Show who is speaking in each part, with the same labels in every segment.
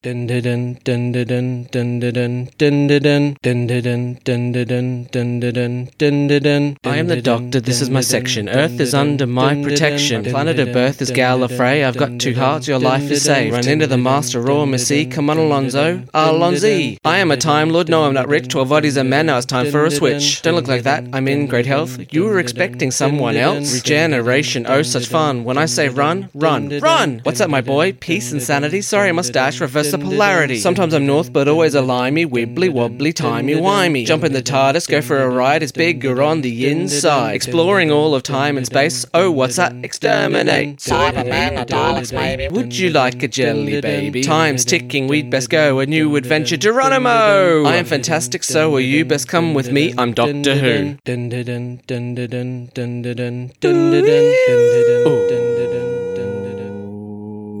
Speaker 1: Dun dun dun dun dun dun dun dun dun dun dun dun dun dun dun dun dun dun dun dun dun.
Speaker 2: I am the doctor, this is my section. Earth is under my protection. Planet of birth is Gallifrey. I've got two hearts, your life is saved. Run into the master, roar, Missy. Come on, Alonzo. Alonzi. I am a Time Lord. No, I'm not rich. Twelve bodies a man. Now it's time for a switch. Don't look like that. I'm in great health. You were expecting someone else. Regeneration. Oh, such fun. When I say run, run, run. What's up, my boy? Peace and sanity. Sorry, mustache. Reverse the polarity. Sometimes I'm north, but always a limey. Wibbly wobbly, timey wimey. Jump in the TARDIS, go for a ride. It's bigger on the inside. Exploring all of time and space. Oh, what's that? Exterminate.
Speaker 3: Cybermen or Daleks, maybe.
Speaker 2: Would you like a jelly baby? Time's ticking, we'd best go. A new adventure, Geronimo! I am fantastic, so are you. Best come with me, I'm Doctor Who.
Speaker 1: Dun dun dun dun dun dun dun dun dun dun dun dun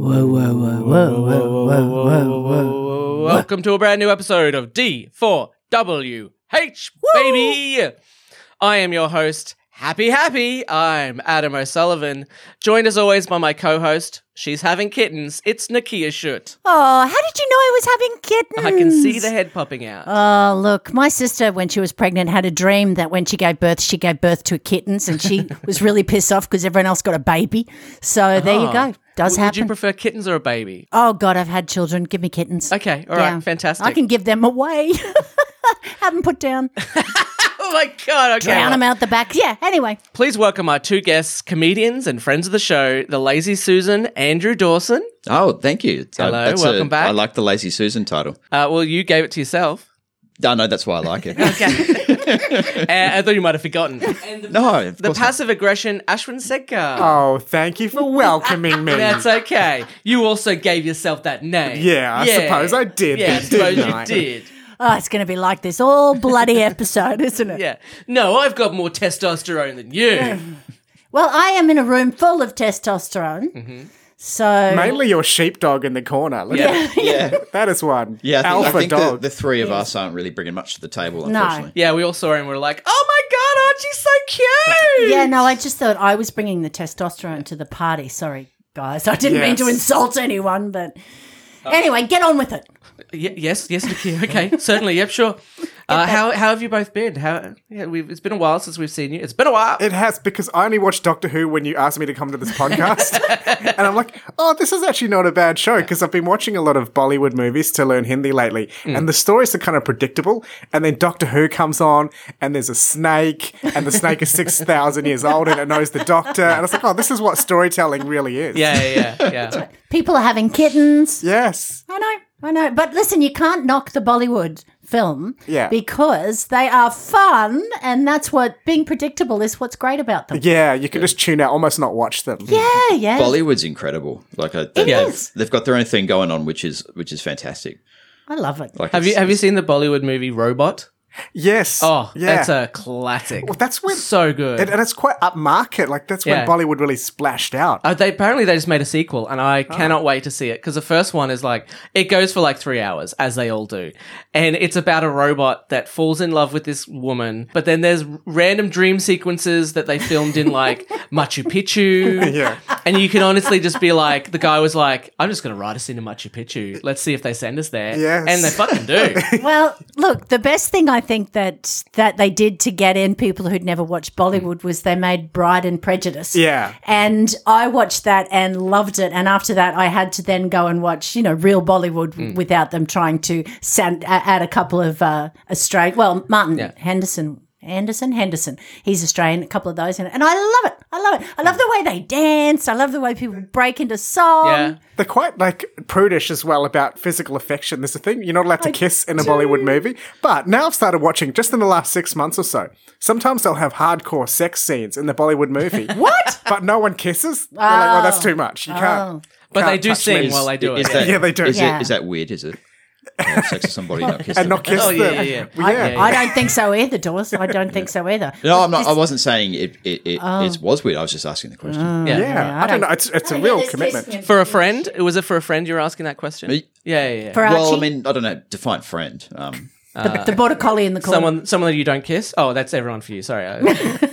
Speaker 4: Whoa, whoa, whoa, whoa, whoa, whoa, whoa, whoa.
Speaker 2: Welcome to a brand new episode of D4WH, baby! I am your host, Happy Happy. I'm Adam O'Sullivan, joined as always by my co host. She's having kittens. It's Nakia Schutt.
Speaker 4: Oh, how did you know I was having kittens?
Speaker 2: I can see the head popping out.
Speaker 4: Oh, look, my sister, when she was pregnant, had a dream that when she gave birth, she gave birth to kittens and she was really pissed off because everyone else got a baby. So there you go. Does
Speaker 2: Ah. Would you
Speaker 4: happen.
Speaker 2: prefer kittens or a baby?
Speaker 4: oh, God, I've had children. Give me kittens.
Speaker 2: Okay, all right,
Speaker 4: Yeah.
Speaker 2: fantastic.
Speaker 4: I can give them away. Have them put down,
Speaker 2: oh my god, okay.
Speaker 4: drown them out the back. Yeah, anyway.
Speaker 2: Please welcome our two guests, comedians and friends of the show, the Lazy Susan, Andrew Dawson.
Speaker 5: Oh, thank you. So
Speaker 2: Hello,
Speaker 5: that's a-
Speaker 2: welcome back.
Speaker 5: I like the Lazy Susan title.
Speaker 2: Uh, well, you gave it to yourself.
Speaker 5: I know that's why I like it.
Speaker 2: Uh, I thought you might have forgotten. And the,
Speaker 5: no, of
Speaker 2: the
Speaker 5: course not.
Speaker 2: passive aggression, Ashwin Sekar.
Speaker 6: Oh, thank you for welcoming me.
Speaker 2: That's okay. You also gave yourself that name.
Speaker 6: Yeah, I suppose I did
Speaker 2: Yeah, I
Speaker 6: then,
Speaker 2: suppose
Speaker 6: didn't
Speaker 2: you
Speaker 6: I?
Speaker 2: did.
Speaker 4: Oh, it's going to be like this all bloody episode, isn't it?
Speaker 2: Yeah. No, I've got more testosterone than you.
Speaker 4: Well, I am in a room full of testosterone.
Speaker 2: Mm-hmm.
Speaker 4: So.
Speaker 6: Mainly your sheepdog in the corner. Look at
Speaker 2: Yeah.
Speaker 5: yeah,
Speaker 6: That is one.
Speaker 5: yeah. I think,
Speaker 6: Alpha
Speaker 5: I think
Speaker 6: dog.
Speaker 5: The, the three of us aren't really bringing much to the table,
Speaker 4: No.
Speaker 5: unfortunately.
Speaker 2: Yeah, we all saw him. We are like, oh my god, Archie's so cute.
Speaker 4: Yeah, no, I just thought I was bringing the testosterone to the party. Sorry, guys. I didn't mean to
Speaker 6: Yes.
Speaker 4: insult anyone, but anyway, get on with it.
Speaker 2: Y- yes, yes, Nikki. Okay, certainly. Yep, sure. Uh, how how have you both been? How yeah, we've, it's been a while since we've seen you. It's been a while.
Speaker 6: it has because I only watched Doctor Who when you asked me to come to this podcast, and I'm like, oh, this is actually not a bad show because I've been watching a lot of Bollywood movies to learn Hindi lately,
Speaker 2: Mm.
Speaker 6: and the stories are kind of predictable. And then Doctor Who comes on, and there's a snake, and the snake is six thousand years old, and it knows the Doctor, and it's like, oh, this is what storytelling really is.
Speaker 2: yeah, yeah, yeah. yeah.
Speaker 4: People are having kittens.
Speaker 6: Yes.
Speaker 4: I know, I know. But listen, you can't knock the Bollywood film
Speaker 6: Yeah.
Speaker 4: because they are fun, and that's what being predictable is what's great about them.
Speaker 6: Yeah, you can just tune out, almost not watch them.
Speaker 4: Yeah, yeah.
Speaker 5: Bollywood's incredible. Like, I, they,
Speaker 4: is.
Speaker 5: they've got their own thing going on, which is which is fantastic.
Speaker 4: I love it.
Speaker 5: Like,
Speaker 2: Have you
Speaker 5: it's-
Speaker 2: have you seen the Bollywood movie Robot?
Speaker 6: Yes.
Speaker 2: Oh,
Speaker 6: yeah.
Speaker 2: that's a classic.
Speaker 6: Well, that's when
Speaker 2: so good.
Speaker 6: and, and it's quite upmarket. Like that's
Speaker 2: Yeah.
Speaker 6: when Bollywood really splashed out.
Speaker 2: Uh, they apparently they just made a sequel, and I cannot wait to see it because the first one is like it goes for like three hours, as they all do, and it's about a robot that falls in love with this woman. But then there's r- random dream sequences that they filmed in like Machu Picchu,
Speaker 6: Yeah.
Speaker 2: and you can honestly just be like, the guy was like, "I'm just gonna ride us into Machu Picchu. Let's see if they send us there."
Speaker 6: Yes.
Speaker 2: and they fucking do.
Speaker 4: Well, look, the best thing I think that that they did to get in people who'd never watched Bollywood was they made Bride and Prejudice.
Speaker 6: Yeah.
Speaker 4: And I watched that and loved it. And after that, I had to then go and watch, you know, real Bollywood
Speaker 6: Mm.
Speaker 4: w without them trying to send, a- add a couple of uh, Australian. Well, Martin Henderson. Anderson, Henderson. He's Australian, a couple of those. in it. And I love it. I love it. I love the way they dance. I love the way people break into song.
Speaker 2: yeah,
Speaker 6: They're quite like prudish as well about physical affection. There's a thing you're not allowed to kiss in a Bollywood movie. But now I've started watching just in the last six months or so. Sometimes they'll have hardcore sex scenes in the Bollywood movie. what? But no one kisses. They're like, oh, that's too much. You can't.
Speaker 2: but they
Speaker 6: Can't
Speaker 2: do
Speaker 6: touch me.
Speaker 2: sing
Speaker 5: is-
Speaker 2: while they do it.
Speaker 5: is that-
Speaker 6: Yeah, they do.
Speaker 5: Is,
Speaker 4: Yeah.
Speaker 5: it, is that weird? Is it? To Have sex with somebody and not kiss
Speaker 6: And
Speaker 5: them?
Speaker 6: not kiss
Speaker 2: Oh,
Speaker 6: them.
Speaker 2: yeah, yeah, yeah.
Speaker 6: Well, yeah.
Speaker 4: I don't think so either, Dawes. I don't think so either.
Speaker 5: No, I'm not. I wasn't saying it. It, it,
Speaker 4: Oh.
Speaker 5: it was weird. I was just asking the question.
Speaker 4: Mm.
Speaker 2: yeah.
Speaker 6: Yeah. I, don't, know. It's, it's a real commitment.
Speaker 2: For a friend, was it for a friend? You're asking that question.
Speaker 5: Me?
Speaker 2: Yeah, yeah, yeah.
Speaker 4: For
Speaker 5: well, I
Speaker 4: Archie,
Speaker 5: mean, I don't know. Define friend. Um,
Speaker 4: the, the border collie in the corner.
Speaker 2: uh, Someone, someone that you don't kiss. Oh, that's everyone for you. Sorry. I-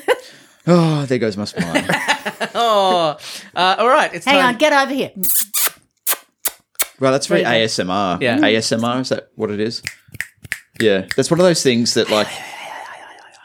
Speaker 5: oh, there goes my smile.
Speaker 2: oh, uh, all right. It's
Speaker 4: Hang
Speaker 2: time.
Speaker 4: on, get over here.
Speaker 5: Well, that's very ASMR.
Speaker 2: Yeah.
Speaker 5: ASMR is that what it is? Yeah, that's one of those things that like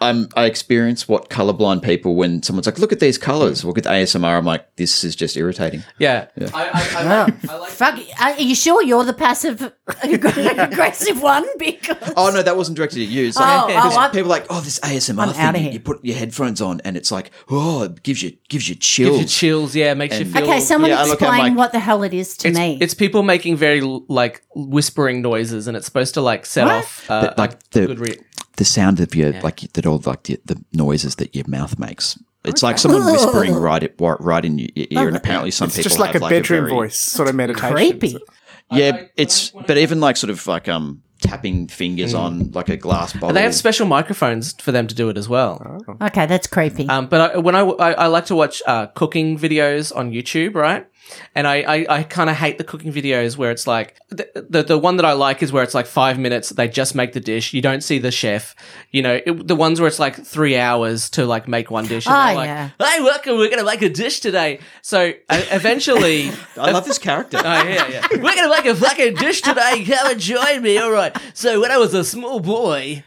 Speaker 5: I'm I experience what colorblind people when someone's like, look at these colors. Look at the ASMR. I'm like, this is just irritating.
Speaker 2: Yeah. I, I, I, I like
Speaker 4: Fuck, are you sure you're the passive aggressive one? Because
Speaker 5: Oh no, that wasn't directed at you. It's like,
Speaker 4: Oh, oh,
Speaker 5: 'cause
Speaker 4: I-
Speaker 5: people are like, oh, this ASMR
Speaker 4: I'm outta
Speaker 5: thing. You,
Speaker 4: here.
Speaker 5: you put your headphones on, and it's like, oh, it gives you gives you chills.
Speaker 2: gives you chills. Yeah, makes you feel.
Speaker 4: okay, someone
Speaker 5: Yeah, I look at
Speaker 4: explain
Speaker 5: my-
Speaker 4: what the hell it is to
Speaker 2: it's,
Speaker 4: me.
Speaker 2: it's people making very like whispering noises, and it's supposed to like set
Speaker 4: What?
Speaker 2: off uh,
Speaker 5: But, like,
Speaker 2: a
Speaker 5: the-
Speaker 2: good re-
Speaker 5: the sound of your like that all like the, the noises that your mouth makes. It's like someone whispering right at, right in your ear, and apparently some people
Speaker 6: Just like a
Speaker 5: have
Speaker 6: bedroom
Speaker 5: very-
Speaker 6: voice sort of meditation.
Speaker 4: creepy.
Speaker 5: Yeah, it's but even like sort of like um tapping fingers on like a glass bottle.
Speaker 2: They have special microphones for them to do it as
Speaker 4: Oh.
Speaker 2: well.
Speaker 4: Okay, that's creepy.
Speaker 2: Um, but I, when I, I, I like to watch uh, cooking videos on YouTube, right? And I, I, I kind of hate the cooking videos where it's like the, the the one that I like is where it's like five minutes. They just make the dish. You don't see the chef. You know it, the ones where it's like three hours to like make one dish. And
Speaker 4: Oh,
Speaker 2: they're like,
Speaker 4: yeah.
Speaker 2: Hey, welcome. We're gonna make a dish today. So uh, eventually,
Speaker 5: I love this character.
Speaker 2: Oh, yeah, yeah. We're gonna make a fucking dish today. Come and join me. All right. So when I was a small boy,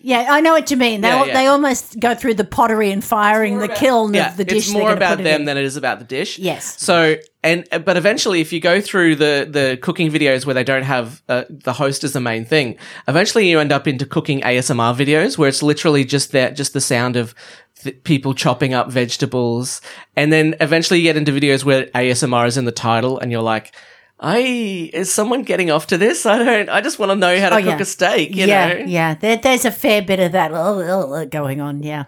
Speaker 4: yeah, I know what you mean. They
Speaker 2: Yeah,
Speaker 4: al-
Speaker 2: yeah.
Speaker 4: they almost go through the pottery and firing the kiln
Speaker 2: yeah,
Speaker 4: of the dish.
Speaker 2: it's
Speaker 4: they're
Speaker 2: more
Speaker 4: gonna
Speaker 2: about
Speaker 4: put it
Speaker 2: them
Speaker 4: in.
Speaker 2: than it is about the dish.
Speaker 4: Yes.
Speaker 2: So and but eventually, if you go through the the cooking videos where they don't have uh, the host as the main thing, eventually you end up into cooking ASMR videos where it's literally just that just the sound of. Th- people chopping up vegetables, and then eventually you get into videos where ASMR is in the title, and you're like, "I is someone getting off to this? I don't. I just want to know how to
Speaker 4: Oh,
Speaker 2: cook
Speaker 4: yeah.
Speaker 2: a steak. You
Speaker 4: yeah,
Speaker 2: know?
Speaker 4: yeah. There, there's a fair bit of that uh, going on. Yeah.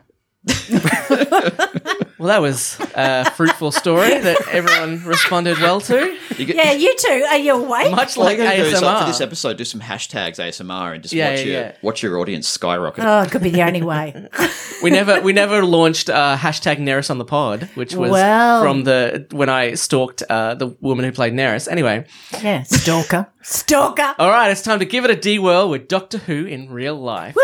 Speaker 2: Well, that was a fruitful story that everyone responded well to.
Speaker 5: You get,
Speaker 4: Yeah, you two. Are you awake?
Speaker 2: Much
Speaker 5: All
Speaker 2: like
Speaker 5: you gotta do is
Speaker 2: ASMR.
Speaker 5: after this episode, do some hashtags ASMR and just
Speaker 2: Yeah,
Speaker 5: watch
Speaker 2: yeah,
Speaker 5: your
Speaker 2: yeah. Uh,
Speaker 5: watch your audience skyrocket.
Speaker 4: oh, it could be the only way.
Speaker 2: we never we never launched uh, hashtag Neris on the pod, which was
Speaker 4: Wow.
Speaker 2: from the when I stalked uh, the woman who played Neris. Anyway,
Speaker 4: Yeah, stalker,
Speaker 2: Oh.
Speaker 4: stalker.
Speaker 2: all right, it's time to give it a D whirl with Doctor Who in real life.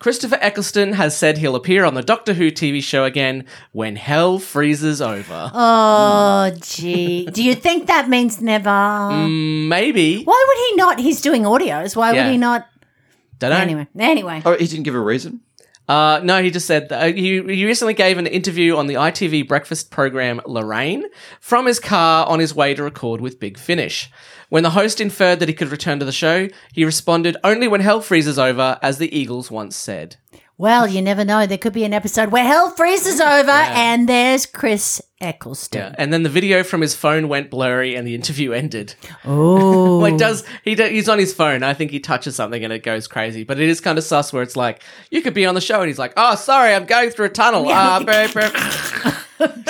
Speaker 2: Christopher Eccleston has said he'll appear on the Doctor Who TV show again when hell freezes over.
Speaker 4: Oh, gee. Do you think that means never?
Speaker 2: Maybe.
Speaker 4: Why would he not? He's doing audios. Why
Speaker 2: Yeah.
Speaker 4: would he not?
Speaker 2: Don't know.
Speaker 4: Anyway, anyway.
Speaker 5: Oh, he didn't give a reason.
Speaker 2: Uh, no, he just said that uh, he, he recently gave an interview on the ITV breakfast program Lorraine from his car on his way to record with Big Finish. When the host inferred that he could return to the show, he responded, Only when hell freezes over, as the Eagles once said.
Speaker 4: Well, you never know. There could be an episode where hell freezes over, and there's Chris Eccleston.
Speaker 2: And then the video from his phone went blurry and the interview ended.
Speaker 4: Oh,
Speaker 2: Well, it does, he do, he's on his phone. I think he touches something and it goes crazy, but it is kind of sus where it's like, You could be on the show, and he's like, Oh, sorry, I'm going through a tunnel. Ah, brr, brr."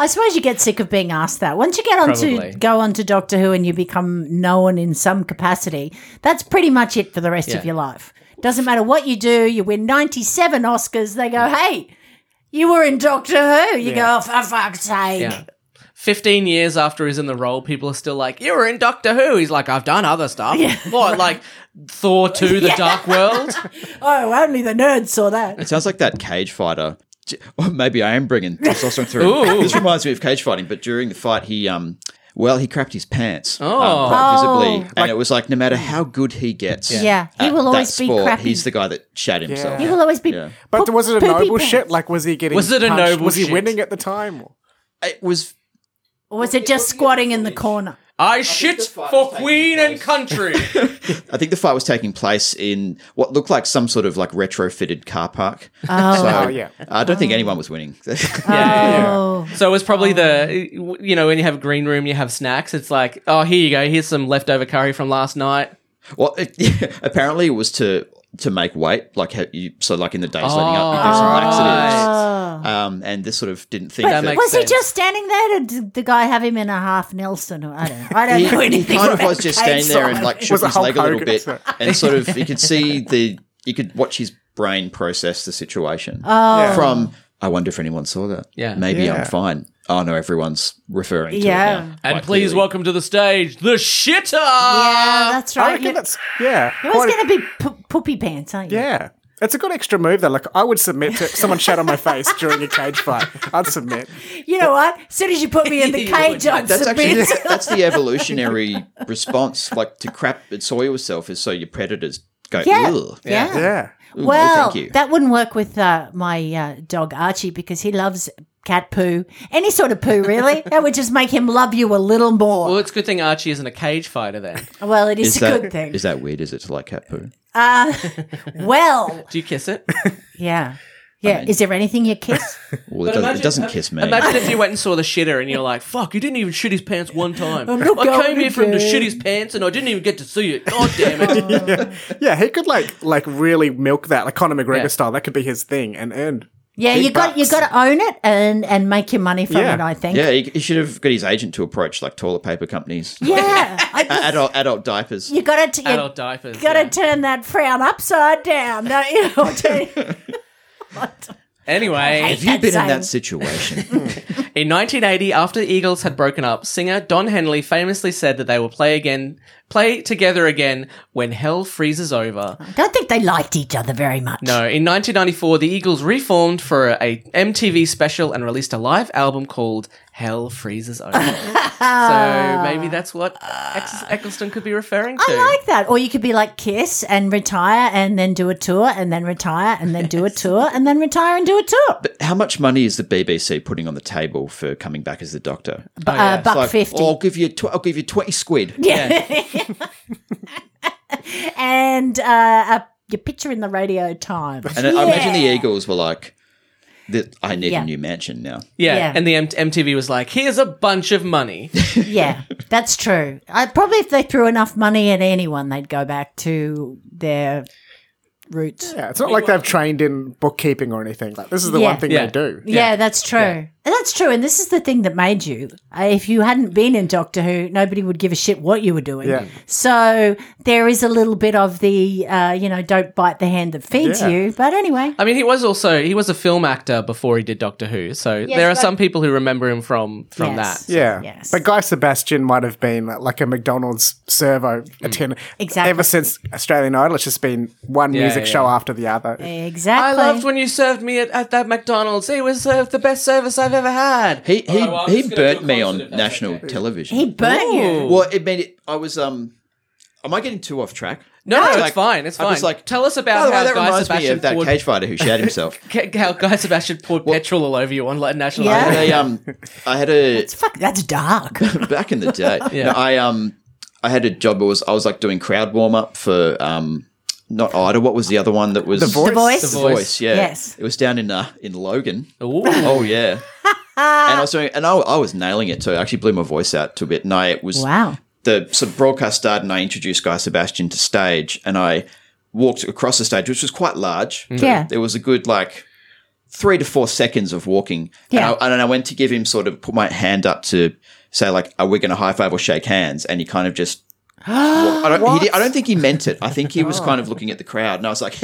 Speaker 4: I suppose you get sick of being asked that. Once you get
Speaker 2: Probably.
Speaker 4: onto go onto Doctor Who and you become known in some capacity, that's pretty much it for the rest of your life. Doesn't matter what you do. You win ninety seven Oscars. They go, "Hey, you were in Doctor Who." You go, oh, "For fuck's sake!"
Speaker 2: Yeah. 15 years after he's in the role, people are still like, You were in Doctor Who. He's like, I've done other stuff. what, like Thor 2, The Dark World?
Speaker 4: Oh, only the nerds saw that.
Speaker 5: It sounds like that cage fighter. J- Or maybe I am bringing testosterone through.
Speaker 2: Ooh.
Speaker 5: This reminds me of cage fighting, but during the fight, he um, well, he crapped his pants um,
Speaker 2: Oh. Mm.
Speaker 5: quite visibly,
Speaker 4: Oh.
Speaker 5: and it was like no matter how good he gets,
Speaker 4: Yeah. Yeah, he
Speaker 5: at
Speaker 4: will
Speaker 5: that
Speaker 4: always be
Speaker 5: sport,
Speaker 4: crappy.
Speaker 5: He's the guy that shat himself.
Speaker 4: You will always be.
Speaker 5: Yeah.
Speaker 6: But
Speaker 4: poop-
Speaker 6: was it a
Speaker 4: poopy
Speaker 6: noble
Speaker 4: pants.
Speaker 6: shit? Like, was he getting?
Speaker 2: Was it a
Speaker 6: punched?
Speaker 2: noble
Speaker 6: Was he
Speaker 2: shit?
Speaker 6: winning at the time?
Speaker 5: It was
Speaker 4: Or was it just squatting in the corner?
Speaker 2: I shit for Queen and Country.
Speaker 5: I think the fight was taking place in what looked like some sort of like retrofitted car park.
Speaker 6: Oh,
Speaker 5: so,
Speaker 6: yeah. Oh.
Speaker 5: I don't think anyone was winning.
Speaker 4: Oh,
Speaker 2: so it was probably the, you know, when you have a green room, you have snacks. It's like, Oh, here you go. Here's some leftover curry from last night.
Speaker 5: well, it, apparently it was to to make weight, like how you, so, like in the days leading up, you do some laxatives. Um, and this sort of didn't think
Speaker 2: That
Speaker 5: that.
Speaker 2: makes-
Speaker 4: was he
Speaker 2: sense.
Speaker 4: just standing there? Or did the guy have him in a half Nelson? Or I don't. Know. I don't know
Speaker 5: he
Speaker 4: anything.
Speaker 5: kind of
Speaker 4: about
Speaker 5: was just
Speaker 4: cage
Speaker 5: standing there and
Speaker 4: fighting.
Speaker 5: like shook
Speaker 6: Was it
Speaker 5: his
Speaker 6: Hulk
Speaker 5: leg a little
Speaker 6: Hogan?
Speaker 5: bit,
Speaker 6: That's right.
Speaker 5: and sort of you could see the you could watch his brain process the situation
Speaker 4: Oh.
Speaker 5: from. I wonder if anyone saw that.
Speaker 2: Yeah.
Speaker 5: maybe
Speaker 6: Yeah.
Speaker 5: I'm fine. Oh no, everyone's referring to
Speaker 4: Yeah.
Speaker 5: it now.
Speaker 2: And
Speaker 5: Like,
Speaker 2: please
Speaker 5: clearly.
Speaker 2: welcome to the stage, the shitter.
Speaker 4: Yeah, that's
Speaker 6: Uh, I
Speaker 4: right.
Speaker 6: reckon
Speaker 4: You-
Speaker 6: that's yeah.
Speaker 4: You're
Speaker 6: quite
Speaker 4: always
Speaker 6: a-
Speaker 4: going to be po- poopy pants, aren't you?
Speaker 6: yeah. It's a good extra move though. Like I would submit to someone shat on my face during a cage fight. I'd submit.
Speaker 4: You know what? As soon as you put me in the cage, I'd
Speaker 5: That's
Speaker 4: submit.
Speaker 5: actually that's the evolutionary response, like to crap and soil yourself is so your predators go.
Speaker 4: Yeah.
Speaker 5: Ugh.
Speaker 4: yeah.
Speaker 6: Yeah.
Speaker 4: Well,
Speaker 5: thank you.
Speaker 4: that wouldn't work with uh, my uh, dog Archie because he loves cat poo, any sort of poo, really. that would just make him love you a little more.
Speaker 2: Well, it's a good thing Archie isn't a cage fighter then.
Speaker 4: well, it is,
Speaker 5: Is
Speaker 4: a
Speaker 5: that
Speaker 4: good thing.
Speaker 5: is that weird? Is it to like cat poo?
Speaker 4: uh, well,
Speaker 2: Do you kiss it?
Speaker 4: yeah. Yeah. Is there anything you kiss?
Speaker 5: Well, it, does, it doesn't kiss me.
Speaker 2: Imagine if you went and saw the shitter and you're like, fuck, you didn't even shit his pants one time.
Speaker 4: I'm not
Speaker 2: I came
Speaker 4: going
Speaker 2: here for him to
Speaker 4: again."
Speaker 2: shit his pants and I didn't even get to see it. God damn it.
Speaker 6: Yeah. Yeah, he could like like really milk that, like Conor McGregor
Speaker 2: Yeah.
Speaker 6: style. That could be his thing and earn.
Speaker 4: Yeah,
Speaker 6: Big
Speaker 4: you got you
Speaker 6: bucks.
Speaker 4: got to own it and and make your money from
Speaker 6: Yeah.
Speaker 4: it. I think.
Speaker 5: yeah, he, he should have got his agent to approach like toilet paper companies,
Speaker 4: Yeah, I just-
Speaker 5: adult adult diapers.
Speaker 4: you got to you
Speaker 2: Adult diapers.
Speaker 4: got to
Speaker 2: yeah.
Speaker 4: turn that frown upside down. Don't you? I'll tell you.
Speaker 2: Anyway,
Speaker 5: Have you been in
Speaker 4: saying-
Speaker 5: that situation?
Speaker 2: In 1980, after the Eagles had broken up, singer Don Henley famously said that they will play again, play together again when hell freezes over.
Speaker 4: Don't think they liked each other very much.
Speaker 2: No, in 1994, the Eagles reformed for a MTV special and released a live album called Hell Freezes Over. so maybe that's what Ex- Eccleston could be referring to.
Speaker 4: I like that. Or you could be like Kiss and retire and then do a tour and then retire and then do a tour and then retire and do a tour.
Speaker 5: How much money is the BBC putting on the table for coming back as the doctor?
Speaker 4: Bu- uh, buck
Speaker 5: Like,
Speaker 4: fifty.
Speaker 5: "Oh, I'll give you. Tw- I'll give you twenty squid.
Speaker 4: yeah. and uh, uh, your picture in the radio time.
Speaker 5: And I I imagine the Eagles were like, "Th- I need
Speaker 4: Yeah.
Speaker 5: a new mansion now.
Speaker 2: yeah.
Speaker 4: Yeah.
Speaker 2: and the M- MTV was like, here's a bunch of money.
Speaker 4: yeah, that's true. I, probably if they threw enough money at anyone, they'd go back to their roots.
Speaker 6: Yeah, it's not like they've trained in bookkeeping or anything. Like this is the
Speaker 4: Yeah.
Speaker 6: one thing
Speaker 2: Yeah.
Speaker 6: they do.
Speaker 4: Yeah, that's true. And that's true. And this is the thing that made you. Uh, If you hadn't been in Doctor Who, nobody would give a shit what you were doing.
Speaker 6: Yeah.
Speaker 4: So there is a little bit of the, uh, you know, don't bite the hand that feeds
Speaker 6: Yeah.
Speaker 4: you. But anyway,
Speaker 2: I mean, he was also, he was a film actor before he did Doctor Who. So there are
Speaker 4: but-
Speaker 2: some people who remember him from, from
Speaker 4: Yes.
Speaker 2: that.
Speaker 6: Yeah.
Speaker 4: Yes.
Speaker 6: But Guy Sebastian might have been like a McDonald's servo
Speaker 2: Hmm.
Speaker 6: attendant.
Speaker 4: Exactly.
Speaker 6: Ever since Australian Idol, it's just been one music
Speaker 2: yeah,
Speaker 6: show after the other.
Speaker 2: I
Speaker 4: exactly.
Speaker 2: loved when you served me at, at that McDonald's. It was uh, the best service I've ever had.
Speaker 5: He he
Speaker 2: well, I'm
Speaker 5: he
Speaker 2: just gonna do a
Speaker 5: burnt me
Speaker 2: concert
Speaker 5: on
Speaker 2: if that's
Speaker 5: national television.
Speaker 4: he burnt you.
Speaker 5: well, it meant it, I was um. Am I getting too off track?
Speaker 2: No, no,
Speaker 5: Like,
Speaker 2: it's fine. It's
Speaker 5: I
Speaker 2: fine.
Speaker 5: was like,
Speaker 2: tell us
Speaker 5: By
Speaker 2: about
Speaker 5: the way,
Speaker 2: how
Speaker 5: that
Speaker 2: Guy
Speaker 5: reminds me
Speaker 2: Sebastian
Speaker 5: of that
Speaker 2: poured,
Speaker 5: cage fighter who shat himself.
Speaker 2: ca- how Guy Sebastian poured petrol all over you on like, national.
Speaker 4: Yeah.
Speaker 5: I
Speaker 2: Anthem.
Speaker 5: had a, um, I had a
Speaker 4: Fuck, that's dark.
Speaker 5: back in the day. No, I um, I had a job. I was I was like doing crowd warm up for um, not Ida. What was the other one that was
Speaker 6: The Voice? The
Speaker 4: Voice?
Speaker 5: The voice. Yeah.
Speaker 4: Yes.
Speaker 5: It was down in uh, in Logan.
Speaker 2: Ooh.
Speaker 5: Oh yeah. and I was doing, and I, I was nailing it too. I actually blew my voice out to a bit, and I it was
Speaker 4: Wow.
Speaker 5: the so broadcast started, and I introduced Guy Sebastian to stage, and I walked across the stage, which was quite large.
Speaker 4: Yeah.
Speaker 5: There was a good like three to four seconds of walking,
Speaker 4: Yeah.
Speaker 5: and, I, and I went to give him sort of put my hand up to say like, "Are we going to high five or shake hands?" And he kind of just. walked- I don't, he did, I don't think he meant it. I think he was kind of looking at the crowd, and I was like,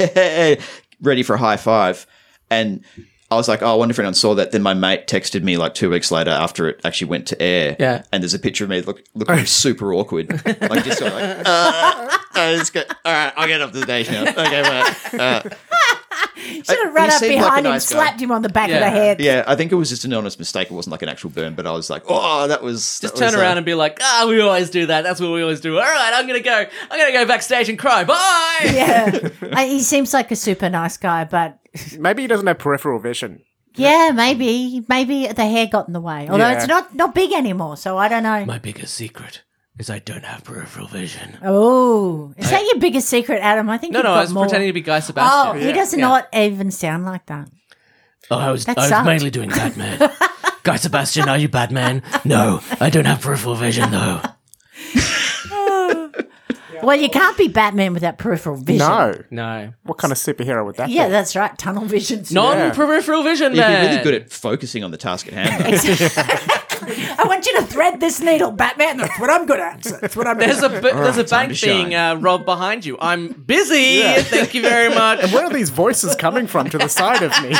Speaker 5: ready for a high five. And I was like, oh, I wonder if anyone saw that. Then my mate texted me like two weeks later after it actually went to air.
Speaker 2: Yeah.
Speaker 5: And there's a picture of me look, looking super awkward. Like, just sort of like, uh, uh, it's good. all right, I'll get off the stage now. Okay, right. Uh,
Speaker 4: Should
Speaker 5: he
Speaker 4: have run up
Speaker 5: seemed
Speaker 4: behind
Speaker 5: like a
Speaker 4: him,
Speaker 5: nice guy.
Speaker 4: slapped him on the back of
Speaker 2: Yeah.
Speaker 4: the head.
Speaker 5: yeah, I think it was just an honest mistake. It wasn't like an actual burn, but I was like, oh, that was.
Speaker 2: Just turn around and be like, ah, we always do that. That's what we always do. All right, I'm gonna go. I'm gonna go backstage and cry. Bye.
Speaker 4: Yeah. I- he seems like a super nice guy, but
Speaker 6: Maybe he doesn't have peripheral vision.
Speaker 4: yeah, maybe maybe the hair got in the way. Although
Speaker 6: Yeah.
Speaker 4: it's not not big anymore, so I don't know.
Speaker 2: My biggest secret is I don't have peripheral vision.
Speaker 4: Oh, is that your biggest secret, Adam? I think
Speaker 2: No,
Speaker 4: you've
Speaker 2: no,
Speaker 4: got
Speaker 2: I was
Speaker 4: more.
Speaker 2: pretending to be Guy
Speaker 4: Oh,
Speaker 2: Sebastian.
Speaker 4: he does not even sound like that.
Speaker 2: Oh, I was,
Speaker 4: That I was sucked. mainly
Speaker 2: doing Batman. Guy Sebastian, are you Batman? No, I don't have peripheral vision though.
Speaker 4: Well, you can't be Batman without peripheral vision.
Speaker 6: No.
Speaker 2: No,
Speaker 6: What kind of superhero would that
Speaker 4: Yeah,
Speaker 6: be?
Speaker 4: that's right. Tunnel vision.
Speaker 2: non-peripheral vision.
Speaker 5: You'd be
Speaker 2: man.
Speaker 5: really good at focusing on the task at hand. though.
Speaker 4: I want you to thread this needle, Batman. That's what I'm good at. That's what I'm good
Speaker 2: There's a b- there's a
Speaker 5: time
Speaker 2: bank
Speaker 5: to shine.
Speaker 2: being uh, robbed behind you. I'm busy. Thank you very much.
Speaker 6: Where are these voices coming from to the side of me?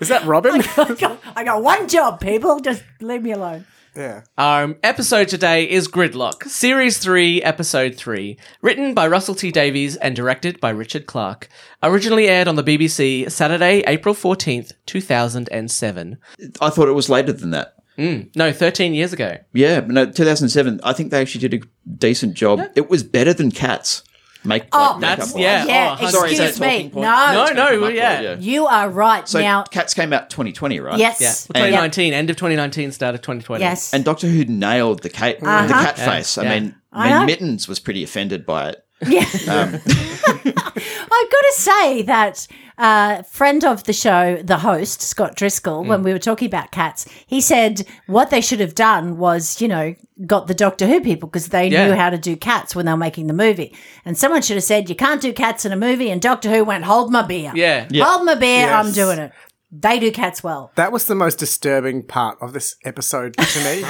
Speaker 6: Is that Robin?
Speaker 4: at. I got one job, people. Just leave me alone.
Speaker 6: Yeah.
Speaker 1: Our episode today is Gridlock, Series 3, Episode 3, written by Russell T Davies and directed by Richard Clark. Originally aired on the BBC Saturday, April 14th, 2007.
Speaker 5: I thought it was later than that.
Speaker 1: No, 13 years ago.
Speaker 5: Yeah, but no, 2007. I think they actually did a decent job. It was better than Cats. Make oh,
Speaker 1: that's- yeah.
Speaker 4: Yeah,
Speaker 1: Oh,
Speaker 5: sorry, is that
Speaker 4: excuse
Speaker 5: a
Speaker 4: me.
Speaker 5: talking point?
Speaker 4: No,
Speaker 1: No, no, well, yeah.
Speaker 4: you are right
Speaker 5: So
Speaker 4: now.
Speaker 5: Cats came out 2020, right?
Speaker 4: Yes,
Speaker 1: Yeah.
Speaker 4: Yeah.
Speaker 1: 2019, end of 2019, start of 2020.
Speaker 4: Yes,
Speaker 5: And Doctor Who nailed the cat, the cat face. I
Speaker 1: Yeah.
Speaker 5: mean,
Speaker 4: Uh-huh. I
Speaker 5: I
Speaker 4: know.
Speaker 5: mean, Mittens was pretty offended by it.
Speaker 4: Yeah. I've got to say that uh, friend of the show, the host, Scott Driscoll,
Speaker 1: Mm.
Speaker 4: when we were talking about cats, he said what they should have done was, you know, got the Doctor Who people because they
Speaker 1: Yeah.
Speaker 4: knew how to do cats when they were making the movie. And someone should have said, you can't do cats in a movie. And Doctor Who went, hold my beer.
Speaker 1: Yeah.
Speaker 4: Hold my beer. I'm
Speaker 6: Yes.
Speaker 4: doing it. They do cats well.
Speaker 6: That was the most disturbing part of this episode to me.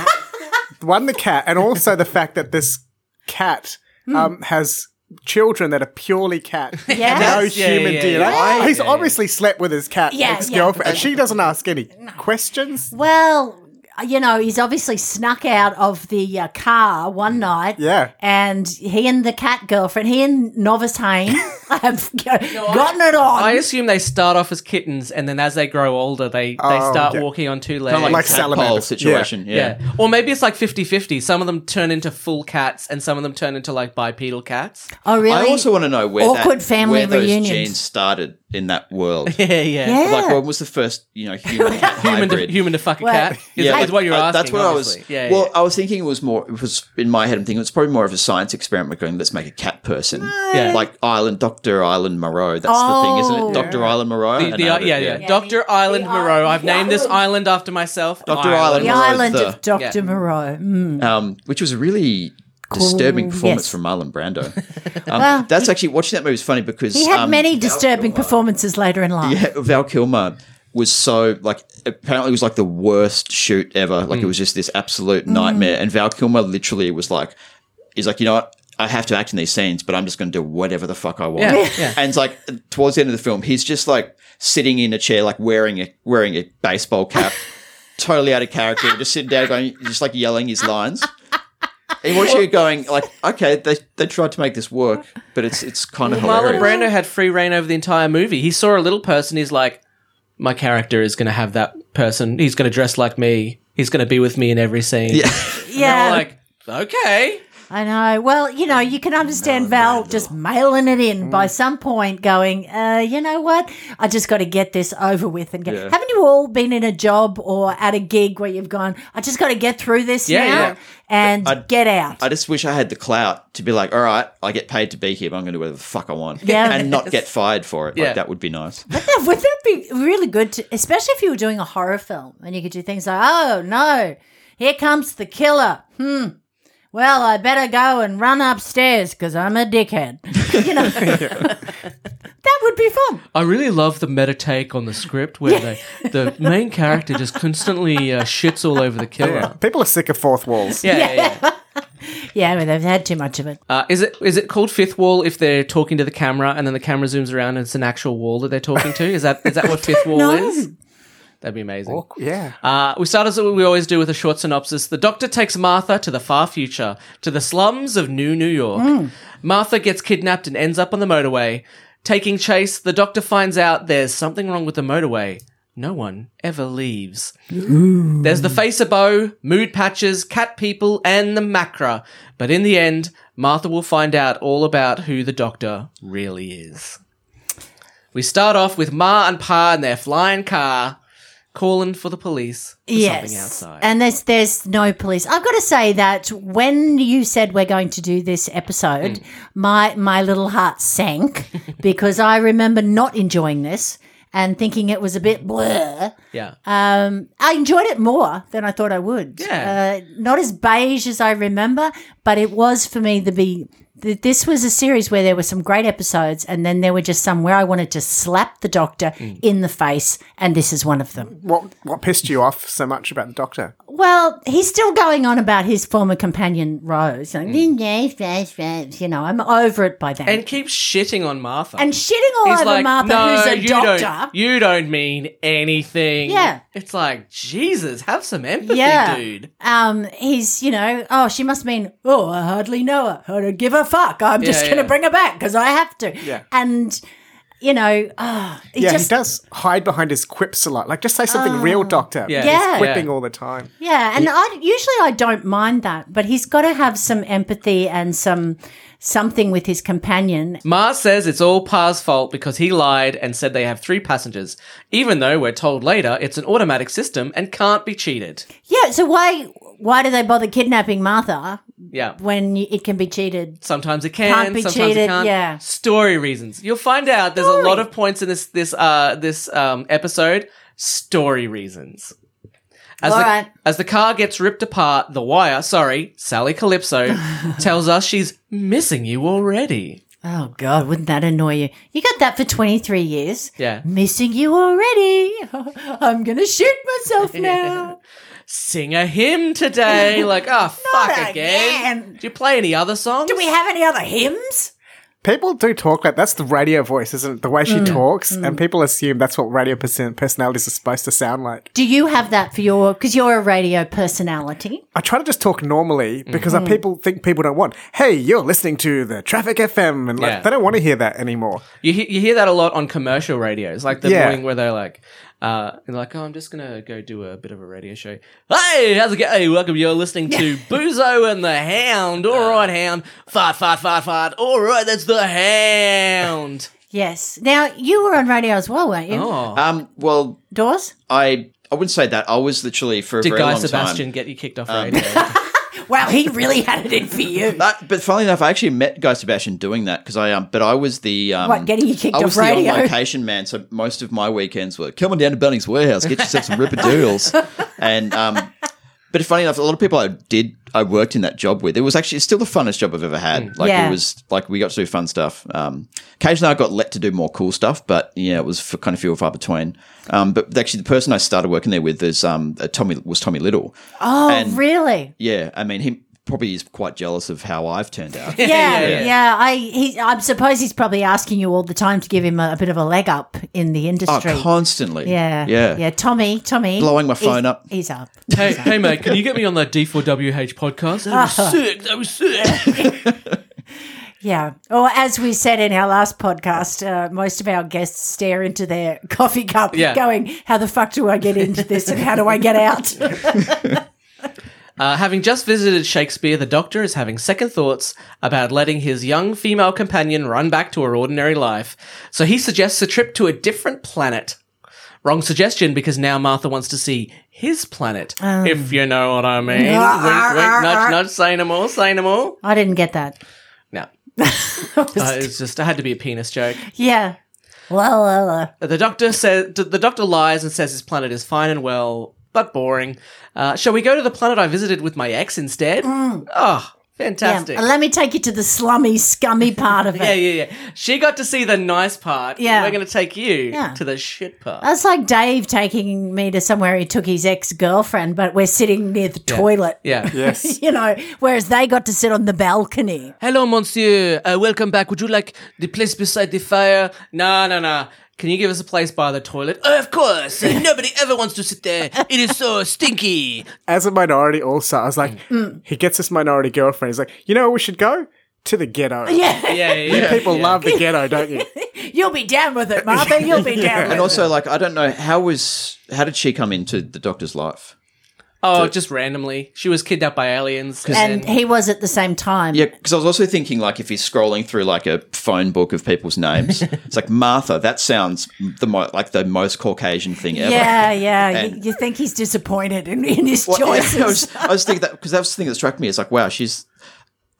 Speaker 6: One, the cat, and also the fact that this cat um, has children that are purely cat.
Speaker 4: Yes.
Speaker 6: No
Speaker 1: Yes, yeah,
Speaker 6: human
Speaker 1: yeah,
Speaker 6: DNA.
Speaker 1: yeah.
Speaker 6: He's
Speaker 1: Yeah, yeah.
Speaker 6: obviously slept with his cat
Speaker 4: Yeah,
Speaker 6: ex-girlfriend, and she doesn't ask any questions.
Speaker 4: Well, you know, he's obviously snuck out of the uh, car one night.
Speaker 6: Yeah.
Speaker 4: And he and the cat girlfriend, he and Novice Hain have gotten it on.
Speaker 1: I assume they start off as kittens, and then as they grow older, they, they
Speaker 6: Oh,
Speaker 1: start
Speaker 6: yeah.
Speaker 1: walking on two legs.
Speaker 5: Kind of like,
Speaker 6: Like
Speaker 5: salamander
Speaker 6: salamanders.
Speaker 5: situation. Yeah.
Speaker 1: yeah. Or maybe it's like 50 50. Some of them turn into full cats, and some of them turn into like bipedal cats.
Speaker 4: oh, really?
Speaker 5: I also want to know where
Speaker 4: Awkward
Speaker 5: that,
Speaker 4: family
Speaker 5: where those
Speaker 4: reunions.
Speaker 5: genes started in that world.
Speaker 1: Yeah, yeah.
Speaker 4: yeah.
Speaker 5: Like, when was the first, you know, human cat
Speaker 1: Human, to,
Speaker 5: hybrid?
Speaker 1: human to fuck a
Speaker 4: Well-
Speaker 1: cat is, is what you're
Speaker 5: Uh,
Speaker 1: asking.
Speaker 5: That's what
Speaker 1: obviously.
Speaker 5: I was.
Speaker 1: Yeah,
Speaker 5: well,
Speaker 1: yeah.
Speaker 5: I was thinking it was more. It was in my head. I'm thinking it's probably more of a science experiment. Going, let's make a cat person.
Speaker 1: Yeah.
Speaker 5: Like Island Doctor Island Moreau. That's the thing, isn't
Speaker 4: Oh.
Speaker 5: it? Doctor Island Moreau.
Speaker 1: The-
Speaker 5: I
Speaker 1: the-
Speaker 5: know
Speaker 1: yeah,
Speaker 5: that,
Speaker 1: yeah, Doctor
Speaker 4: the-
Speaker 1: Island
Speaker 4: the
Speaker 1: Moreau.
Speaker 4: island-
Speaker 1: I've named this island after myself.
Speaker 5: Dr.
Speaker 4: the
Speaker 5: Island. Moreau
Speaker 4: island
Speaker 5: the-
Speaker 4: of Dr.
Speaker 1: Yeah.
Speaker 4: Moreau. Mm.
Speaker 5: Um, which was a really disturbing
Speaker 4: Cool.
Speaker 5: performance
Speaker 4: Yes.
Speaker 5: from Marlon Brando. Um, that's actually watching that movie is funny because
Speaker 4: He had
Speaker 5: um,
Speaker 4: many disturbing performances later in life.
Speaker 5: Yeah, Val Kilmer was so like apparently it was like the worst shoot ever.
Speaker 1: Mm.
Speaker 5: Like it was just this absolute nightmare. And Val Kilmer literally was like, he's like, you know what? I have to act in these scenes, but I'm just going to do whatever the fuck I want.
Speaker 1: Yeah, yeah.
Speaker 5: And it's like towards the end of the film, he's just like sitting in a chair, like wearing a wearing a baseball cap, totally out of character, and just sitting down, going just like yelling his lines. And you watch you going like, okay, they, they tried to make this work, but it's it's kind of
Speaker 1: Marlon
Speaker 5: hilarious.
Speaker 1: Brando had free reign over the entire movie. He saw a little person. He's like, my character is going to have that person. He's going to dress like me. He's going to be with me in every scene. Yeah.
Speaker 4: Yeah,
Speaker 1: like, okay.
Speaker 4: I know. Well, you know, you can understand Val just mailing it in by some point, going, uh, you know what? I just got to get this over with and get.
Speaker 5: Yeah.
Speaker 4: Haven't you all been in a job or at a gig where you've gone, I just got to get through this
Speaker 1: Yeah,
Speaker 4: now
Speaker 1: yeah.
Speaker 4: and
Speaker 5: I'd-
Speaker 4: get out?
Speaker 5: I just wish I had the clout to be like, all right, I get paid to be here, but I'm going to do whatever the fuck I want.
Speaker 4: Yeah.
Speaker 5: And not get fired for it.
Speaker 1: Yeah.
Speaker 5: Like, that would be nice.
Speaker 4: Yeah, would that be really good, to, especially if you were doing a horror film and you could do things like, oh no, here comes the killer. Hmm. Well, I better go and run upstairs because I'm a dickhead. You know, that would be fun.
Speaker 1: I really love the meta take on the script where they, the main character just constantly uh, shits all over the killer.
Speaker 6: People are sick of fourth walls.
Speaker 1: Yeah, yeah, yeah.
Speaker 4: Yeah, I mean, they've had too much of it.
Speaker 1: Uh, is it is it called fifth wall if they're talking to the camera and then the camera zooms around and it's an actual wall that they're talking to? Is that is that what fifth wall
Speaker 4: know.
Speaker 1: is? That'd be amazing.
Speaker 6: Oh. Yeah.
Speaker 1: Uh, we start as we always do with a short synopsis. The doctor takes Martha to the far future, to the slums of New New York. Martha gets kidnapped and ends up on the motorway. Taking chase, the doctor finds out there's something wrong with the motorway. No one ever leaves. There's the face of bow, mood patches, cat people, and the macra. But in the end, Martha will find out all about who the doctor really is. We start off with Ma and Pa in their flying car calling for the police for something outside.
Speaker 4: And there's there's no police. I've got to say that when you said we're going to do this episode,
Speaker 1: Mm.
Speaker 4: my my little heart sank because I remember not enjoying this and thinking it was a bit blur.
Speaker 1: yeah.
Speaker 4: Um, I enjoyed it more than I thought I would.
Speaker 1: Yeah.
Speaker 4: Uh, not as beige as I remember, but it was for me the be th- this was a series where there were some great episodes, and then there were just some where I wanted to slap the doctor
Speaker 1: Mm.
Speaker 4: in the face, and this is one of them.
Speaker 6: What what pissed you off so much about the Doctor?
Speaker 4: Well, he's still going on about his former companion Rose. Like, You know, I'm over it by then.
Speaker 1: Hmm. and
Speaker 4: And,
Speaker 1: keeps shitting on Martha.
Speaker 4: shitting all
Speaker 1: He's
Speaker 4: over
Speaker 1: like,
Speaker 4: Martha,
Speaker 1: no,
Speaker 4: who's a
Speaker 1: you
Speaker 4: doctor.
Speaker 1: Don't, you don't mean anything.
Speaker 4: Yeah.
Speaker 1: It's like, Jesus, have some empathy,
Speaker 4: Yeah.
Speaker 1: dude.
Speaker 4: Um, he's, you know, oh, she must mean, oh, I hardly know her. I don't give a fuck. I'm just
Speaker 1: Yeah,
Speaker 4: going to
Speaker 1: yeah.
Speaker 4: bring her back because I have to.
Speaker 6: Yeah.
Speaker 4: And, you know, oh, it
Speaker 6: Yeah,
Speaker 4: just,
Speaker 6: he does hide behind his quips a lot. Like, just say something real, Doctor.
Speaker 1: Yeah.
Speaker 4: Yeah.
Speaker 6: He's quipping all the time.
Speaker 4: yeah. And I, usually I don't mind that, but he's got to have some empathy and some something with his companion.
Speaker 1: Mars says it's all Par's fault because he lied and said they have three passengers, even though we're told later it's an automatic system and can't be cheated.
Speaker 4: Yeah. So why, why do they bother kidnapping Martha
Speaker 1: Yeah.
Speaker 4: when y- it can be cheated?
Speaker 1: Sometimes it can,
Speaker 4: Can't be
Speaker 1: sometimes it
Speaker 4: cheated,
Speaker 1: can't.
Speaker 4: yeah.
Speaker 1: Story reasons. You'll find out there's a lot of points in this this uh this um episode. Story reasons. As
Speaker 4: All
Speaker 1: the,
Speaker 4: right.
Speaker 1: as the car gets ripped apart, the wire, sorry, Sally Calypso, tells us she's missing you already.
Speaker 4: Oh God, wouldn't that annoy you? You got that for 23 years.
Speaker 1: Yeah.
Speaker 4: Missing you already. I'm going to shoot myself now.
Speaker 1: Sing a hymn today. Like, oh, fuck again.
Speaker 4: again.
Speaker 1: Do you play any other songs?
Speaker 4: Do we have any other hymns?
Speaker 6: People do talk like that's the radio voice, isn't it? The way she talks, and people assume that's what radio person- personalities are supposed to sound like.
Speaker 4: Do you have that for your? Because you're a radio personality.
Speaker 6: I try to just talk normally because uh, people think people don't want. Hey, you're listening to the Traffic FM, and like,
Speaker 1: Yeah.
Speaker 6: they don't want to hear that anymore.
Speaker 1: You, he- you hear that a lot on commercial radios, like the
Speaker 6: Yeah.
Speaker 1: morning where they're like, uh, they're like, oh, I'm just gonna go do a bit of a radio show. Hey, how's it going? Hey, welcome. You're listening to Buzo and the Hound. All right, Hound. Fart, fart, fart, fart. All right, that's the Hound.
Speaker 4: Yes. Now you were on radio as well, weren't you?
Speaker 1: Oh,
Speaker 5: Um, well,
Speaker 4: Dawes.
Speaker 5: I I wouldn't say that. I was literally for a
Speaker 1: did
Speaker 5: very
Speaker 1: Guy
Speaker 5: long
Speaker 1: Sebastian
Speaker 5: time. Um,
Speaker 1: get you kicked off radio?
Speaker 4: Wow, he really had it in for you.
Speaker 5: That, but funnily enough, I actually met Guy Sebastian doing that because I um, but I was the um,
Speaker 4: What, getting you kicked
Speaker 5: I was
Speaker 4: off
Speaker 5: the
Speaker 4: radio?
Speaker 5: on location man, so most of my weekends were come on down to Bunnings Warehouse, get yourself some ripper deals, and um, but funny enough, a lot of people I did I worked in that job with. It was actually it's still the funnest job I've ever had. Like
Speaker 4: Mm. Yeah.
Speaker 5: it was like we got to do fun stuff. Um, occasionally I got let to do more cool stuff, but yeah, it was for kind of few and far between. Um, but actually, the person I started working there with is um, uh, Tommy was Tommy Little.
Speaker 4: Oh,
Speaker 5: and-
Speaker 4: really?
Speaker 5: Yeah, I mean he probably is quite jealous of how I've turned out.
Speaker 4: Yeah, yeah. I, he, I suppose he's probably asking you all the time to give him a, a bit of a leg up in the
Speaker 5: Oh,
Speaker 4: industry.
Speaker 5: constantly.
Speaker 4: yeah,
Speaker 5: yeah,
Speaker 4: yeah. Tommy, Tommy,
Speaker 5: Blowing my
Speaker 4: he's-
Speaker 5: phone up.
Speaker 4: He's up.
Speaker 1: hey, hey, mate, can you get me on that D4WH podcast? That was sick. That was sick.
Speaker 4: Yeah. Or as we said in our last podcast, uh, most of our guests stare into their coffee cup
Speaker 1: Yeah.
Speaker 4: going, How the fuck do I get into this and how do I get out?
Speaker 1: Uh, having just visited Shakespeare, the Doctor is having second thoughts about letting his young female companion run back to her ordinary life, so he suggests a trip to a different planet. Wrong suggestion because now Martha wants to see his planet,
Speaker 4: Um.
Speaker 1: if you know what I mean. wink,
Speaker 4: Ah,
Speaker 1: wink, nudge, nudge, say no more, say no more.
Speaker 4: I didn't get that.
Speaker 1: No. Uh, it's just, I had to be a penis joke.
Speaker 4: Yeah. uh, La la la.
Speaker 1: The doctor says the doctor lies and says his planet is fine and well, but boring. Uh, shall we go to the planet I visited with my ex instead? Oh,
Speaker 4: Mm. Yeah.
Speaker 1: fantastic!
Speaker 4: Let me take you to the slummy, scummy part of it.
Speaker 1: Yeah, yeah, yeah. She got to see the nice part.
Speaker 4: Yeah.
Speaker 1: We're going to take you
Speaker 4: Yeah.
Speaker 1: to the shit part.
Speaker 4: That's like Dave taking me to somewhere he took his ex girlfriend, but we're sitting near the toilet.
Speaker 1: yeah.
Speaker 6: Yes.
Speaker 4: You know, whereas they got to sit on the balcony.
Speaker 1: Hello, monsieur. Uh, welcome back. Would you like the place beside the fire? No, no, no. Can you give us a place by the toilet? "Oh, of course. Nobody ever wants to sit there. It is so stinky.
Speaker 6: As a minority, also, I was like, he gets this minority girlfriend. He's like, you know where we should go? To the ghetto.
Speaker 4: Yeah.
Speaker 1: Yeah, yeah, yeah.
Speaker 6: People love the ghetto, don't you?
Speaker 4: You'll be down with it, Martha. You'll be down with
Speaker 5: And
Speaker 4: it.
Speaker 5: also, like, I don't know how was how did she come into the doctor's life?
Speaker 1: Oh, just randomly. She was kidnapped by aliens.
Speaker 4: And
Speaker 1: And then,
Speaker 4: he was at the same time.
Speaker 5: Yeah, because I was also thinking, like, if he's scrolling through like a phone book of people's names, it's like Martha. That sounds the mo- like the most Caucasian thing ever.
Speaker 4: Yeah, yeah. you,
Speaker 5: And-
Speaker 4: you think he's disappointed in, in his
Speaker 5: Well,
Speaker 4: choices.
Speaker 5: I, was, I was thinking that because that was the thing that struck me. It's like, wow, she's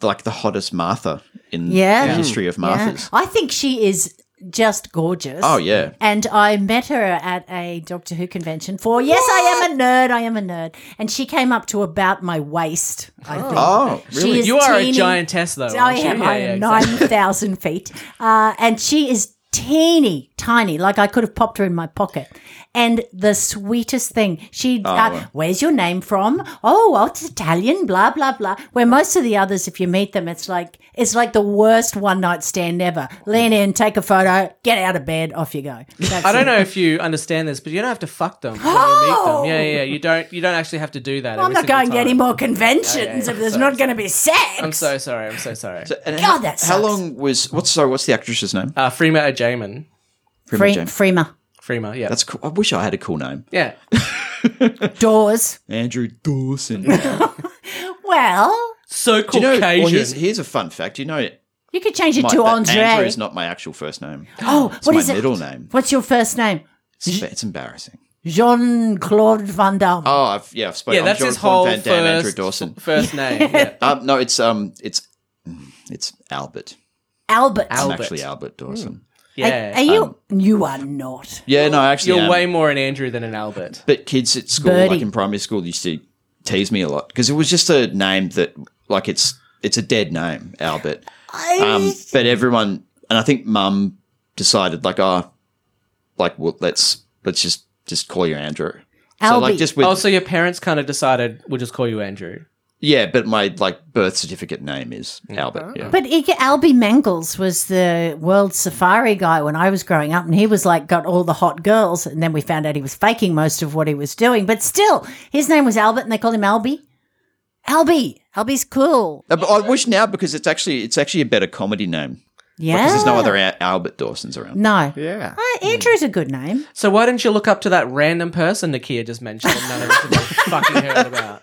Speaker 5: like the hottest Martha in
Speaker 4: Yeah.
Speaker 5: the history of
Speaker 4: Yeah.
Speaker 5: Marthas.
Speaker 4: I think she is just gorgeous.
Speaker 5: Oh, yeah.
Speaker 4: And I met her at a Doctor Who convention for, yes, I am a nerd, I am a nerd. And she came up to about my waist, I think.
Speaker 5: Oh, really?
Speaker 4: She is
Speaker 1: You are a
Speaker 4: teeny-
Speaker 1: giantess, though.
Speaker 4: I
Speaker 1: aren't you?
Speaker 4: am.
Speaker 1: Yeah,
Speaker 4: I
Speaker 1: yeah,
Speaker 4: am
Speaker 1: exactly.
Speaker 4: 9,000 feet. Uh, and she is teeny tiny, like I could have popped her in my pocket. And the sweetest thing, she,
Speaker 1: Oh,
Speaker 4: uh, where's your name from? Oh, well, it's Italian, blah, blah, blah. Where most of the others, if you meet them, it's like, it's like the worst one night stand ever. Lean in, take a photo, get out of bed, off you go. That's
Speaker 1: I
Speaker 4: it.
Speaker 1: don't know if you understand this, but you don't have to fuck them when you meet them. Yeah, yeah, yeah. You don't. You don't actually have to do that.
Speaker 4: I'm
Speaker 1: every
Speaker 4: not
Speaker 1: single
Speaker 4: going to
Speaker 1: time.
Speaker 4: any more conventions if there's not going to be sex.
Speaker 1: I'm so sorry. I'm so sorry.
Speaker 5: So- and
Speaker 4: God,
Speaker 5: how,
Speaker 4: that
Speaker 5: How
Speaker 4: sucks.
Speaker 5: long was what's sorry? What's the actress's name?
Speaker 1: Uh, Freema Jamin.
Speaker 4: Free,
Speaker 5: James.
Speaker 4: Freema.
Speaker 1: Freema. Yeah.
Speaker 5: That's cool. I wish I had a cool name.
Speaker 1: yeah.
Speaker 4: Doors.
Speaker 5: Andrew Dawson. Do
Speaker 4: Well,
Speaker 1: So
Speaker 5: you know?
Speaker 1: Caucasian.
Speaker 5: Well, here's, here's a fun fact. Do you know?
Speaker 4: you could change it
Speaker 5: Mike,
Speaker 4: to
Speaker 5: that
Speaker 4: Andre.
Speaker 5: Andrew is not my actual first name.
Speaker 4: Oh,
Speaker 5: It's
Speaker 4: what
Speaker 5: my
Speaker 4: is it?
Speaker 5: middle name.
Speaker 4: What's your first name?
Speaker 5: It's, emba- it's embarrassing.
Speaker 4: Jean Claude Van Damme.
Speaker 5: Oh, I've, yeah, I've spoken.
Speaker 1: yeah, that's
Speaker 5: I'm
Speaker 1: his
Speaker 5: Jean-Claude
Speaker 1: whole
Speaker 5: Van
Speaker 1: first,
Speaker 5: Damme, Andrew Dawson.
Speaker 1: first name. Yeah.
Speaker 5: Um, no, it's um, it's it's Albert.
Speaker 4: Albert.
Speaker 1: Al- Albert. Hmm.
Speaker 5: It's actually Albert Dawson.
Speaker 4: Are-
Speaker 1: yeah. um,
Speaker 4: Are, you? you are not.
Speaker 5: Yeah, no, I actually,
Speaker 1: You're
Speaker 5: am.
Speaker 1: way more an Andrew than an Albert.
Speaker 5: But kids at school,
Speaker 4: Birdie.
Speaker 5: like in primary school, used to tease me a lot because it was just a name that, like, it's it's a dead name, Albert. Um, but everyone, and I think Mum decided, like, oh, like, well, let's let's just just call you Andrew. So
Speaker 4: Albie.
Speaker 5: like just with
Speaker 1: Oh, so your parents kind of decided we'll just call you Andrew.
Speaker 5: yeah, but my like birth certificate name is Albert. Yeah.
Speaker 4: But Ig- Albie Mangles was the world safari guy when I was growing up, and he was like got all the hot girls, and then we found out he was faking most of what he was doing. But still, his name was Albert, and they called him Albie. Albie. Albie's cool.
Speaker 5: Uh, But I wish now because it's actually it's actually a better comedy name
Speaker 4: Yeah.
Speaker 5: because there's no other Al- Albert Dawson's around.
Speaker 4: Ah. No.
Speaker 6: Yeah.
Speaker 4: Uh, Andrew's a good name.
Speaker 1: So why didn't you look up to that random person Nakia just mentioned and none of us have ever fucking heard about?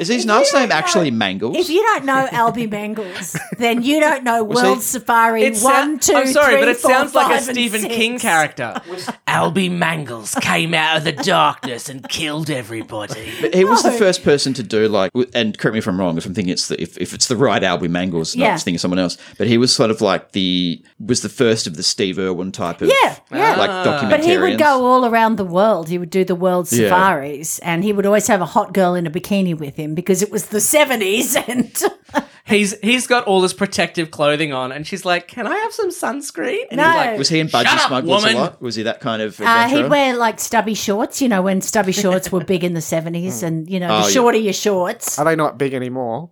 Speaker 5: Is his last name actually Mangles?
Speaker 4: If you don't know Albie Mangles, then you don't know World Safari
Speaker 1: It sou-
Speaker 4: one, two,
Speaker 1: I'm sorry,
Speaker 4: three,
Speaker 1: but it
Speaker 4: four,
Speaker 1: sounds like a
Speaker 4: five, and
Speaker 1: Stephen
Speaker 4: six.
Speaker 1: King character.
Speaker 2: Albie Mangles came out of the darkness and killed everybody.
Speaker 5: He was the first person to do like, w- and correct me if I'm wrong. If I'm thinking it's the, if, if it's the right Albie Mangles, not
Speaker 4: Yeah.
Speaker 5: just thinking someone else. But he was sort of like the was the first of the Steve Irwin type of
Speaker 4: Yeah, yeah.
Speaker 5: like
Speaker 2: Ah.
Speaker 5: documentarians.
Speaker 4: But he would go all around the world. He would do the world safaris, and he would always have a hot girl in a bikini with him because it was the seventies. And uh,
Speaker 1: He's he's got all this protective clothing on, and she's like, "Can I have some sunscreen?" And
Speaker 4: No.
Speaker 1: he's like,
Speaker 5: Was he in Budgie
Speaker 2: Shut up,
Speaker 5: Smugglers
Speaker 2: woman.
Speaker 5: a lot? Was he that kind of
Speaker 4: uh,
Speaker 5: adventurer?
Speaker 4: he'd wear like stubby shorts. You know, when stubby shorts were big in the seventies,
Speaker 1: Hmm.
Speaker 4: and you know,
Speaker 5: Oh,
Speaker 4: the
Speaker 5: yeah.
Speaker 4: shorter your shorts.
Speaker 6: Are they not big anymore?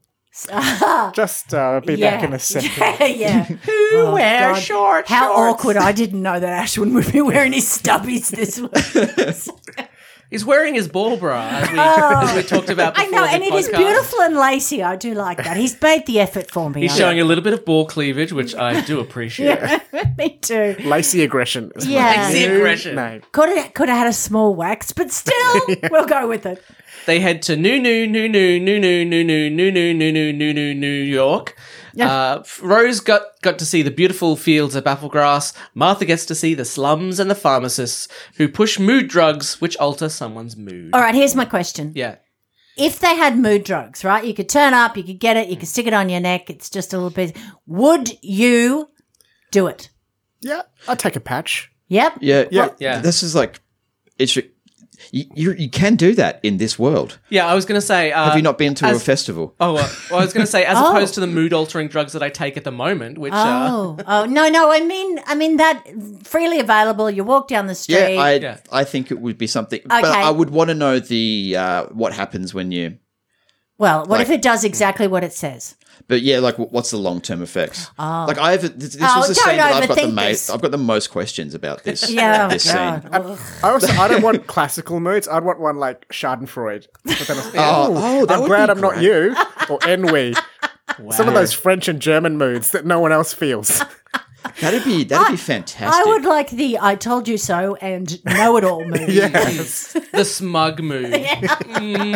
Speaker 6: Just uh, be back in a second.
Speaker 4: yeah. Who wear shorts? How awkward! I didn't know that Ashwin would be wearing his stubbies this week.
Speaker 1: "He's wearing his ball bra," as we, as we talked about.
Speaker 4: Oh. I
Speaker 1: Before
Speaker 4: know,
Speaker 1: the
Speaker 4: and it is
Speaker 1: podcast.
Speaker 4: beautiful and lacy. I do like that. He's made the effort for me.
Speaker 1: He's
Speaker 4: I-
Speaker 1: showing a little bit of ball cleavage, which I do appreciate.
Speaker 4: me too.
Speaker 6: Lacey aggression. Is my
Speaker 4: Yeah. Lacey
Speaker 6: new
Speaker 1: aggression.
Speaker 6: Name.
Speaker 4: Could have, could have had a small wax, but still, we'll go with it.
Speaker 1: They head to New New New New New New New New New New New New New New New York. Uh, Rose got got to see the beautiful fields of Bafflegrass. Martha gets to see the slums and the pharmacists who push mood drugs, which alter someone's mood.
Speaker 4: All right, here's my question.
Speaker 1: Yeah.
Speaker 4: If they had mood drugs, right, you could turn up, you could get it, you could stick it on your neck, it's just a little bit. Would you do it?
Speaker 6: Yeah, I'll take a patch.
Speaker 4: Yep.
Speaker 5: yeah, yeah,
Speaker 1: Yeah.
Speaker 5: This is like it's. You, you, you can do that in this world.
Speaker 1: Yeah, I was going to say. Uh,
Speaker 5: Have you not been to a
Speaker 1: as-
Speaker 5: festival?
Speaker 1: Oh, uh, well, I was going to say, as
Speaker 4: Oh.
Speaker 1: opposed to the mood altering drugs that I take at the moment, which. Uh,
Speaker 4: Oh, oh no, no. I mean, I mean that freely available. You walk down the
Speaker 5: Yeah,
Speaker 4: street.
Speaker 5: I
Speaker 1: Yeah.
Speaker 5: I think it would be something. But
Speaker 4: Okay.
Speaker 5: I would want to know the uh, what happens when you.
Speaker 4: well, what if
Speaker 5: like-
Speaker 4: it does exactly what it says?
Speaker 5: But yeah, like wh- what's the long term effects? Like I have this, this
Speaker 4: Oh,
Speaker 5: was the
Speaker 4: don't
Speaker 5: scene that I've got the
Speaker 4: overthink this.
Speaker 5: most. I've got the most questions about this.
Speaker 4: Yeah. Oh,
Speaker 5: this
Speaker 4: God.
Speaker 5: scene.
Speaker 4: Ugh.
Speaker 6: I also I don't want classical moods. I'd want one like Schadenfreude. But then I was-
Speaker 5: Oh, oh, that
Speaker 6: I'm
Speaker 5: would
Speaker 6: glad
Speaker 5: be
Speaker 6: I'm not
Speaker 5: great.
Speaker 6: you or ennui. Some of those French and German moods that no one else feels.
Speaker 5: That'd be that'd be fantastic.
Speaker 4: I would like the "I told you so" and know it all movie.
Speaker 6: Yes.
Speaker 1: the smug mood.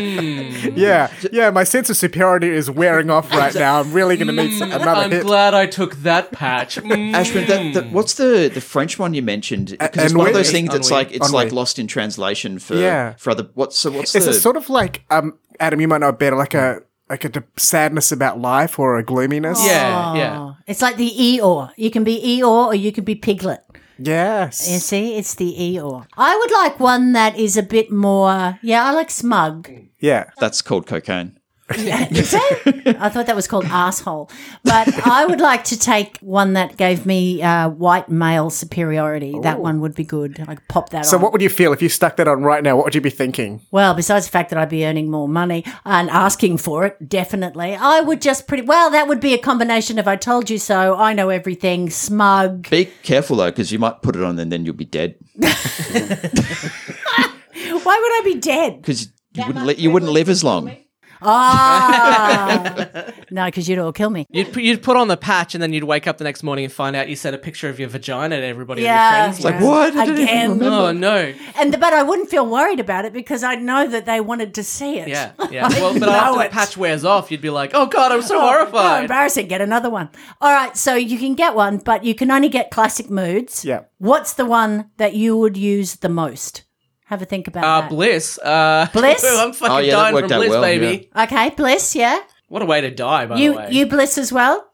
Speaker 6: yeah. Yeah. My sense of superiority is wearing off right now. I'm really going to need
Speaker 5: Mm,
Speaker 6: some, another
Speaker 1: I'm
Speaker 6: hit.
Speaker 1: glad I took that patch. Mm.
Speaker 5: Ashwin, that, that, what's the the French one you mentioned? Because it's
Speaker 6: and
Speaker 5: one of
Speaker 6: we-
Speaker 5: those things that's
Speaker 1: Ennui.
Speaker 5: like it's
Speaker 6: Ennui.
Speaker 5: like lost in translation for
Speaker 6: Yeah.
Speaker 5: for other. What's so what's
Speaker 6: It's
Speaker 5: the
Speaker 6: a sort of like um, Adam. You might know better. Like a like a de- sadness about life or a gloominess.
Speaker 1: yeah, yeah.
Speaker 4: Oh, It's like the Eeyore. You can be Eeyore or you can be Piglet.
Speaker 6: Yes.
Speaker 4: You see, it's the Eeyore. I would like one that is a bit more. Yeah, I like smug.
Speaker 6: Yeah.
Speaker 5: That's called cocaine.
Speaker 4: Is it? I thought that was called asshole. But I would like to take one that gave me uh, white male superiority. That one would be good. I could pop that
Speaker 6: Oh. So
Speaker 4: on.
Speaker 6: what would you feel if you stuck that on right now? What would you be thinking?
Speaker 4: well, besides the fact that I'd be earning more money and asking for it, definitely. I would just pretty. Well, that would be a combination of I told you so, I know everything, smug.
Speaker 5: Be careful though, because you might put it on and then you'll be dead.
Speaker 4: Why would I be dead?
Speaker 5: Because you wouldn't li- you wouldn't live as long.
Speaker 4: Ah. no, because you'd all kill me.
Speaker 2: You'd, put- you'd put on the patch and then you'd wake up the next morning and find out you sent a picture of your vagina to everybody
Speaker 4: Yeah.
Speaker 2: and your friends. Like,
Speaker 5: Like what? I didn't even
Speaker 4: Again.
Speaker 5: remember.
Speaker 2: oh, no.
Speaker 4: And the, but I wouldn't feel worried about it because I'd know that they wanted to see it.
Speaker 2: Yeah, yeah. Well, but after the patch wears off, you'd be like, oh, God, I'm so
Speaker 4: How
Speaker 2: horrified.
Speaker 4: embarrassing. Get another one. All right. So you can get one, but you can only get classic moods.
Speaker 6: Yeah.
Speaker 4: What's the one that you would use the most? Have a think about
Speaker 2: Uh,
Speaker 4: that.
Speaker 2: bliss. Uh,
Speaker 4: Bliss?
Speaker 2: I'm fucking
Speaker 5: Oh, yeah, that
Speaker 2: dying
Speaker 5: worked
Speaker 2: from
Speaker 5: out
Speaker 2: bliss,
Speaker 5: well,
Speaker 2: baby.
Speaker 4: okay. Bliss. Yeah.
Speaker 2: What a way to die, by the
Speaker 4: You
Speaker 2: way.
Speaker 4: you bliss as well.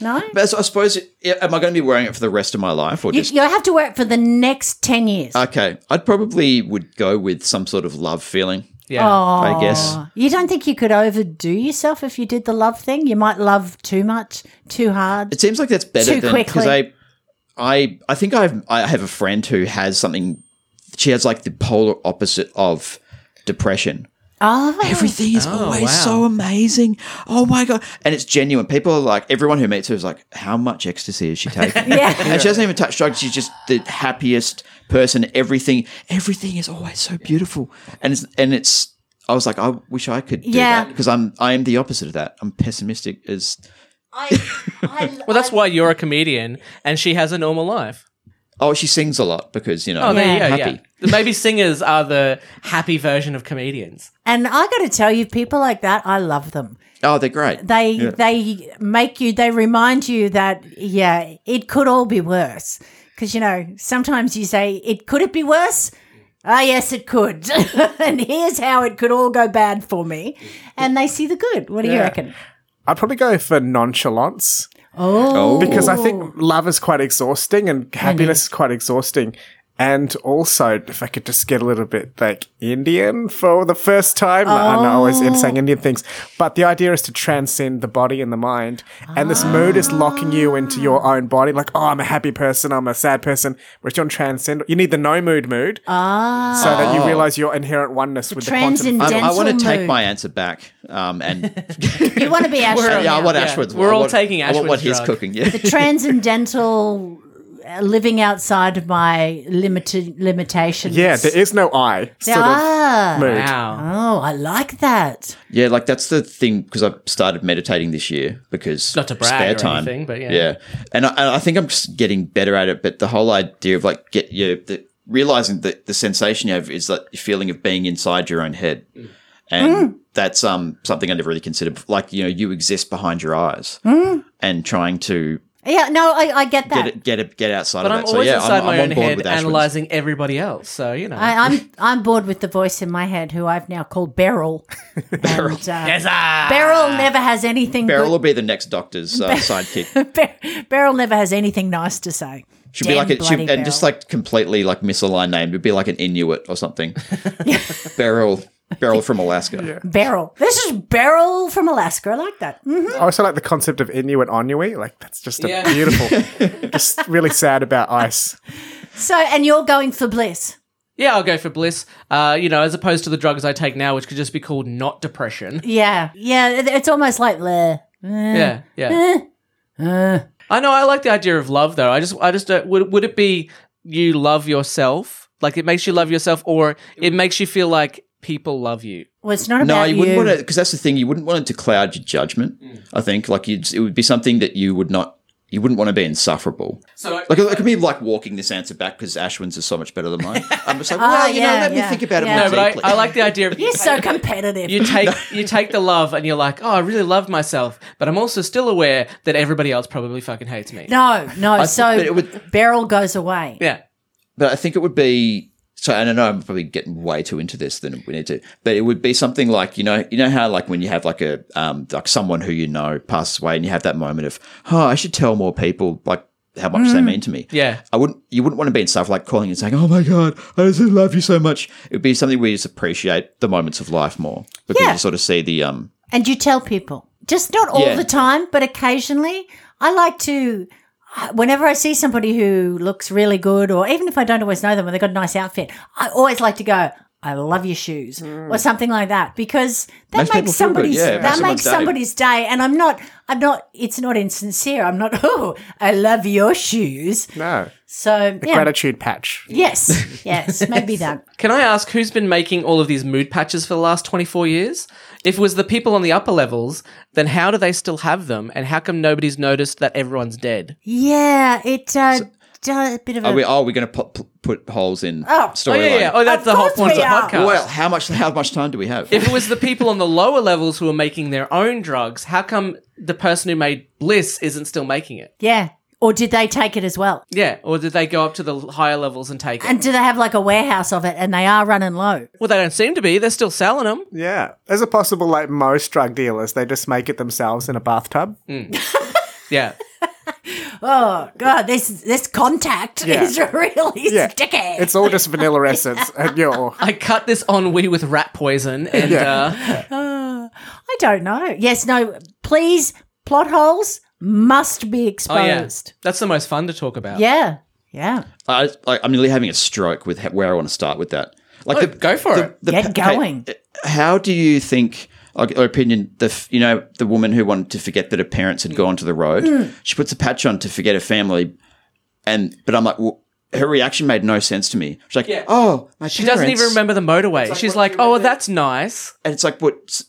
Speaker 4: No.
Speaker 5: But so I suppose, yeah, am I going to be wearing it for the rest of my life, or
Speaker 4: You,
Speaker 5: just
Speaker 4: you have to wear it for the next ten years.
Speaker 5: okay? I'd probably would go with some sort of love feeling.
Speaker 2: yeah.
Speaker 5: I guess.
Speaker 4: Oh, You don't think you could overdo yourself if you did the love thing? You might love too much, too hard.
Speaker 5: It seems like that's better
Speaker 4: Too
Speaker 5: than
Speaker 4: quickly.
Speaker 5: because I, I, I think I've I have a friend who has something. She has like the polar opposite of depression.
Speaker 4: Oh,
Speaker 5: Everything is always so amazing. Oh my god! And it's genuine. People are like, everyone who meets her is like, how much ecstasy is she taking?
Speaker 4: yeah.
Speaker 5: And she doesn't even touch drugs. She's just the happiest person. Everything, everything is always so beautiful. And it's, and it's. I was like, I wish I could do
Speaker 4: Yeah.
Speaker 5: that because I'm. I am the opposite of that. I'm pessimistic as.
Speaker 4: I, I,
Speaker 2: Well, that's why you're a comedian and she has a normal life.
Speaker 5: Oh, she sings a lot because you know.
Speaker 2: Oh, there
Speaker 4: Yeah.
Speaker 2: you go.
Speaker 5: Happy.
Speaker 2: Yeah. Maybe singers are the happy version of comedians.
Speaker 4: And I got to tell you, people like that, I love them.
Speaker 5: Oh, they're great.
Speaker 4: They they make you, they remind you that yeah, it could all be worse. Because you know, sometimes you say, "It could it be worse?" Ah, yes, it could. and here's how it could all go bad for me. And they see the good. What do you reckon?
Speaker 6: I'd probably go for nonchalance
Speaker 4: Oh,
Speaker 6: because I think love is quite exhausting and happiness is quite exhausting. And also, if I could just get a little bit like Indian for the first time, I know I always am saying Indian things, but the idea is to transcend the body and the mind. And this mood is locking you into your own body, like, oh, I'm a happy person, I'm a sad person. Whereas you're transcend, you need the no mood mood, so that you realize your inherent oneness with Ah. the quantum.
Speaker 5: I, I
Speaker 4: Dental
Speaker 5: want to take
Speaker 4: mood.
Speaker 5: my answer back. Um, and
Speaker 4: you want to be Ashwin.
Speaker 5: yeah, I
Speaker 4: now.
Speaker 5: want Ashwood's.
Speaker 2: We're
Speaker 5: I
Speaker 2: all
Speaker 5: want-
Speaker 2: taking
Speaker 5: I want what
Speaker 2: Ashwood's drug.
Speaker 5: he's cooking. Yeah.
Speaker 4: Transcendental. uh, Living outside of my limited limitations.
Speaker 6: Yeah, there is no I sort
Speaker 4: ah,
Speaker 6: of mood.
Speaker 2: Wow.
Speaker 4: oh, I like that.
Speaker 5: Yeah, like that's the thing because I started meditating this year because
Speaker 2: Not to brag
Speaker 5: spare
Speaker 2: or
Speaker 5: time,
Speaker 2: anything, but yeah.
Speaker 5: and I, and I think I'm just getting better at it. But the whole idea of like get you know, the, realizing that the sensation you have is that feeling of being inside your own head,
Speaker 2: Mm.
Speaker 5: and that's um something I never really considered. Like you know, you exist behind your eyes, and trying to
Speaker 4: Yeah, no, I, I get that.
Speaker 5: get it, get it, get outside
Speaker 2: But
Speaker 5: of
Speaker 2: I'm
Speaker 5: that.
Speaker 2: always
Speaker 5: so yeah,
Speaker 2: inside
Speaker 5: I'm,
Speaker 2: my
Speaker 5: I'm
Speaker 2: own
Speaker 5: on board
Speaker 2: head
Speaker 5: with Ashwin's.
Speaker 2: analyzing everybody else. So, you know.
Speaker 4: I, I'm I'm bored with the voice in my head, who I've now called Beryl. Beryl, and, uh,
Speaker 1: ah.
Speaker 4: Beryl never has anything.
Speaker 5: Beryl
Speaker 4: Beryl,
Speaker 5: will be the next doctor's uh, sidekick.
Speaker 4: good. Ber- Beryl never has anything nice to say.
Speaker 5: She'd be
Speaker 4: Damn
Speaker 5: like, a, she
Speaker 4: bloody
Speaker 5: and just
Speaker 4: Beryl.
Speaker 5: like completely like misaligned name. It'd be like an Inuit or something. Beryl, Beryl from Alaska.
Speaker 4: Beryl. This is Beryl from Alaska. I like that. Mhm.
Speaker 6: I also like the concept of Inuit Ennui. Like that's just a beautiful. just really sad about ice.
Speaker 4: So, and you're going for bliss.
Speaker 2: yeah, I'll go for bliss. Uh, you know, as opposed to the drugs I take now, which could just be called not depression.
Speaker 4: Yeah, yeah. it- It's almost like bleh.
Speaker 2: Yeah, yeah. I know. I like the idea of love, though. I just, I just
Speaker 1: uh,
Speaker 2: don't. Would, would it be you love yourself? Like it makes you love yourself, or it makes you feel like people love you.
Speaker 4: Well, it's not about
Speaker 5: No, you wouldn't want
Speaker 4: you.
Speaker 5: to because that's the thing. You wouldn't want it to cloud your judgment.
Speaker 2: Mm.
Speaker 5: I think like you'd, it would be something that you would not. You wouldn't want to be insufferable.
Speaker 2: So,
Speaker 5: Like it could be like walking this answer back because Ashwin's is so much better than mine. I'm just like,
Speaker 4: Ah,
Speaker 5: well,
Speaker 4: yeah,
Speaker 5: you know, let
Speaker 4: yeah,
Speaker 5: me think about
Speaker 4: yeah.
Speaker 5: it
Speaker 2: no,
Speaker 5: more
Speaker 2: but I,
Speaker 5: deeply.
Speaker 2: I like the idea of
Speaker 4: You're so competitive.
Speaker 2: you take you take the love and you're like, oh, I really love myself, but I'm also still aware that everybody else probably fucking hates me.
Speaker 4: no, no. so
Speaker 5: but it would-
Speaker 4: Beryl goes away.
Speaker 2: Yeah.
Speaker 5: but I think it would be so. And I know I'm probably getting way too into this than we need to, but it would be something like you know, you know how like when you have like a um like someone who you know passes away, and you have that moment of oh, I should tell more people like how much they mean to me.
Speaker 1: Mm. Yeah.
Speaker 5: I wouldn't. You wouldn't want to be in stuff like calling and saying, "Oh my god, I just love you so much." It would be something where you just appreciate the moments of life more because
Speaker 4: Yeah.
Speaker 5: you sort of see the um.
Speaker 4: And you tell people, just not all
Speaker 5: Yeah.
Speaker 4: the time, but occasionally. I like to, whenever I see somebody who looks really good, or even if I don't always know them, when they've got a nice outfit, I always like to go, I love your shoes, or something like that, because that
Speaker 5: Mm.
Speaker 4: makes,
Speaker 5: Makes people feel good,
Speaker 4: somebody's
Speaker 5: yeah,
Speaker 4: that
Speaker 5: it makes
Speaker 4: makes
Speaker 5: someone's day.
Speaker 4: somebody's day. And I'm not, I'm not. It's not insincere. I'm not. Oh, I love your shoes.
Speaker 6: No.
Speaker 4: So
Speaker 6: The
Speaker 4: yeah,
Speaker 6: gratitude patch.
Speaker 4: yes, yes, maybe that.
Speaker 1: Can I ask who's been making all of these mood patches for the last 24 years? If it was the people on the upper levels, then how do they still have them? And how come nobody's noticed that everyone's dead?
Speaker 4: Yeah, it uh, does a bit of a.
Speaker 5: Are we? Are we going to put, put holes in
Speaker 4: Oh.
Speaker 1: Oh,
Speaker 5: storyline?
Speaker 1: yeah, yeah. Oh, that's
Speaker 4: Of
Speaker 1: the whole
Speaker 4: course
Speaker 1: point of the
Speaker 4: we are.
Speaker 1: podcast.
Speaker 5: Well, how much? How much time do we have?
Speaker 1: if it was the people on the lower levels who were making their own drugs, how come the person who made Bliss isn't still making it?
Speaker 4: yeah, or did they take it as well?
Speaker 1: Yeah. Or did they go up to the higher levels and take it?
Speaker 4: And do they have like a warehouse of it and they are running low?
Speaker 1: well, they don't seem to be. They're still selling them.
Speaker 6: Yeah. As a possible, like most drug dealers, they just make it themselves in a bathtub.
Speaker 1: Mm. Yeah.
Speaker 4: Oh god, this this contact
Speaker 6: Yeah.
Speaker 4: is really
Speaker 6: Yeah.
Speaker 4: sticky.
Speaker 6: It's all just vanilla essence. and you're.
Speaker 1: I cut this ennui with rat poison and uh,
Speaker 4: I don't know. Yes, no, please plot holes must be
Speaker 1: oh yeah,
Speaker 4: exposed.
Speaker 1: that's the most fun to talk about.
Speaker 4: yeah. yeah.
Speaker 5: I, I, I'm nearly having a stroke with he- where I want to start with that. Like,
Speaker 1: Oh,
Speaker 5: the,
Speaker 1: go for it.
Speaker 5: the
Speaker 4: Get
Speaker 5: pa- hey,
Speaker 4: going.
Speaker 5: how do you think? Like, or opinion, the f- you know the woman who wanted to forget that her parents had gone to the road.
Speaker 1: Mm.
Speaker 5: She puts a patch on to forget her family, and but I'm like, well, her reaction made no sense to me. She's like, oh, my
Speaker 1: She doesn't even remember the motorway. She's like, oh, well, that's nice.
Speaker 5: and it's like what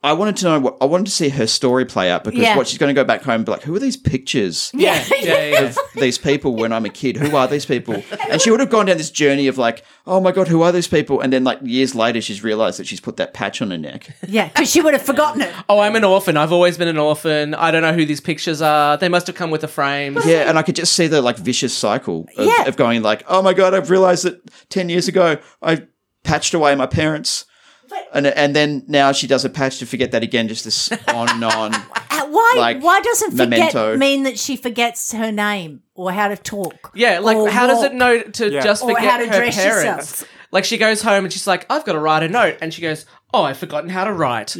Speaker 5: I wanted to know. What I wanted to see her story play out because
Speaker 4: Yeah.
Speaker 5: what she's going to go back home and be like, who are these pictures?
Speaker 4: Yeah.
Speaker 1: Yeah, yeah, yeah.
Speaker 5: of these people when I'm a kid. Who are these people? And she would have gone down this journey of like, oh my god, who are these people? And then like years later, she's realised that she's put that patch on her neck.
Speaker 4: Yeah, because she would have forgotten it.
Speaker 1: Oh, I'm an orphan. I've always been an orphan. I don't know who these pictures are. They must have come with the frames.
Speaker 5: Yeah, and I could just see the like vicious cycle of,
Speaker 4: Yeah.
Speaker 5: of going like, oh my god, I've realised that ten years ago I patched away my parents. And, and then now she does a patch to forget that again, just this on and on.
Speaker 4: Uh, Why?
Speaker 5: Like,
Speaker 4: why doesn't forget
Speaker 5: memento.
Speaker 4: mean that she forgets her name or how to talk?
Speaker 1: Yeah, like
Speaker 4: or
Speaker 1: how does it
Speaker 4: walk?
Speaker 1: know to
Speaker 6: Yeah.
Speaker 1: just
Speaker 4: Or
Speaker 1: forget
Speaker 4: how to
Speaker 1: her
Speaker 4: dress yourself.
Speaker 1: parents? Like she goes home and she's like, I've got to write a note, and she goes, Oh, I've forgotten how to write.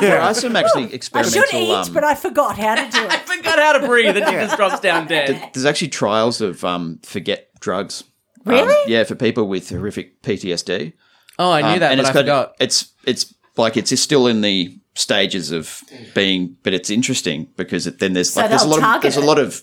Speaker 5: There are some actually
Speaker 4: I
Speaker 5: experimental.
Speaker 4: should eat,
Speaker 5: um,
Speaker 4: but I forgot how to do
Speaker 1: I
Speaker 4: it.
Speaker 1: forgot how to breathe, and she just drops down dead.
Speaker 5: There's actually trials of um, forget drugs. Um,
Speaker 4: Really?
Speaker 5: yeah, for people with horrific PTSD.
Speaker 1: Oh, I knew
Speaker 5: Um,
Speaker 1: that, but
Speaker 5: it's
Speaker 1: I
Speaker 5: got-
Speaker 1: forgot.
Speaker 5: It's it's like it's still in the stages of being, but it's interesting because it, then there's like there's a
Speaker 4: they'll
Speaker 5: lot of,
Speaker 4: target
Speaker 5: there's a
Speaker 4: it.
Speaker 5: lot of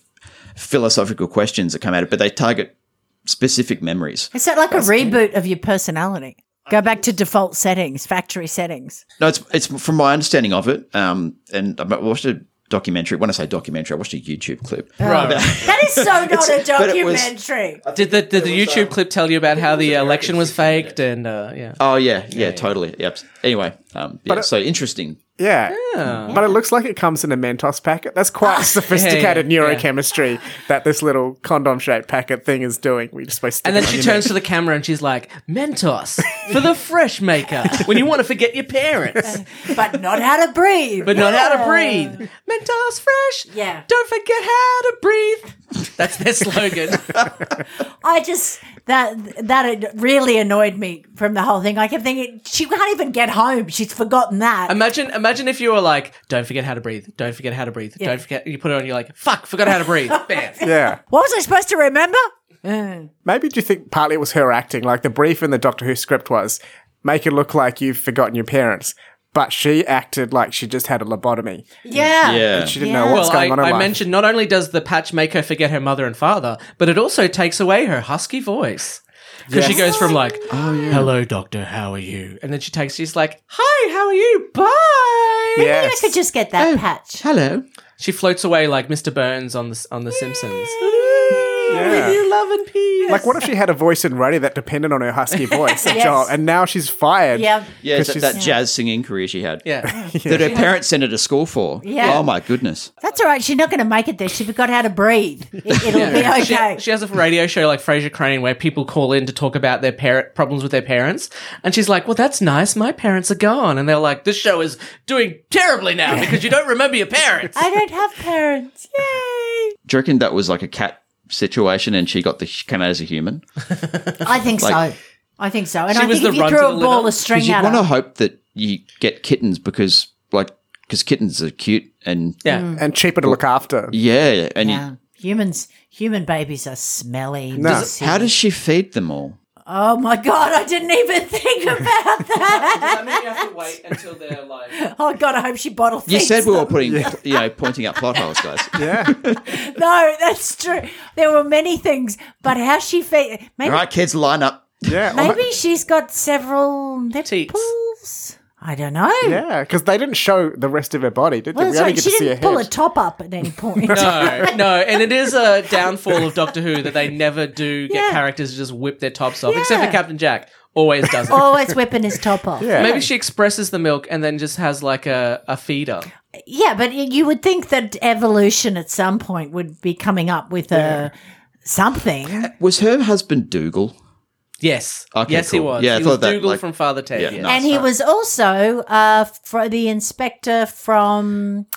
Speaker 5: philosophical questions that come out of it, but they target specific memories.
Speaker 4: Is that like a reboot of your personality? Go back to default settings, factory settings.
Speaker 5: No, it's it's from my understanding of it, um, and I watched a documentary. When I say documentary, I watched a YouTube clip.
Speaker 1: Right.
Speaker 4: That is so not a
Speaker 5: but it was-
Speaker 4: documentary.
Speaker 1: Did the did the YouTube clip tell you about how the election was faked and uh, yeah? uh,
Speaker 5: Oh yeah, yeah, totally. Yep. Anyway, um, yeah, so interesting.
Speaker 6: Yeah. But it looks like it comes in a Mentos packet. That's quite sophisticated
Speaker 1: yeah, yeah.
Speaker 6: neurochemistry that this little condom shaped packet thing is doing. We just by
Speaker 1: And then she turns to the camera and she's like, "Mentos for the fresh maker when you want to forget your parents,
Speaker 4: but not how to breathe.
Speaker 1: but not how to breathe. Mentos fresh,
Speaker 4: Yeah.
Speaker 1: Don't forget how to breathe. That's their slogan.
Speaker 4: I just that that really annoyed me from the whole thing. I kept thinking she can't even get home. She's forgotten that.
Speaker 1: Imagine, imagine if you were like, "Don't forget how to breathe. Don't forget how to breathe. Don't forget." You put it on, you're like, "Fuck, forgot how to breathe." Bam.
Speaker 6: Yeah.
Speaker 4: what was I supposed to remember?
Speaker 6: Maybe do you think partly it was her acting? Like the brief in the Doctor Who script was make it look like you've forgotten your parents, but she acted like she just had a lobotomy.
Speaker 4: Yeah.
Speaker 5: Yeah.
Speaker 6: She didn't
Speaker 4: Yeah.
Speaker 6: know what's
Speaker 1: Well, I,
Speaker 6: going on in her
Speaker 1: I
Speaker 6: life.
Speaker 1: mentioned not only does the patch make her forget her mother and father, but it also takes away her husky voice. Because she goes from like,
Speaker 6: Oh,
Speaker 1: hello, doctor, how are you? And then she takes, she's like, hi, how are you? Bye.
Speaker 4: Maybe I could just get that patch.
Speaker 1: Hello. She floats away like Mr. Burns on the, on the Simpsons.
Speaker 6: Yeah.
Speaker 1: You love and peace.
Speaker 6: Like, what if she had a voice in radio that depended on her husky voice? a
Speaker 4: Yes.
Speaker 6: job, and now she's fired.
Speaker 4: Yeah.
Speaker 5: Yeah,
Speaker 6: 'Cause
Speaker 5: that,
Speaker 6: she's-
Speaker 5: that jazz singing career she had.
Speaker 1: yeah.
Speaker 5: That her parents sent her to school for.
Speaker 4: Yeah.
Speaker 5: Oh my goodness.
Speaker 4: That's all right. She's not going to make it there. She forgot how to breathe. It, it'll be okay.
Speaker 1: She, she has a radio show like Fraser Crane where people call in to talk about their parent problems with their parents, and she's like, "Well, that's nice. My parents are gone," and they're like, "This show is doing terribly now because you don't remember your parents."
Speaker 4: I don't have parents. Yay.
Speaker 5: Do you reckon that was like a cat situation, and she got the came out as a human.
Speaker 4: I think
Speaker 5: Like-
Speaker 4: so. I think so. And I
Speaker 1: She was
Speaker 4: think if
Speaker 1: the
Speaker 4: you
Speaker 1: runt
Speaker 4: threw
Speaker 1: of
Speaker 4: a
Speaker 1: the
Speaker 4: ball
Speaker 1: litter.
Speaker 4: of
Speaker 5: 'Cause
Speaker 4: string
Speaker 5: you
Speaker 4: at
Speaker 5: want to
Speaker 4: her,
Speaker 5: hope that you get kittens because like because kittens are cute and
Speaker 1: Yeah.
Speaker 6: and cheaper to look after.
Speaker 5: yeah, and you-
Speaker 4: Yeah. humans, human babies are smelly.
Speaker 6: Does
Speaker 5: how does she feed them all?
Speaker 4: Oh my god! I didn't even think about that.
Speaker 1: I mean, you have to wait until they're like.
Speaker 4: oh god! I hope she bottle
Speaker 5: You
Speaker 4: feeds
Speaker 5: said we were
Speaker 4: them.
Speaker 5: putting you know pointing out plot holes, guys.
Speaker 6: Yeah.
Speaker 4: No, that's true. There were many things, but how she feed? Maybe
Speaker 5: All right, kids, line up.
Speaker 6: Yeah. Oh,
Speaker 4: maybe she's got several nipples. I don't know.
Speaker 6: Yeah, because they didn't show the rest of her body, did they?
Speaker 4: Well,
Speaker 6: We
Speaker 4: that's
Speaker 6: only
Speaker 4: right.
Speaker 6: get
Speaker 4: She
Speaker 6: to see her
Speaker 4: didn't pull a
Speaker 6: head.
Speaker 4: top up at any point.
Speaker 1: No, no, and it is a downfall of Doctor Who that they never do get
Speaker 4: Yeah.
Speaker 1: characters to just whip their tops off, except for
Speaker 4: Yeah.
Speaker 1: Captain Jack. Always does it.
Speaker 4: Always whipping his top off.
Speaker 6: Yeah.
Speaker 1: Maybe she expresses the milk and then just has like a, a feeder.
Speaker 4: Yeah, but y- you would think that evolution at some point would be coming up with a something.
Speaker 5: Was her husband Dougal?
Speaker 1: Yes.
Speaker 5: Okay,
Speaker 1: yes, he
Speaker 5: cool.
Speaker 1: was.
Speaker 5: Yeah, I
Speaker 1: he
Speaker 5: thought
Speaker 1: was
Speaker 5: that,
Speaker 1: Dougal
Speaker 5: like-
Speaker 1: from Father Ted.
Speaker 5: Yeah,
Speaker 1: yes.
Speaker 5: no.
Speaker 4: and he was also uh, for the inspector from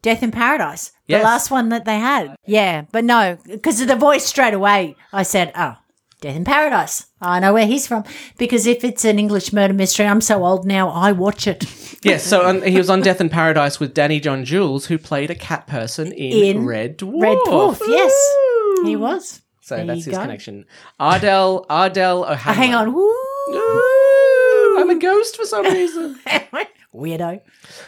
Speaker 4: Death in Paradise, the
Speaker 1: Yes.
Speaker 4: last one that they had. Yeah, but no, because of the voice straight away, I said, oh. Death in Paradise. I know where he's from because if it's an English murder mystery, I'm so old now. I watch it
Speaker 1: Yes, so on, he was on Death in Paradise with Danny John Jules, who played a cat person in,
Speaker 4: In
Speaker 1: Red Dwarf.
Speaker 4: Red Dwarf. Yes, he was.
Speaker 1: So
Speaker 4: There
Speaker 1: that's
Speaker 4: you
Speaker 1: his
Speaker 4: go.
Speaker 1: connection. Ardell, Ardell
Speaker 4: Oh,
Speaker 1: O'Hanlon.
Speaker 4: hang on,
Speaker 1: Ooh, I'm a ghost for some reason.
Speaker 4: Woo. weirdo.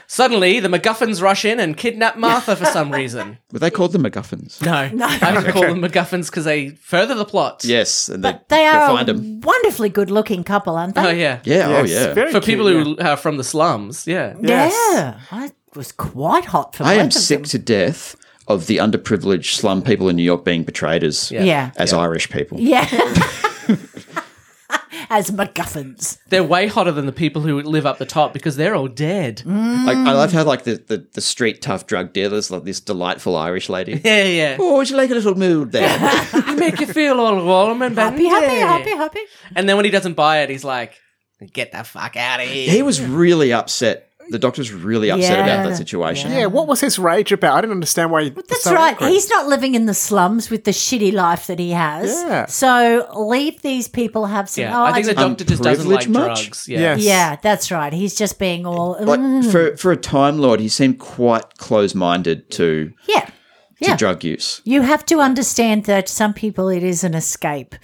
Speaker 1: Suddenly, the MacGuffins rush in and kidnap Martha for some reason.
Speaker 5: Were they called the MacGuffins?
Speaker 1: No, no. I have to call them MacGuffins because they further the plot.
Speaker 5: Yes, and they,
Speaker 4: But they are um,
Speaker 5: find
Speaker 4: a
Speaker 5: them.
Speaker 4: wonderfully good-looking couple, aren't they?
Speaker 1: Oh, yeah.
Speaker 5: Yeah,
Speaker 6: Yes,
Speaker 5: oh yeah.
Speaker 6: very
Speaker 1: For
Speaker 6: cute,
Speaker 1: people
Speaker 6: yeah.
Speaker 1: who are uh, from the slums, yeah.
Speaker 6: Yes.
Speaker 4: Yeah, I was quite hot for.
Speaker 5: I
Speaker 4: both
Speaker 5: am
Speaker 4: of
Speaker 5: sick
Speaker 4: them.
Speaker 5: to death of the underprivileged slum people in New York being portrayed as
Speaker 1: Yeah.
Speaker 4: Yeah,
Speaker 5: as Irish people.
Speaker 4: yeah. As MacGuffins,
Speaker 1: They're way hotter than the people who live up the top because they're all dead.
Speaker 5: Like I
Speaker 4: Mm.
Speaker 5: love how like the, the, the street tough drug dealers like this delightful Irish lady.
Speaker 1: Yeah, yeah.
Speaker 5: oh, would you like a little mood there?
Speaker 1: Make you feel all warm and
Speaker 4: happy, happy,
Speaker 1: bendy.
Speaker 4: happy, happy.
Speaker 1: And then when he doesn't buy it, he's like, "Get the fuck out of here."
Speaker 5: he was really upset. The doctor's really upset about
Speaker 4: Yeah.
Speaker 5: that situation.
Speaker 6: Yeah, what was his rage about? I didn't understand why. He,
Speaker 4: That's right. He's not living in the slums with the shitty life that he has.
Speaker 6: Yeah.
Speaker 4: So leave these people have some.
Speaker 1: Yeah,
Speaker 4: oh,
Speaker 1: I think the
Speaker 4: just-
Speaker 1: doctor just doesn't like
Speaker 5: Unprivileged much?
Speaker 1: drugs. Yeah.
Speaker 6: Yes.
Speaker 4: yeah, that's right. He's just being all. um,
Speaker 5: Like
Speaker 4: Mm.
Speaker 5: for for a time lord, he seemed quite close minded to,
Speaker 4: yeah,
Speaker 5: to
Speaker 4: yeah.
Speaker 5: drug use
Speaker 4: You have to understand that some people it is an escape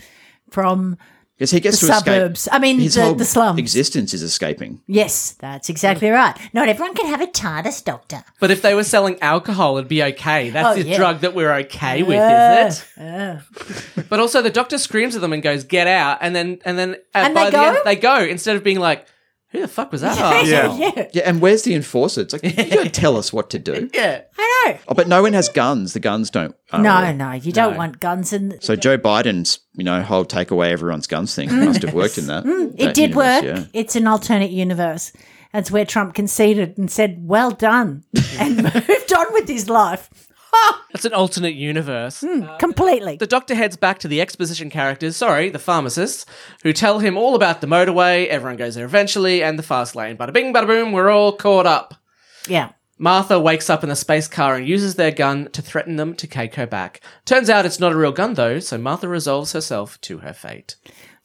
Speaker 4: from.
Speaker 5: because he gets
Speaker 4: The
Speaker 5: to
Speaker 4: suburbs.
Speaker 5: escape.
Speaker 4: I mean,
Speaker 5: his
Speaker 4: the-
Speaker 5: whole
Speaker 4: the slums.
Speaker 5: existence is escaping.
Speaker 4: Yes, that's exactly
Speaker 1: Mm.
Speaker 4: right. Not everyone can have a TARDIS doctor.
Speaker 1: But if they were selling alcohol, it'd be okay. That's
Speaker 4: Oh,
Speaker 1: the
Speaker 4: yeah.
Speaker 1: drug that we're okay
Speaker 4: Yeah,
Speaker 1: with, is it? But also, the doctor screams at them and goes, "Get out!" And then, and then, uh,
Speaker 4: And
Speaker 1: by
Speaker 4: they
Speaker 1: the
Speaker 4: go?
Speaker 1: end, they go instead of being like, "Who the fuck was that?" arsehole?"
Speaker 6: Yeah.
Speaker 4: yeah.
Speaker 5: Yeah, and where's the enforcer? It's like you don't tell us what to do.
Speaker 1: yeah.
Speaker 4: I know.
Speaker 5: Oh, but no one has guns. The guns don't. aren't
Speaker 4: No,
Speaker 5: real.
Speaker 4: no, you don't want guns in.
Speaker 5: So Joe Biden's, you know, whole take away everyone's guns thing must have worked in that.
Speaker 4: Mm, It
Speaker 5: that
Speaker 4: did
Speaker 5: universe,
Speaker 4: work.
Speaker 5: yeah.
Speaker 4: It's an alternate universe. That's where Trump conceded and said, "Well done," and moved on with his life
Speaker 1: That's an alternate universe.
Speaker 4: Hmm. completely.
Speaker 1: The doctor heads back to the exposition characters, sorry, the pharmacists, who tell him all about the motorway, everyone goes there eventually, and the fast lane. Bada bing, bada boom, we're all caught up.
Speaker 4: yeah,
Speaker 1: Martha wakes up in a space car and uses their gun to threaten them to Keiko back. Turns out it's not a real gun though, so Martha resolves herself to her fate.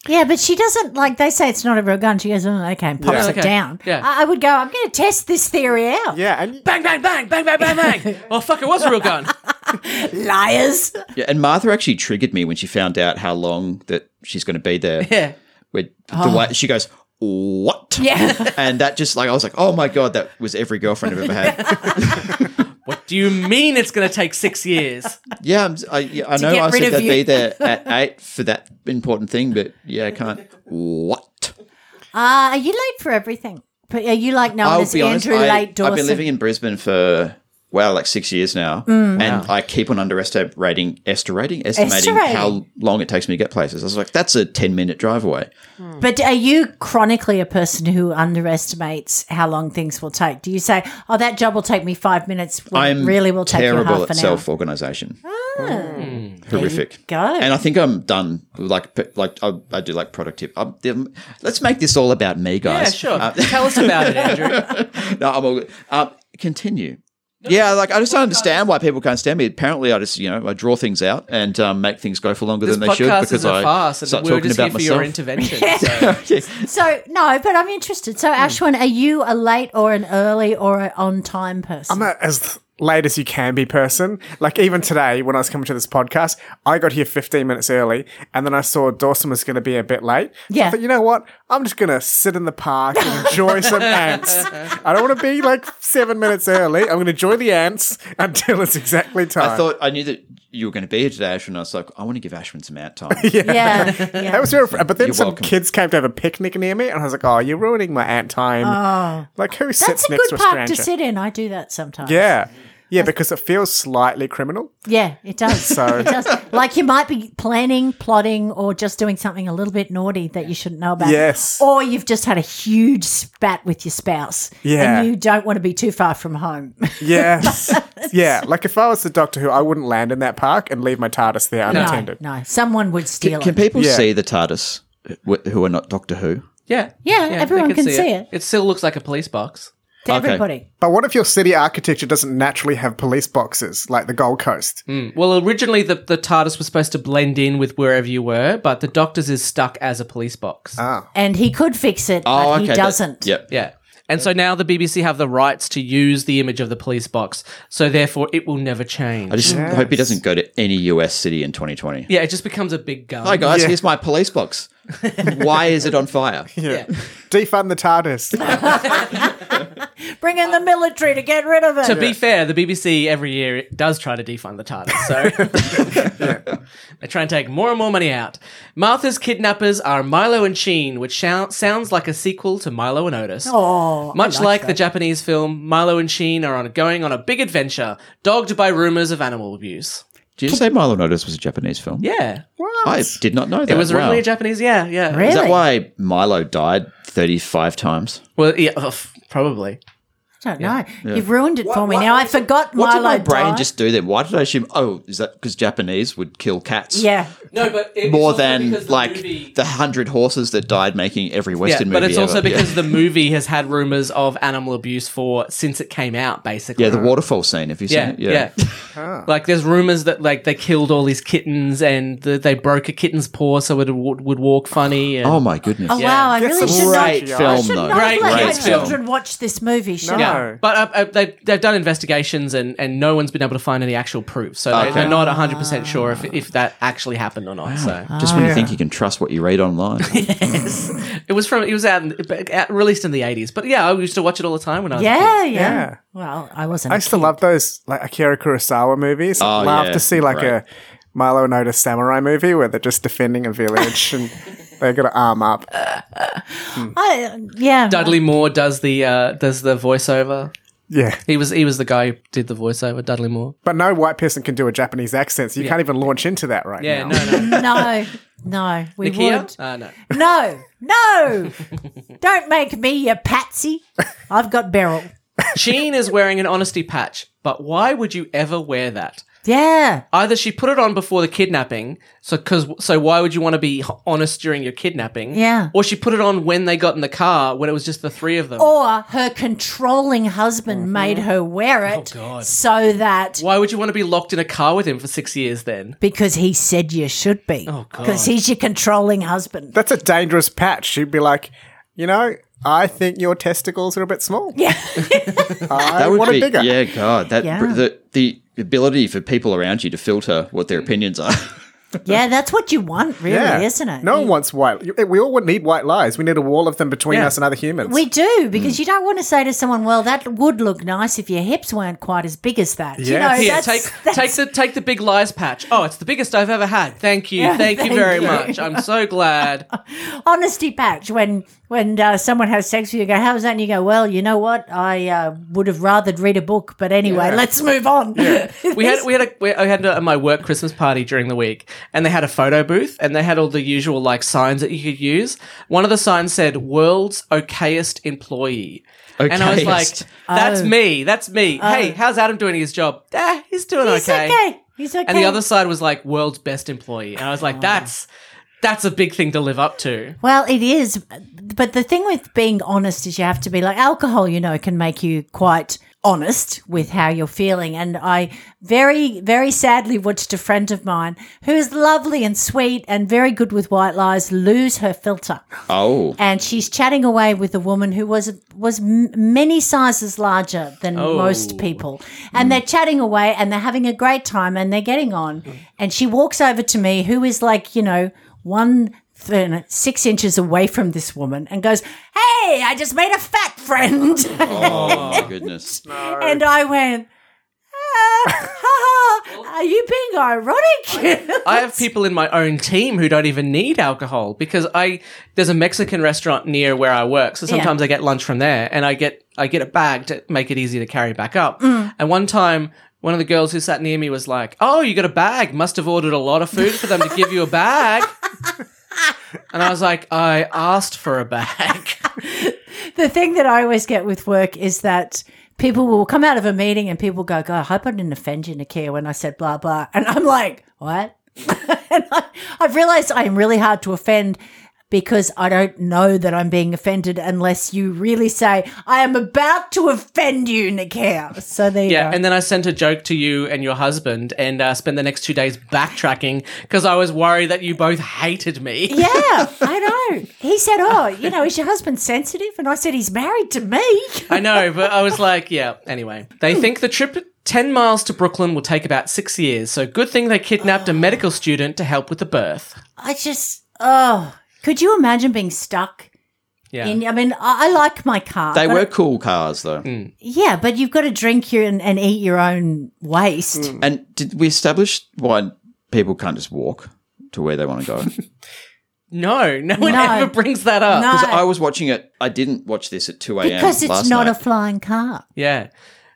Speaker 4: yeah, but she doesn't like. They say it's not a real gun. She goes, "Oh, okay," and pops
Speaker 1: Yeah.
Speaker 4: it
Speaker 1: Okay.
Speaker 4: down.
Speaker 1: Yeah.
Speaker 4: I, I would go. I'm going to test this theory out.
Speaker 6: Yeah, and
Speaker 1: Bang, bang, bang, bang, bang, bang, bang. oh, fuck, it was a real gun.
Speaker 4: Liars.
Speaker 5: Yeah, and Martha actually triggered me when she found out how long that she's going to be there.
Speaker 1: Yeah.
Speaker 5: With the way she goes, what?
Speaker 4: Oh. Yeah.
Speaker 5: And that just like I was like, oh my god, that was every girlfriend I've ever had.
Speaker 1: What do you mean it's going to take six years?
Speaker 5: yeah, I'm, I, yeah, I know
Speaker 4: get
Speaker 5: I
Speaker 4: rid
Speaker 5: said
Speaker 4: of
Speaker 5: they'd
Speaker 4: you.
Speaker 5: be there at eight for that important thing, but yeah, I can't. What?
Speaker 4: Uh, are you late for everything? But are you like known
Speaker 5: I'll
Speaker 4: as
Speaker 5: be honest.
Speaker 4: Andrew
Speaker 5: I,
Speaker 4: Late Dawson?
Speaker 5: I've been living in Brisbane for wow, like six years now,
Speaker 4: Mm.
Speaker 5: and I keep on underestimating, estimating, estimating
Speaker 4: Estimating.
Speaker 5: how long it takes me to get places. I was like, that's a ten-minute drive away.
Speaker 4: But are you chronically a person who underestimates how long things will take? Do you say, "Oh, that job will take me five minutes"? When it
Speaker 5: I'm
Speaker 4: really will take you
Speaker 5: terrible
Speaker 4: half
Speaker 5: at
Speaker 4: an hour. Ah.
Speaker 5: self-organization.
Speaker 2: Hmm.
Speaker 5: Horrific.
Speaker 4: Go. I
Speaker 5: And I think I'm done. Like, p- like I, I do like productive. I'm, the- let's make this all about me,
Speaker 1: Yeah,
Speaker 5: guys. Uh,
Speaker 1: sure. Tell us about it, Andrew.
Speaker 5: No, I'm all good. Uh, Um, continue. yeah, like I just don't understand why people can't stand me. Apparently, I just you know I draw things out and um, make things go for longer
Speaker 2: This
Speaker 5: than they should
Speaker 2: podcast
Speaker 5: because
Speaker 2: is a
Speaker 5: I
Speaker 2: farce, and
Speaker 5: start
Speaker 2: we're
Speaker 5: talking
Speaker 2: just here
Speaker 5: about
Speaker 2: for your
Speaker 5: myself.
Speaker 2: intervention. So.
Speaker 4: So no, but I'm interested.
Speaker 5: Hmm.
Speaker 4: So Ashwin, are you a late or an early or an on time person?
Speaker 6: I'm a, as late as you can be person. Like even today, when I was coming to this podcast, I got here 15 minutes early, and then I saw Dawson was going to be a bit late.
Speaker 4: Yeah.
Speaker 6: I thought, you know what? I'm just going to sit in the park and enjoy some ants. I don't want to be like seven minutes early. I'm going to enjoy the ants until it's exactly time.
Speaker 5: I thought I knew that you were going to be here today, Ashwin. I was like, I want to give Ashwin some out time.
Speaker 4: yeah,
Speaker 6: that
Speaker 4: yeah.
Speaker 6: was your, but then
Speaker 5: You're
Speaker 6: some
Speaker 5: welcome.
Speaker 6: kids came to have a picnic near me, and I was like, "Oh, you're ruining my ant time." like, who sits
Speaker 4: Oh. That's a
Speaker 6: next
Speaker 4: good
Speaker 6: to a
Speaker 4: park
Speaker 6: stranger?
Speaker 4: to sit in. I do that sometimes.
Speaker 6: Yeah, yeah, because it feels slightly criminal.
Speaker 4: Yeah, it does.
Speaker 6: So-
Speaker 4: it does. Like you might be planning, plotting, or just doing something a little bit naughty that you shouldn't know about.
Speaker 6: Yes.
Speaker 4: Or you've just had a huge spat with your spouse.
Speaker 6: Yeah.
Speaker 4: And you don't want to be too far from home.
Speaker 6: Yes. yeah. Like if I was the Doctor Who, I wouldn't land in that park and leave my TARDIS there
Speaker 4: no,
Speaker 6: unattended.
Speaker 4: no. Someone would steal
Speaker 5: Can
Speaker 4: it.
Speaker 5: people
Speaker 6: Yeah.
Speaker 5: see the TARDIS wh- who are not Doctor Who?
Speaker 2: Yeah.
Speaker 4: Yeah,
Speaker 2: they
Speaker 4: everyone can see it.
Speaker 2: it. still looks like a police box.
Speaker 4: To
Speaker 5: Okay.
Speaker 4: everybody.
Speaker 6: But what if your city architecture doesn't naturally have police boxes like the Gold Coast?
Speaker 2: Well, originally the, the TARDIS was supposed to blend in with wherever you were, but the Doctor's is stuck as a police box.
Speaker 5: Ah.
Speaker 4: And he could fix it, but he
Speaker 5: Oh, that-
Speaker 4: doesn't.
Speaker 5: yep.
Speaker 2: yeah. And so now the BBC have the rights to use the image of the police box, so therefore it will never change.
Speaker 5: I just hope he doesn't go to any US city in 2020.
Speaker 2: yeah, it just becomes a big gun.
Speaker 5: Hi guys, here's my police box. Why is it on fire?
Speaker 2: yeah.
Speaker 6: Defund the TARDIS.
Speaker 4: Bring in the military to get rid of it.
Speaker 2: To be fair, the BBC every year it does try to defund the TARDIS, so they try and take more and more money out. Martha's kidnappers are Milo and Sheen, which shou- sounds like a sequel to Milo and Otis.
Speaker 4: oh,
Speaker 2: Much like, the Japanese film, Milo and Sheen are on, going on a big adventure, dogged by rumors of animal abuse.
Speaker 5: Did you say Milo Notice was a Japanese film?
Speaker 2: Yeah,
Speaker 5: I did not know that.
Speaker 2: it was
Speaker 5: Wow.
Speaker 2: originally a Japanese. Yeah, yeah.
Speaker 4: really?
Speaker 5: Is that why Milo died 35 times?
Speaker 2: Well, yeah, ugh, probably.
Speaker 4: I don't know. You've ruined it for me. now I forgot
Speaker 5: What
Speaker 4: Milo
Speaker 5: did my brain
Speaker 4: died.
Speaker 5: just do then? Why did I assume, oh, is that because Japanese would kill cats?
Speaker 4: Yeah.
Speaker 2: No, but it,
Speaker 5: More than like the hundred horses that died making every
Speaker 2: yeah,
Speaker 5: Western movie.
Speaker 2: but it's also
Speaker 5: ever. Yeah.
Speaker 2: because the movie has had rumors of animal abuse for since it came out, basically.
Speaker 5: Yeah, the waterfall scene. Have you seen
Speaker 2: Yeah,
Speaker 5: it?
Speaker 2: yeah. Like, there's rumors that like they killed all these kittens and th- they broke a kitten's paw so it would, would walk funny. And
Speaker 5: Oh my goodness.
Speaker 4: Oh, wow. I
Speaker 6: Get
Speaker 4: really
Speaker 6: some
Speaker 4: should not.
Speaker 5: Great
Speaker 6: Yeah.
Speaker 4: I
Speaker 5: film
Speaker 4: should
Speaker 5: though.
Speaker 4: not have let
Speaker 2: Great
Speaker 4: my
Speaker 2: film.
Speaker 4: children watch this movie, should
Speaker 6: No.
Speaker 4: I?
Speaker 2: Yeah, but uh, uh, they, they've done investigations and, and no one's been able to find any actual proof. So they,
Speaker 5: Okay.
Speaker 2: they're not 100% sure if, if that actually happened or not. So
Speaker 4: Ah,
Speaker 5: Just when you think you can trust what you read online.
Speaker 2: it was from, it was out, in, but out, released in the 80s. But yeah, I used to watch it all the time when I was a kid.
Speaker 4: Yeah, yeah.
Speaker 6: Yeah.
Speaker 4: Well, I wasn't.
Speaker 6: I used to love those like Akira Kurosawa movies.
Speaker 5: Oh,
Speaker 6: love
Speaker 5: yeah.
Speaker 6: to see like
Speaker 5: Right.
Speaker 6: a Milo and Otis samurai movie where they're just defending a village and they got to arm up.
Speaker 4: I, yeah.
Speaker 2: Dudley Moore does the uh, does the voiceover.
Speaker 6: Yeah.
Speaker 2: He was he was the guy who did the voiceover. Dudley Moore.
Speaker 6: But no white person can do a Japanese accent, so you can't even launch into that right
Speaker 2: Yeah,
Speaker 6: now.
Speaker 2: no, no.
Speaker 4: No, no, we
Speaker 2: Nikia?
Speaker 4: would.
Speaker 2: Uh, no.
Speaker 4: No, no. Don't make me your patsy. I've got Beryl.
Speaker 2: Sheen is wearing an honesty patch, but why would you ever wear that?
Speaker 4: Yeah.
Speaker 2: Either she put it on before the kidnapping, so cause, so why would you want to be h- honest during your kidnapping?
Speaker 4: Yeah.
Speaker 2: Or she put it on when they got in the car when it was just the three of them.
Speaker 4: Or her controlling husband
Speaker 6: Oh,
Speaker 4: made her wear it so that
Speaker 2: why would you want to be locked in a car with him for six years then?
Speaker 4: because he said you should be. Oh,
Speaker 2: God.
Speaker 4: Because he's your controlling husband.
Speaker 6: That's a dangerous patch. She'd be like, you know, I think your testicles are a bit small. Yeah. I
Speaker 5: that would
Speaker 6: want
Speaker 5: be
Speaker 6: it bigger.
Speaker 5: yeah god that
Speaker 4: Yeah.
Speaker 5: the the ability for people around you to filter what their opinions are
Speaker 4: yeah, that's what you want, really,
Speaker 6: Yeah.
Speaker 4: isn't it?
Speaker 6: No one wants white. eh, We all would need white lies. We need a wall of them between us and other humans.
Speaker 4: We
Speaker 6: Mm.
Speaker 4: do because you don't want to say to someone, "Well, that would look nice if your hips weren't quite as big as that." You
Speaker 6: Yes.
Speaker 4: know,
Speaker 2: Here,
Speaker 4: that's,
Speaker 2: take
Speaker 4: that's-
Speaker 2: take the take the big lies patch. Oh, it's the biggest I've ever had. Thank you, thank,
Speaker 4: thank
Speaker 2: you very
Speaker 4: you.
Speaker 2: much. I'm so glad.
Speaker 4: honesty patch when when uh, someone has sex with you, you go, "How's that?" And you go, "Well, you know what? I uh, would have rather read a book, but anyway, let's move on."
Speaker 2: We had we had a we, I had a, my work Christmas party during the week, and they had a photo booth, and they had all the usual like signs that you could use. One of the signs said "World's Okayest Employee," and I was like,
Speaker 5: Okayest.
Speaker 2: "That's me, that's me." Hey, how's Adam doing his job? Ah, he's doing
Speaker 4: He's okay.
Speaker 2: okay.
Speaker 4: He's okay.
Speaker 2: And the other side was like "World's Best Employee," and I was like, "That's that's a big thing to live up to."
Speaker 4: Well, it is, but the thing with being honest is you have to be like alcohol. You know, can make you quite honest with how you're feeling. And I very, very sadly watched a friend of mine who is lovely and sweet and very good with white lies lose her filter.
Speaker 5: Oh,
Speaker 4: And she's chatting away with a woman who was was m- many sizes larger than most people. And they're chatting away and they're having a great time and they're getting on. And she walks over to me, who is like, you know, one th- six inches away from this woman and goes, Hey, I just made a fat friend.
Speaker 5: oh my goodness.
Speaker 4: And I went, "Ah, ha, ha, Are you being ironic?
Speaker 2: I have people in my own team who don't even need alcohol because I there's a Mexican restaurant near where I work, so sometimes I get lunch from there, and I get I get a bag to make it easy to carry back up. And one time. One of the girls who sat near me was like, "Oh, you got a bag? Must have ordered a lot of food for them to give you a bag." and I was like, "I asked for a bag."
Speaker 4: the thing that I always get with work is that people will come out of a meeting and people go, God, I hope I didn't offend you, Nakia, when I said blah, blah. And I'm like, what? and I, I've realized I am really hard to offend because I don't know that I'm being offended unless you really say, I am about to offend you, Nakia. So there you
Speaker 2: Yeah,
Speaker 4: go.
Speaker 2: and then I sent a joke to you and your husband, and uh, spent the next two days backtracking because I was worried that you both hated me.
Speaker 4: Yeah, I know. He said, "Oh, you know, is your husband sensitive?" And I said, "He's married to me."
Speaker 2: I know, but I was like, yeah. Anyway, they think the trip 10 miles to Brooklyn will take about six years, so good thing they kidnapped a medical student to help with the birth.
Speaker 4: I just, oh, could you imagine being stuck?
Speaker 2: Yeah.
Speaker 4: In, I mean, I, I like my car.
Speaker 5: They
Speaker 4: but-
Speaker 5: were cool cars though.
Speaker 4: yeah, but you've got to drink your and, and eat your own waste.
Speaker 5: And did we establish why people can't just walk to where they want to go?
Speaker 2: no, no one
Speaker 4: No.
Speaker 2: ever brings that up.
Speaker 4: No.
Speaker 5: Because I was watching it. I didn't watch this at two a.m.
Speaker 4: Because it's
Speaker 5: last
Speaker 4: not
Speaker 5: night.
Speaker 4: a flying car.
Speaker 2: Yeah.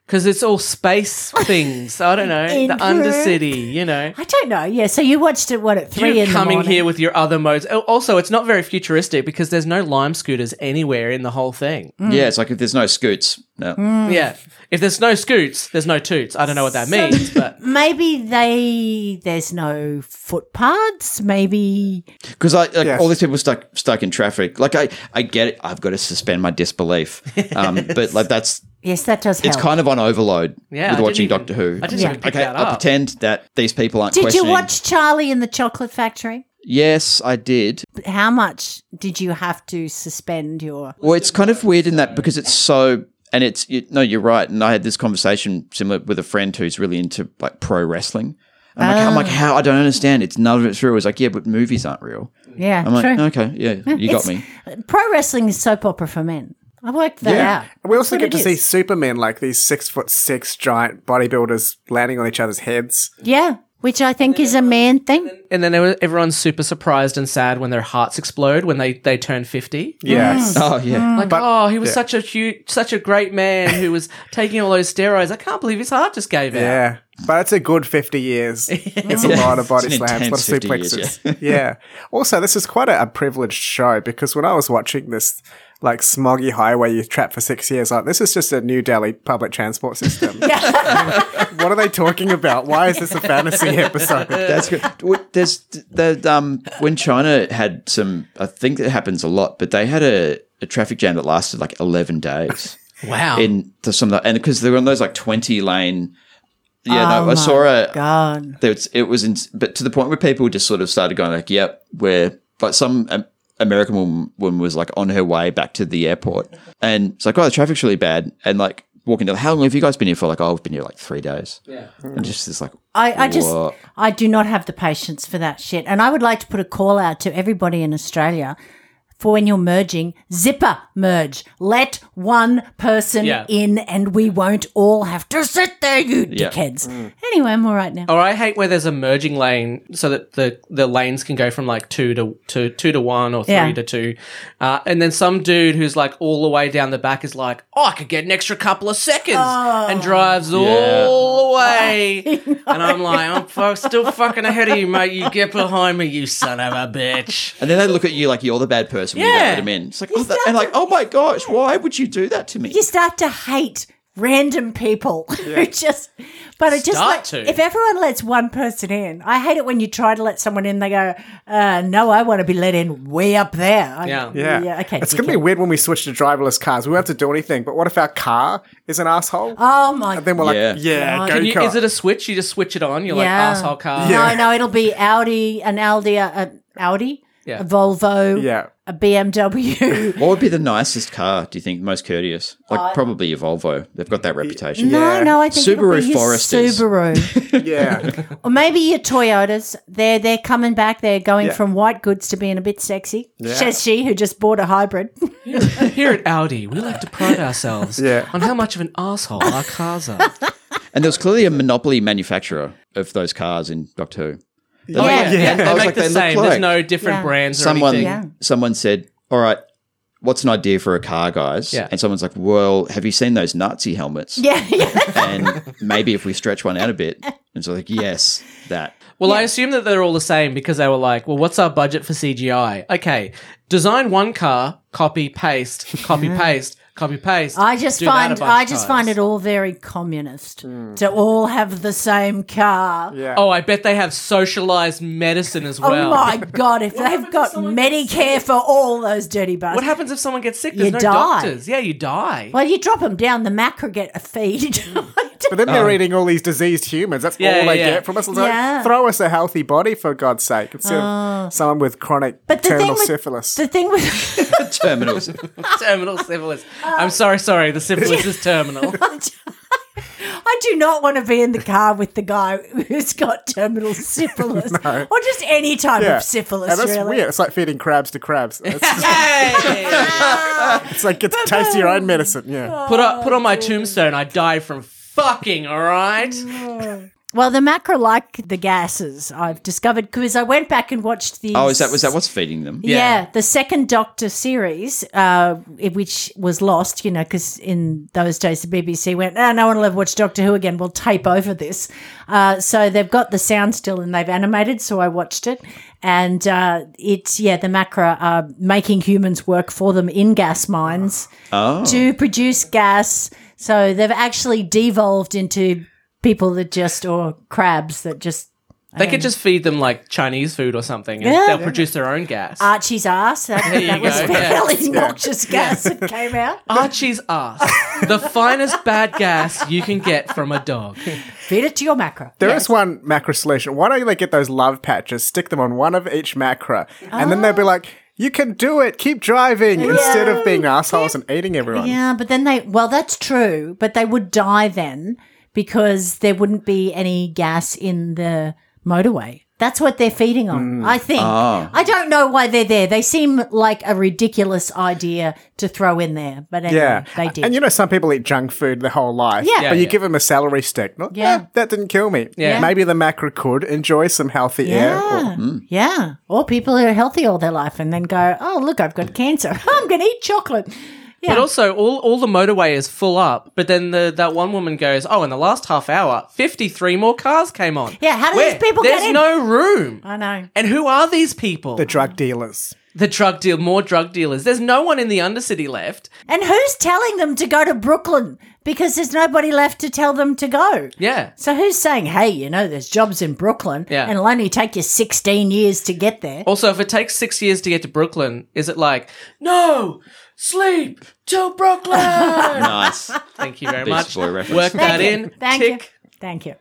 Speaker 2: Because it's all space things. I don't know. the
Speaker 4: In
Speaker 2: undercity, you know.
Speaker 4: I don't know. Yeah, so you watched it what at three
Speaker 2: you
Speaker 4: in the
Speaker 2: coming
Speaker 4: morning.
Speaker 2: here with your other modes. Oh, Also, it's not very futuristic because there's no lime scooters anywhere in the whole thing.
Speaker 4: mm.
Speaker 5: yeah, it's like if there's no scoots. No.
Speaker 2: Yeah. If there's no scoots, there's no toots. I don't know what that means, but
Speaker 4: Maybe they there's no footpaths. Maybe
Speaker 5: Because I like,
Speaker 6: Yes.
Speaker 5: all these people stuck stuck in traffic. Like I, I get it. I've got to suspend my disbelief. Um, But like that's
Speaker 4: yes, that does help.
Speaker 5: it's kind of on overload
Speaker 2: Yeah, I
Speaker 5: with
Speaker 2: didn't
Speaker 5: watching
Speaker 2: even-
Speaker 5: Doctor Who.
Speaker 2: I didn't
Speaker 5: I'm
Speaker 2: even pick that
Speaker 5: I'll
Speaker 2: up.
Speaker 5: pretend that these people aren't.
Speaker 4: Did you
Speaker 5: questioning.
Speaker 4: watch Charlie in the Chocolate Factory?
Speaker 5: Yes, I did.
Speaker 4: how much did you have to suspend your
Speaker 5: Well, it's kind of weird in that because it's so, and it's you, no, you're right. And I had this conversation similar with a friend who's really into like pro wrestling. And I'm, like,
Speaker 2: Ah.
Speaker 5: I'm like, how? I don't understand. It's none of it's real. It's like, yeah, but movies aren't real.
Speaker 4: yeah
Speaker 5: I'm like,
Speaker 4: true
Speaker 5: okay, yeah, you got me.
Speaker 4: pro wrestling is soap opera for men i worked that
Speaker 5: Yeah.
Speaker 4: out
Speaker 6: We also
Speaker 4: That's
Speaker 6: get
Speaker 4: what
Speaker 6: to
Speaker 4: it
Speaker 6: see
Speaker 4: is.
Speaker 6: Supermen, like these six foot six giant bodybuilders landing on each other's heads.
Speaker 4: yeah which i think is a man thing
Speaker 2: and then ev- everyone's super surprised and sad when their hearts explode when they, they turn 50
Speaker 4: Mm.
Speaker 6: Yes.
Speaker 5: Oh yeah,
Speaker 2: like oh he was such a huge such a great man who was taking all those steroids i can't believe his heart just gave out
Speaker 6: Yeah. But it's a good 50 years. It's a lot of body
Speaker 5: It's an
Speaker 6: slams, a lot of
Speaker 5: intense 50 years,
Speaker 6: suplexes. yeah. Also, this is quite a, a privileged show because when I was watching this, like smoggy highway youth trapped for six years, like this is just a New Delhi public transport system. what are they talking about? Why is this a fantasy episode?
Speaker 5: that's good. W- There's the um when China had some. I think it happens a lot, but they had a, a traffic jam that lasted like 11 days.
Speaker 2: wow
Speaker 5: in to some of the, and because they were on those like 20 lane yeah no i saw a
Speaker 4: Oh god
Speaker 5: there was, it was in, but to the point where people just sort of started going like yep where but some um, american woman, woman was like on her way back to the airport and it's like oh the traffic's really bad and like walking down how long have you guys been here for like oh i've been here like three days yeah and just it's like
Speaker 4: I, I just
Speaker 5: Whoa.
Speaker 4: i do not have the patience for that shit and i would like to put a call out to everybody in australia for when you're merging zipper merge let one person
Speaker 2: Yeah.
Speaker 4: in and we won't all have to sit there you
Speaker 5: Yeah.
Speaker 4: dickheads anyway i'm all right now
Speaker 2: or i hate where there's a merging lane so that the, the lanes can go from like two to, to two to one or three
Speaker 4: Yeah.
Speaker 2: to two uh, and then some dude who's like all the way down the back is like oh i could get an extra couple of seconds and drives all the way and i'm like i'm fu- still fucking ahead of you mate you get behind me you son of a bitch
Speaker 5: and then they look at you like you're the bad person when you
Speaker 2: Yeah.
Speaker 5: don't let them in. It's like, oh, that, and like, oh my gosh, why would you do that to me?
Speaker 4: you start to hate random people who just but it just
Speaker 2: Start
Speaker 4: like,
Speaker 2: to.
Speaker 4: if everyone lets one person in i hate it when you try to let someone in they go uh no i want to be let in way up there I-
Speaker 2: Yeah.
Speaker 6: Yeah.
Speaker 4: yeah okay
Speaker 6: It's going to be
Speaker 4: dickhead.
Speaker 6: weird when we switch to driverless cars. We won't have to do anything, but what if our car is an asshole?
Speaker 4: oh my
Speaker 6: and then we're like,
Speaker 5: Yeah.
Speaker 6: yeah,
Speaker 4: God.
Speaker 6: go
Speaker 2: Can you,
Speaker 6: car.
Speaker 2: is it a switch? You just switch it on. You're
Speaker 4: Yeah.
Speaker 2: like asshole car.
Speaker 4: no no it'll be audi an audi uh, an audi
Speaker 2: Yeah.
Speaker 4: a volvo
Speaker 6: yeah.
Speaker 4: a bmw
Speaker 5: What would be the nicest car? Do you think most courteous? Like probably your Volvo. They've got that reputation.
Speaker 4: no no i think it'll
Speaker 5: Subaru
Speaker 4: be your
Speaker 5: Foresters.
Speaker 4: subaru
Speaker 6: Yeah.
Speaker 4: Or maybe your Toyotas. They're they're coming back. They're going
Speaker 6: Yeah.
Speaker 4: from white goods to being a bit sexy. Says she who just bought a hybrid.
Speaker 2: Here at Audi, we like to pride ourselves
Speaker 6: Yeah.
Speaker 2: on how much of an asshole our cars are.
Speaker 5: And there was clearly a monopoly manufacturer of those cars in Doctor Who. They look-
Speaker 4: yeah.
Speaker 2: They- They
Speaker 5: I was
Speaker 2: make
Speaker 5: like,
Speaker 2: the
Speaker 5: they look
Speaker 2: same.
Speaker 5: like-
Speaker 2: There's no different
Speaker 4: Yeah.
Speaker 2: brands or
Speaker 5: Someone,
Speaker 2: anything.
Speaker 4: Yeah.
Speaker 5: someone said, "All right, what's an idea for a car, guys?"
Speaker 2: Yeah.
Speaker 5: And someone's like, "Well, have you seen those Nazi helmets?"
Speaker 4: Yeah, yeah.
Speaker 5: And maybe if we stretch one out a bit, and so like, yes, that.
Speaker 2: Well, I assume that they're all the same because they were like, well, what's our budget for CGI? Okay, design one car, copy, paste, copy, paste, copy, paste.
Speaker 4: I just
Speaker 2: Do that a
Speaker 4: find
Speaker 2: bunch
Speaker 4: I
Speaker 2: of times.
Speaker 4: just find it all very communist to all have the same car.
Speaker 6: Yeah.
Speaker 2: Oh, I bet they have socialized medicine as
Speaker 4: Oh
Speaker 2: well.
Speaker 4: my god! If they've got Medicare for all those dirty bastards,
Speaker 2: What happens if someone gets sick?
Speaker 4: You
Speaker 2: There's no
Speaker 4: die.
Speaker 2: doctors. Yeah, you die.
Speaker 4: Well, you drop them down, the macro get a feed.
Speaker 6: But then they're eating all these diseased humans. That's
Speaker 2: Oh. Yeah,
Speaker 6: all they
Speaker 2: yeah.
Speaker 6: get from us. It's like,
Speaker 4: Yeah. Oh.
Speaker 6: throw us a healthy body for God's sake. Instead of someone with chronic
Speaker 4: But the thing
Speaker 6: terminal
Speaker 4: with-
Speaker 6: syphilis.
Speaker 4: the thing with
Speaker 5: Terminals.
Speaker 2: terminal syphilis.
Speaker 4: Uh,
Speaker 2: I'm sorry, sorry. The syphilis is terminal.
Speaker 4: I do not want to be in the car with the guy who's got terminal syphilis, or just any type
Speaker 6: yeah.
Speaker 4: of syphilis.
Speaker 6: and that's
Speaker 4: really.
Speaker 6: weird. It's like feeding crabs to crabs. It's, just-
Speaker 2: Hey!
Speaker 6: it's like it's taste your own medicine.
Speaker 4: Oh,
Speaker 6: Yeah.
Speaker 2: put up, put on my tombstone. I died from fucking. All right.
Speaker 4: Well, the macro like the gases I've discovered because I went back and watched the.
Speaker 5: Oh, is that was that what's feeding them?
Speaker 4: Yeah.
Speaker 2: Yeah.
Speaker 4: the second Doctor series, uh, it- which was lost, you know, because in those days the BBC went, oh, no one will ever watch Doctor Who again. We'll tape over this. Uh, so they've got the sound still and they've animated. So I watched it, and uh, it's yeah, the Macra are making humans work for them in gas mines
Speaker 5: Oh,
Speaker 4: to produce gas. So they've actually devolved into people that just or crabs that just
Speaker 2: They could just feed them like Chinese food or something, and
Speaker 4: Yeah. Ah.
Speaker 2: they'll produce their own gas.
Speaker 4: Archie's ass. That,
Speaker 2: you
Speaker 4: that was
Speaker 2: go,
Speaker 4: fairly noxious gas that came out.
Speaker 2: Archie's ass, the finest bad gas you can get from a dog.
Speaker 4: Feed it to your macro.
Speaker 6: There is one macro solution. Why don't they get those love patches, stick them on one of each macro, and then they'll
Speaker 4: Oh.
Speaker 6: be like, you can do it, keep driving, instead of being assholes and eating everyone.
Speaker 4: Yeah, but then they, well, that's true, but they would die then because there wouldn't be any gas in the motorway. That's what they're feeding on, I think. I don't know why they're there. They seem like a ridiculous idea to throw in there, but anyway,
Speaker 6: Yeah.
Speaker 4: Mm, they did.
Speaker 6: And you know, some people eat junk food their whole life.
Speaker 4: Yeah. Yeah,
Speaker 6: But you
Speaker 2: yeah.
Speaker 6: give them a celery stick. Not,
Speaker 4: Yeah.
Speaker 6: "Eh, that didn't kill me.
Speaker 2: Yeah.
Speaker 6: Maybe the macro could enjoy some healthy air.
Speaker 4: yeah, Mm. yeah. Or people who are healthy all their life and then go, "Oh, look, I've got cancer. I'm going to eat chocolate."
Speaker 2: But also, all, all the motorway is full up. But then the, that one woman goes, "Oh, in the last half hour, fifty three more cars came on."
Speaker 4: Yeah, how do
Speaker 2: Where?
Speaker 4: these people
Speaker 2: There's
Speaker 4: get in?
Speaker 2: no room.
Speaker 4: I know.
Speaker 2: And who are these people?
Speaker 6: The
Speaker 2: The,
Speaker 6: drug dealers.
Speaker 2: drug deal, more drug dealers. There's no one in the undercity left.
Speaker 4: And who's telling them to go to Brooklyn? Because there's nobody left to tell them to go.
Speaker 2: Yeah.
Speaker 4: So who's saying, hey, you know, there's jobs in Brooklyn
Speaker 2: Yeah.
Speaker 4: and it'll only take you 16 years to get there?
Speaker 2: Also, if it takes six years to get to Brooklyn, is it like no sleep till Brooklyn?
Speaker 5: nice.
Speaker 2: Thank you very much.
Speaker 5: Beast Boy reference.
Speaker 2: Work that
Speaker 4: Thank
Speaker 2: in.
Speaker 4: you. Thank
Speaker 2: Tick.
Speaker 4: you. Thank you.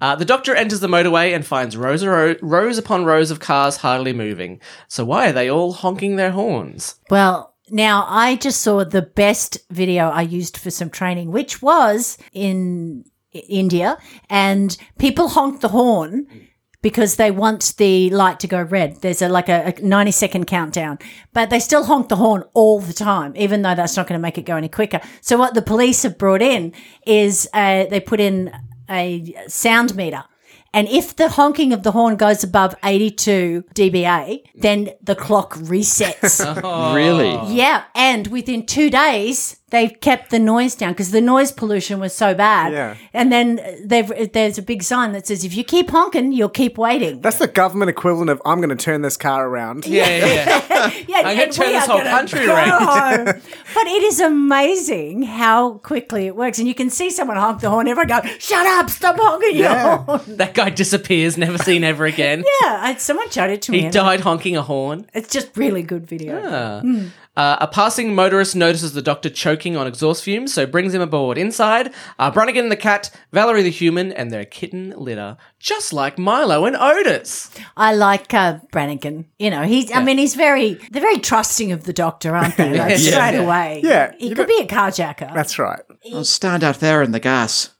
Speaker 2: Uh, the doctor enters the motorway and finds rows, ro- rows upon rows of cars hardly moving. So why are they all honking their horns?
Speaker 4: Well, now I just saw the best video I used for some training, which was in I- India, and people honk the horn because they want the light to go red. There's a like a, a 90 second countdown, but they still honk the horn all the time, even though that's not going to make it go any quicker. So what the police have brought in is uh, they put in a sound meter. And if the honking of the horn goes above 82 dBA, then the clock resets.
Speaker 5: Really?
Speaker 2: Oh.
Speaker 4: Yeah, and within two days, They've kept the noise down because the noise pollution was so bad.
Speaker 6: Yeah.
Speaker 4: And then they've, there's a big sign that says, if you keep honking, you'll keep waiting.
Speaker 6: That's the government equivalent of I'm going to turn this car around.
Speaker 2: Yeah, yeah, yeah.
Speaker 4: yeah,
Speaker 2: I'm gonna
Speaker 4: and
Speaker 2: turn
Speaker 4: we
Speaker 2: this
Speaker 4: are
Speaker 2: whole
Speaker 4: gonna
Speaker 2: country
Speaker 4: go
Speaker 2: around.
Speaker 4: home. but it is amazing how quickly it works. And you can see someone honk the horn, everyone go, shut up, stop honking your
Speaker 6: Yeah.
Speaker 4: horn.
Speaker 2: that guy disappears, never seen ever again.
Speaker 4: Yeah, I, someone showed it to me.
Speaker 2: He
Speaker 4: and
Speaker 2: died honking a horn.
Speaker 4: It's just really good video.
Speaker 2: Uh, a passing motorist notices the doctor choking on exhaust fumes, so brings him aboard. Inside are Brunigan the cat, Valerie the human, and their kitten litter, just like Milo and Otis.
Speaker 4: I like uh, Brannigan. You know, he's. I mean, he's very. They're very trusting of the doctor, aren't they? Like, Straight away.
Speaker 6: Yeah.
Speaker 4: he
Speaker 6: You
Speaker 4: could
Speaker 6: know-
Speaker 4: be a carjacker.
Speaker 6: That's right.
Speaker 5: I'll stand out there in the gas.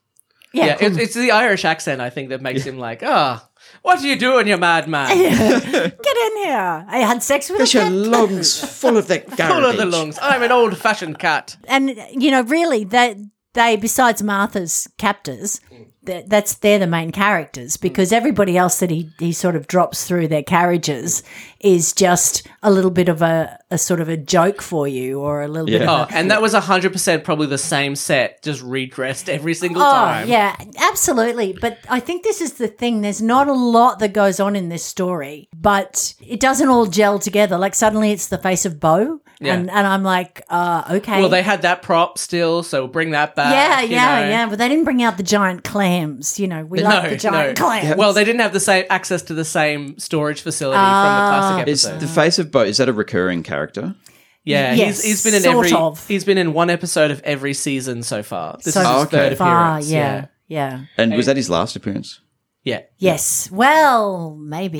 Speaker 4: yeah,
Speaker 2: Yeah,
Speaker 4: cool.
Speaker 2: it's, it's the Irish accent, I think, that makes him like, ah, what are you doing, you madman?
Speaker 4: get in here. I had sex with a
Speaker 5: Get your
Speaker 4: cat.
Speaker 5: lungs full of the garbage.
Speaker 2: Full of the lungs. I'm an old fashioned cat.
Speaker 4: and you know, really, they they besides Martha's captors, that that's they're the main characters
Speaker 6: Mm.
Speaker 4: because everybody else that he he sort of drops through their carriages is just a little bit of a, a sort of a joke for you or a little bit. Of
Speaker 2: Oh,
Speaker 4: a,
Speaker 2: and that was 100% probably the same set, just redressed every single
Speaker 4: Oh,
Speaker 2: time.
Speaker 4: yeah, absolutely. But I think this is the thing. There's not a lot that goes on in this story, but it doesn't all gel together. Like, suddenly it's the face of Bo,
Speaker 2: Yeah.
Speaker 4: and, and I'm like, uh, okay.
Speaker 2: Well, they had that prop still, so bring that back.
Speaker 4: yeah,
Speaker 2: you
Speaker 4: yeah,
Speaker 2: know.
Speaker 4: yeah. But they didn't bring out the giant clams. You know, we like the giant clams.
Speaker 2: Well, they didn't have the same access to the same storage facility from
Speaker 4: Ah.
Speaker 2: the classic
Speaker 5: Is
Speaker 2: episode.
Speaker 5: the face of Bo, is that a recurring character?
Speaker 2: yeah,
Speaker 4: Yes,
Speaker 2: he's, he's been in
Speaker 4: sort
Speaker 2: every
Speaker 4: of.
Speaker 2: he's been in one episode of every season so far. This
Speaker 4: So
Speaker 2: is his
Speaker 5: Ah, okay.
Speaker 2: third
Speaker 4: far,
Speaker 2: appearance.
Speaker 4: yeah, yeah,
Speaker 5: And was that his last appearance?
Speaker 2: yeah.
Speaker 4: Yes. Well, maybe.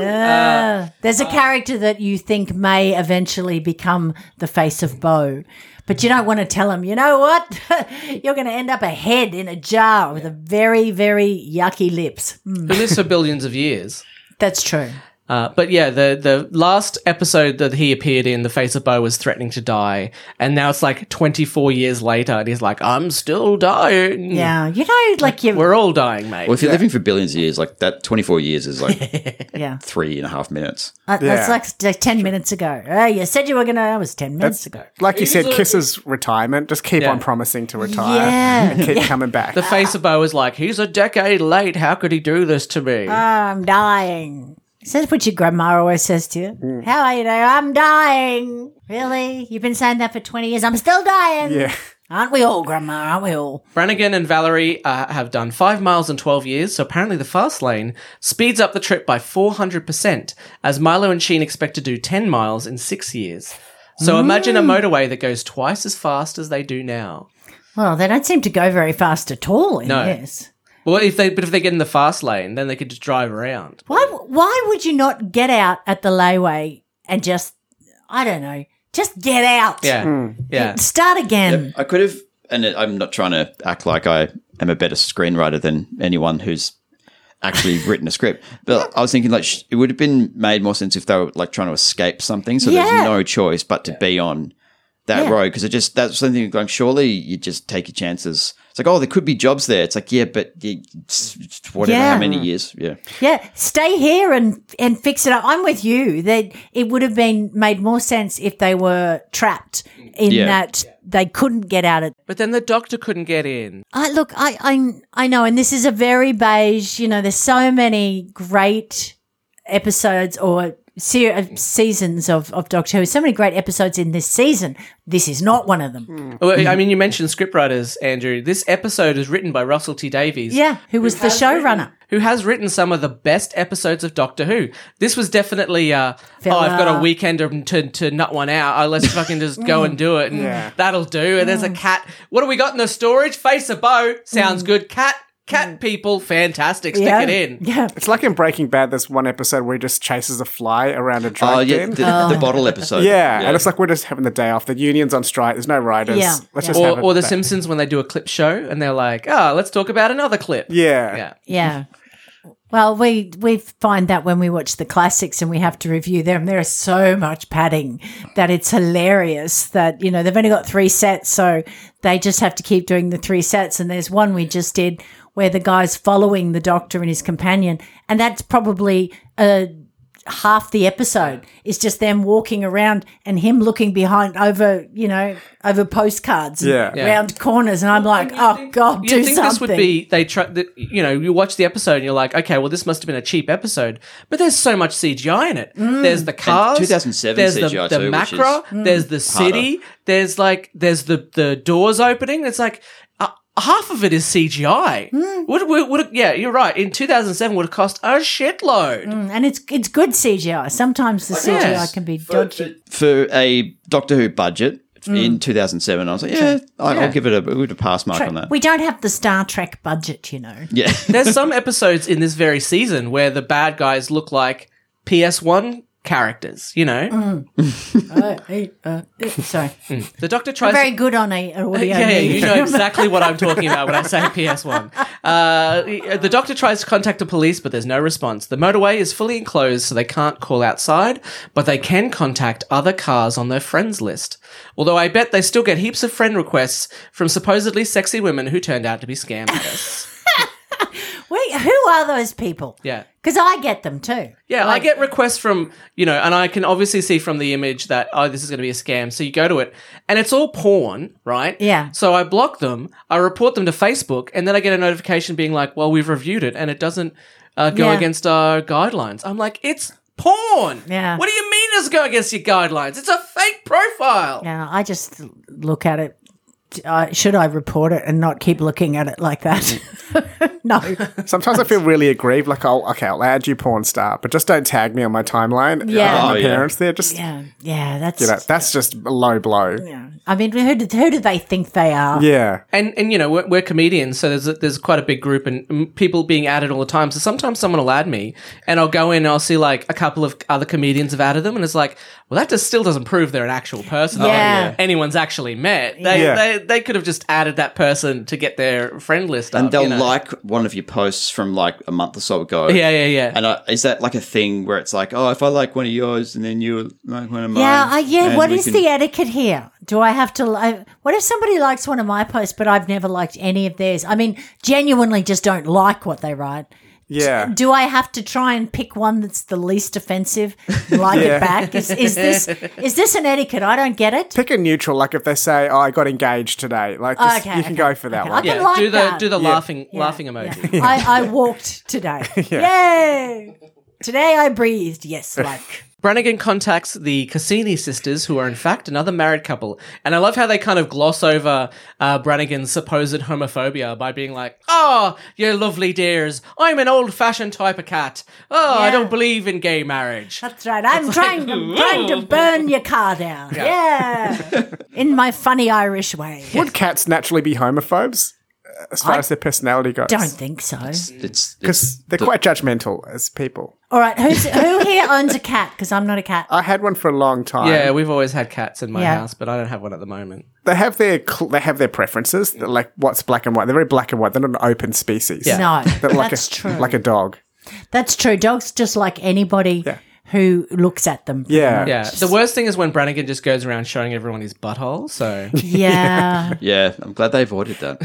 Speaker 4: Yeah. There's a character that you think may eventually become the face of Bo, but you don't want to tell him, you know what? You're going to end up a head in a jar with a very, very yucky lips. Mm,
Speaker 2: Who lives for billions of years.
Speaker 4: that's true.
Speaker 2: Uh, but yeah, the the last episode that he appeared in, the face of Bo was threatening to die, and now it's like twenty four years later, and he's like, "I'm still dying.
Speaker 4: Yeah. You know, like you.
Speaker 2: We're all dying, mate."
Speaker 5: Well, if you're living for billions of years, like that 24 years is like
Speaker 4: Yeah.
Speaker 5: three and a half minutes.
Speaker 4: Uh,
Speaker 6: Yeah.
Speaker 4: That's like s- like 10 minutes ago. Oh, you said you were going to. That was 10 minutes ago.
Speaker 6: Like you said, Kiss's retirement. Just keep
Speaker 2: Yeah.
Speaker 6: on promising to retire
Speaker 4: Yeah.
Speaker 6: and keep coming back.
Speaker 2: the face of Bo is like, "He's a decade late. How could he do this to me?"
Speaker 4: Oh, I'm dying. Is that what your grandma always says to you? How are you doing? I'm dying. Really? You've been saying that for 20 years. I'm still dying.
Speaker 6: yeah.
Speaker 4: Aren't we all, Grandma? Aren't we all?
Speaker 2: Brannigan and Valerie uh, have done five miles in 12 years, so apparently the fast lane speeds up the trip by 400%, as Milo and Sheen expect to do 10 miles in six years. So imagine a motorway that goes twice as fast as they do now.
Speaker 4: Well, they don't seem to go very fast at all in
Speaker 2: No.
Speaker 4: this.
Speaker 2: Well, if they but if they get in the fast lane, then they could just drive around.
Speaker 4: Why, why would you not get out at the layway and just, I don't know, just get out?
Speaker 2: Yeah, yeah.
Speaker 4: Start again.
Speaker 5: I could have, and I'm not trying to act like I am a better screenwriter than anyone who's actually written a script, but I was thinking like sh- it would have been made more sense if they were like trying to escape something, so
Speaker 4: Yeah.
Speaker 5: there's no choice but to be on that
Speaker 4: Yeah.
Speaker 5: road because it just that's something going. Surely you just take your chances. It's like oh, there could be jobs there. It's like yeah, but you, whatever,
Speaker 4: Yeah.
Speaker 5: how many years? Yeah,
Speaker 4: Yeah, stay here and and fix it up. I'm with you. That it would have been made more sense if they were trapped in
Speaker 5: Yeah.
Speaker 4: that they couldn't get out of.
Speaker 2: But then the doctor couldn't get in.
Speaker 4: I Uh, look, I I I know, and this is a very beige. You know, there's so many great episodes or se- uh, seasons of of Doctor Who. So many great episodes in this season. This is not one of them.
Speaker 2: Well, I mean, you mentioned scriptwriters, Andrew. This episode is written by Russell T Davies.
Speaker 4: Yeah, who was the showrunner?
Speaker 2: who has written some of the best episodes of Doctor Who. This was definitely, uh, oh, I've got a
Speaker 4: Filler.
Speaker 2: weekend to, to, to nut one out. Oh, let's fucking just go and do it. And
Speaker 6: Yeah.
Speaker 2: that'll do. And there's
Speaker 4: Mm.
Speaker 2: a cat. What do we got in the storage? Face a bow. Sounds good. Cat, cat people. Fantastic. Stick
Speaker 4: Mm. yeah,
Speaker 2: it in.
Speaker 4: Yeah,
Speaker 6: It's like in Breaking Bad, there's one episode where he just chases a fly around a drug
Speaker 5: oh yeah,
Speaker 6: den.
Speaker 5: the, the bottle episode.
Speaker 6: yeah, and it's like we're just having the day off. The union's on strike. There's no writers.
Speaker 4: Yeah,
Speaker 6: Let's
Speaker 4: yeah.
Speaker 6: just have
Speaker 2: Or,
Speaker 6: a
Speaker 2: or The
Speaker 6: day.
Speaker 2: Simpsons when they do a clip show and they're like, oh, let's talk about another clip.
Speaker 6: Yeah.
Speaker 2: Yeah.
Speaker 4: Yeah. Well, we we find that when we watch the classics and we have to review them, there is so much padding that it's hilarious that you know they've only got three sets, so they just have to keep doing the three sets. And there's one we just did where the guy's following the doctor and his companion, and that's probably a uh, half the episode is just them walking around and him looking behind over, you know, over postcards and
Speaker 6: Yeah. Yeah.
Speaker 4: round corners. And I'm like, oh, God, do
Speaker 2: You think
Speaker 4: something.
Speaker 2: this would be they try? th- You know, you watch the episode, and you're like, okay, well, this must have been a cheap episode. But there's so much CGI in it. There's the cars,
Speaker 5: 2007
Speaker 2: there's
Speaker 5: CGI
Speaker 2: the, the
Speaker 5: too, which is
Speaker 2: macro, there's the city, there's like there's the the doors opening. It's like. Uh, Half of it is CGI. Would, would, would yeah, you're right. In 2007, would have cost a shitload.
Speaker 4: and it's it's good CGI. Sometimes the CGI
Speaker 2: yes.
Speaker 4: can be dodgy.
Speaker 5: for a Doctor Who budget
Speaker 4: Mm.
Speaker 5: in 2007. I was like, yeah, I I'll give it a, we'll give it a pass mark on that.
Speaker 4: We don't have the Star Trek budget, you know.
Speaker 5: yeah,
Speaker 2: There's some episodes in this very season where the bad guys look like PS1 characters. You know,
Speaker 4: Uh, eh, uh, eh, sorry,
Speaker 2: the Doctor tries to
Speaker 4: very good on a an audio.
Speaker 2: yeah, yeah, you
Speaker 4: medium.
Speaker 2: know exactly what I'm talking about when I say PS1. Uh, the doctor tries to contact the police, but there's no response. The motorway is fully enclosed, so they can't call outside, but they can contact other cars on their friends list. Although I bet they still get heaps of friend requests from supposedly sexy women who turned out to be scam artists.
Speaker 4: Wait, who are those people?
Speaker 2: Yeah.
Speaker 4: because I get them too.
Speaker 2: Yeah, I get requests from, you know, and I can obviously see from the image that, oh, this is going to be a scam. So you go to it and it's all porn, right?
Speaker 4: Yeah.
Speaker 2: So I block them, I report them to Facebook, and then I get a notification being like, well, we've reviewed it and it doesn't uh, go
Speaker 4: Yeah.
Speaker 2: against our guidelines. I'm like, it's porn.
Speaker 4: Yeah.
Speaker 2: What do you mean it's going against your guidelines? It's a fake profile.
Speaker 4: Yeah, I just look at it. I, should I report it and not keep looking at it like that? no.
Speaker 6: Sometimes I feel really aggrieved. Like, oh, okay, I'll add you porn star, but just don't tag me on my timeline.
Speaker 4: Yeah.
Speaker 6: Uh,
Speaker 5: Oh,
Speaker 6: my
Speaker 5: yeah.
Speaker 6: parents there. Just
Speaker 4: Yeah, yeah, that's.
Speaker 6: you know, that's just a low blow.
Speaker 4: yeah. I mean, who do, who do they think they are?
Speaker 6: Yeah.
Speaker 2: and and you know we're, we're comedians, so there's a, there's quite a big group and mm, people being added all the time. So sometimes someone will add me, and I'll go in and I'll see like a couple of other comedians have added them, and it's like, well, that just still doesn't prove they're an actual person. that
Speaker 4: Yeah.
Speaker 2: anyone's actually met. They,
Speaker 6: Yeah.
Speaker 2: they they could have just added that person to get their friend list,
Speaker 5: and
Speaker 2: up, you
Speaker 5: they'll
Speaker 2: know?
Speaker 5: like one of your posts from like a month or so ago.
Speaker 2: yeah, yeah, yeah.
Speaker 5: And I, is that like a thing where it's like, oh, if I like one of yours, and then you like one of mine?
Speaker 4: Yeah, I, yeah.
Speaker 5: and
Speaker 4: What
Speaker 5: we
Speaker 4: is
Speaker 5: can-
Speaker 4: the etiquette here? Do I have to? Li- what if somebody likes one of my posts, but I've never liked any of theirs? I mean, genuinely, just don't like what they write.
Speaker 6: Yeah.
Speaker 4: Do I have to try and pick one that's the least offensive, like it back? Is, is this is this an etiquette? I don't get it.
Speaker 6: Pick a neutral, like if they say, "Oh, I got engaged today," like just-
Speaker 4: Okay,
Speaker 6: you can
Speaker 4: okay,
Speaker 6: go for that
Speaker 4: okay.
Speaker 6: one.
Speaker 4: I
Speaker 2: yeah,
Speaker 4: can like
Speaker 2: do the
Speaker 4: that.
Speaker 2: do the laughing
Speaker 4: Yeah,
Speaker 2: laughing
Speaker 4: yeah.
Speaker 2: emoji.
Speaker 4: I, I walked today. Yay! Today I breathed. Yes, like
Speaker 2: Brannigan contacts the Cassini sisters, who are in fact another married couple. And I love how they kind of gloss over uh, Brannigan's supposed homophobia by being like, Oh, you lovely dears, I'm an old fashioned type of cat. Oh, I
Speaker 4: Yeah.
Speaker 2: don't believe in gay marriage.
Speaker 4: that's right. I'm trying I'm trying to burn your car down. Yeah, in my funny Irish way.
Speaker 6: Would cats naturally be homophobes uh, as far as their personality goes?
Speaker 4: Don't think so.
Speaker 5: It's, it's
Speaker 6: because they're quite judgmental as people.
Speaker 4: All right, who's who here owns a cat? Because I'm not a cat.
Speaker 6: I had one for a long time.
Speaker 2: yeah, we've always had cats in my
Speaker 4: Yeah.
Speaker 2: house, but I don't have one at the moment.
Speaker 6: they have their cl- they have their preferences. They're like what's black and white. They're very black and white. They're not an open species.
Speaker 4: No,
Speaker 6: They're like
Speaker 4: that's
Speaker 6: a,
Speaker 4: true.
Speaker 6: Like a dog.
Speaker 4: That's true. Dogs just like anybody
Speaker 6: Yeah.
Speaker 4: who looks at them.
Speaker 6: Yeah.
Speaker 2: Yeah. The worst thing is when Brannigan just goes around showing everyone his butthole. So
Speaker 4: Yeah.
Speaker 5: yeah, I'm glad they avoided that.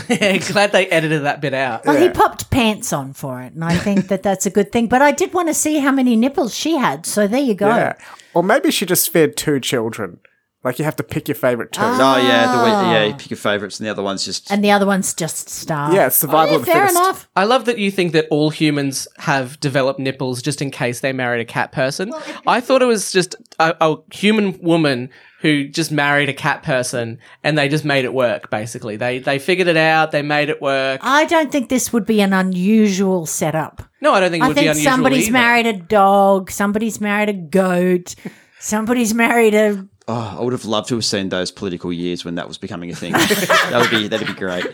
Speaker 2: glad they edited that bit out.
Speaker 4: Well, Oh, he popped pants on for it, and I think that that's a good thing. But I did want to see how many nipples she had. So there you go.
Speaker 6: Yeah. Or maybe she just fed two children. Like you have to pick your favorite two.
Speaker 2: Ah.
Speaker 5: oh yeah, the way, yeah, you pick your favorites, and the other one's just
Speaker 4: Ah. And the other one's just starved.
Speaker 6: Yeah, it's survival of the
Speaker 4: fair
Speaker 6: fittest.
Speaker 4: enough.
Speaker 2: I love that you think that all humans have developed nipples just in case they married a cat person. I thought it was just a, a human woman who just married a cat person and they just made it work, basically. They they figured it out, they made it work.
Speaker 4: I don't think this would be an unusual setup.
Speaker 2: No, I don't think it
Speaker 4: I
Speaker 2: would be
Speaker 4: think
Speaker 2: unusual.
Speaker 4: somebody's
Speaker 2: either.
Speaker 4: married a dog. Somebody's married a goat. Somebody's married a
Speaker 5: Oh, I would have loved to have seen those political years when that was becoming a thing. that would be that'd be great.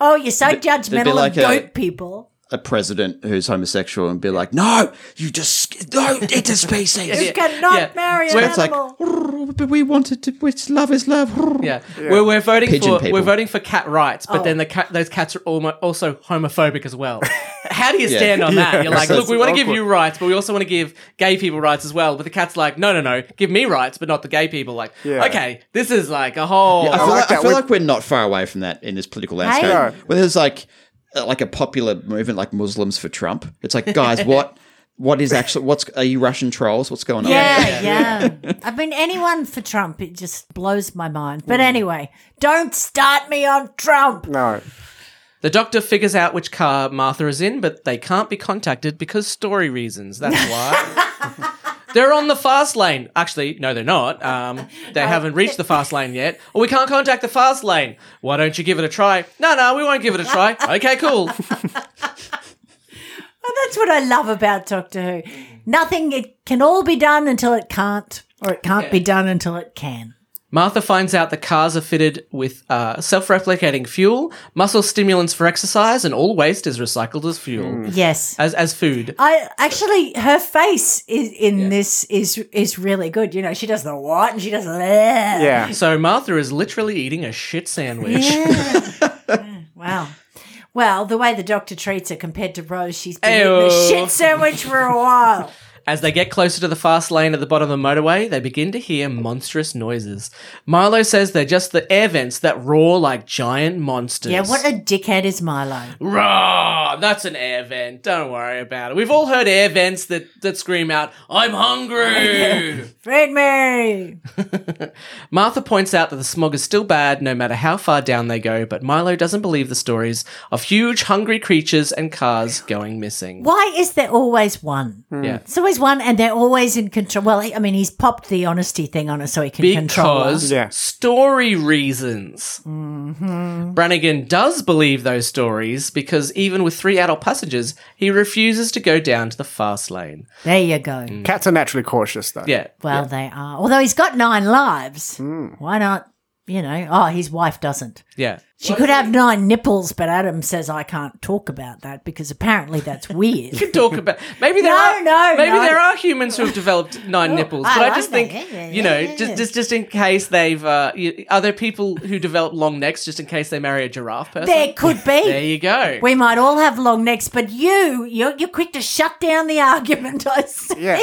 Speaker 4: oh, you're so judgmental of
Speaker 5: like a-
Speaker 4: goat people.
Speaker 5: A president who's homosexual and be like, "No, you just no interspecies."
Speaker 4: You cannot
Speaker 2: yeah.
Speaker 4: marry an
Speaker 2: Where
Speaker 5: It's like,
Speaker 4: animal.
Speaker 5: but we wanted to. Which love is love.
Speaker 2: Yeah. We're, we're voting
Speaker 5: Pigeon
Speaker 2: for
Speaker 5: people.
Speaker 2: we're voting for cat rights,
Speaker 6: Oh.
Speaker 2: but then the cat, those cats are almost also homophobic as well. How do you stand on that? You're like,
Speaker 6: So
Speaker 2: look,
Speaker 6: it's
Speaker 2: we want to give
Speaker 6: awkward.
Speaker 2: you rights, but we also want to give gay people rights as well. But the cat's like, no, no, no, give me rights, but not the gay people. Like,
Speaker 6: Yeah.
Speaker 2: okay, this is like a whole.
Speaker 5: I feel,
Speaker 6: like
Speaker 5: like, I
Speaker 6: that.
Speaker 5: feel
Speaker 6: We're-
Speaker 5: like we're not far away from that in this political landscape.
Speaker 4: No.
Speaker 5: Where there's like uh, like a popular movement like Muslims for Trump. It's like, guys, what? what is actually what's are you Russian trolls? What's going on?
Speaker 4: Yeah, yeah. I mean, anyone for Trump, it just blows my mind. But anyway, don't start me on Trump.
Speaker 6: No.
Speaker 2: The doctor figures out which car Martha is in, but they can't be contacted because story reasons. That's why. they're on the fast lane. Actually, no, they're not. Um, they haven't reached the fast lane yet. Or we can't contact the fast lane. Why don't you give it a try? No, no, we won't give it a try. Okay, cool.
Speaker 4: Well, that's what I love about Doctor Who. Nothing it can all be done until it can't, or it can't be done until it can.
Speaker 2: Martha finds out the cars are fitted with uh, self replicating fuel, muscle stimulants for exercise, and all waste is recycled as fuel.
Speaker 4: Yes.
Speaker 2: As, as food.
Speaker 4: I actually, her face is in this is is really good. You know, she does the what and she does the
Speaker 6: Yeah.
Speaker 2: So Martha is literally eating a shit sandwich.
Speaker 4: Wow. Well, the way the doctor treats her compared to Rose, she's been eating
Speaker 2: Ayo.
Speaker 4: a shit sandwich for a while.
Speaker 2: As they get closer to the fast lane at the bottom of the motorway, they begin to hear monstrous noises. Milo says they're just the air vents that roar like giant monsters.
Speaker 4: yeah, what a dickhead is Milo.
Speaker 2: Rah! That's an air vent. Don't worry about it. We've all heard air vents that, that scream out, I'm hungry!
Speaker 4: Feed me.
Speaker 2: Martha points out that the smog is still bad no matter how far down they go, but Milo doesn't believe the stories of huge, hungry creatures and cars going missing.
Speaker 4: Why is there always one?
Speaker 2: Yeah.
Speaker 4: It's always one, and they're always in control. Well, I mean, he's popped the honesty thing on us so he can control. us.
Speaker 2: because
Speaker 6: Yeah.
Speaker 2: story reasons.
Speaker 4: Mm-hmm.
Speaker 2: Brannigan does believe those stories because even with three adult passengers, he refuses to go down to the fast lane.
Speaker 4: There you go.
Speaker 6: Cats are naturally cautious, though.
Speaker 2: Mm. Yeah. Hmm.
Speaker 4: Well, they are. Although he's got nine lives. Why not? You know, oh, his wife doesn't.
Speaker 2: Yeah.
Speaker 4: She could have nine nipples, but Adam says I can't talk about that because apparently that's weird.
Speaker 2: Can talk about maybe there
Speaker 4: No,
Speaker 2: are
Speaker 4: no,
Speaker 2: maybe
Speaker 4: no. Oh,
Speaker 2: there are humans who have developed nine nipples,
Speaker 4: I
Speaker 2: but I,
Speaker 4: like
Speaker 2: just
Speaker 4: that.
Speaker 2: think
Speaker 4: Yeah, yeah,
Speaker 2: you know
Speaker 4: yeah, yeah.
Speaker 2: just, just just in case they've uh, you, are there people who develop long necks just in case they marry a giraffe person?
Speaker 4: there could be.
Speaker 2: there you go.
Speaker 4: We might all have long necks, but you, you're, you're quick to shut down the argument. I see.
Speaker 6: Yeah.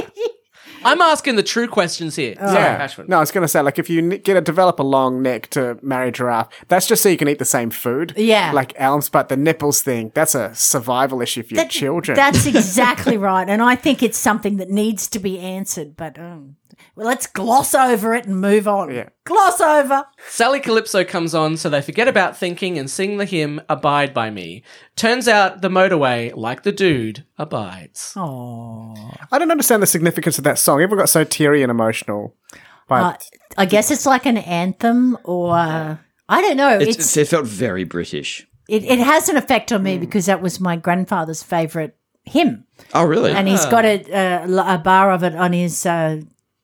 Speaker 2: I'm asking the true questions here. Sorry,
Speaker 6: Yeah.
Speaker 2: Ashwin.
Speaker 6: No, I was going to say, like, if you n- get a develop a long neck to marry a giraffe, that's just so you can eat the same food.
Speaker 4: Yeah.
Speaker 6: Like elms, but the nipples thing, that's a survival issue for your children.
Speaker 4: That's exactly right, and I think it's something that needs to be answered. But um, well, let's gloss over it and move on.
Speaker 6: Yeah.
Speaker 4: Gloss over.
Speaker 2: Sally Calypso comes on, so they forget about thinking and sing the hymn Abide by Me. Turns out the motorway, like the dude, abides.
Speaker 4: Oh,
Speaker 6: I don't understand the significance of that song. Everyone got so teary and emotional.
Speaker 4: Uh,
Speaker 6: But
Speaker 4: I guess it's like an anthem, or uh, I don't know.
Speaker 5: It's,
Speaker 4: It's,
Speaker 5: it's, it felt very British.
Speaker 4: it, it has an effect on me
Speaker 6: Hmm.
Speaker 4: because that was my grandfather's favorite hymn,
Speaker 5: Oh, really?
Speaker 4: and he's got a, a, a bar of it on his uh,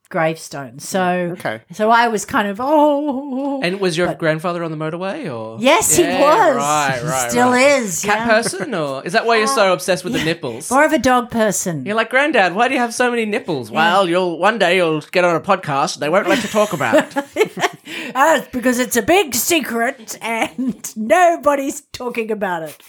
Speaker 4: gravestone. So
Speaker 6: okay.
Speaker 4: so I was kind of oh.
Speaker 2: And was your grandfather on the motorway or
Speaker 4: Yes,
Speaker 2: Yeah,
Speaker 4: he was.
Speaker 2: Right,
Speaker 4: He
Speaker 2: right.
Speaker 4: Still
Speaker 2: right.
Speaker 4: is.
Speaker 2: Cat
Speaker 4: yeah.
Speaker 2: person or is that why you're so obsessed with the nipples?
Speaker 4: More of a dog person.
Speaker 2: You're like, Granddad, why do you have so many nipples? Well, you'll one day you'll get on a podcast and they won't let you talk about it.
Speaker 4: Uh, because it's a big secret and nobody's talking about it.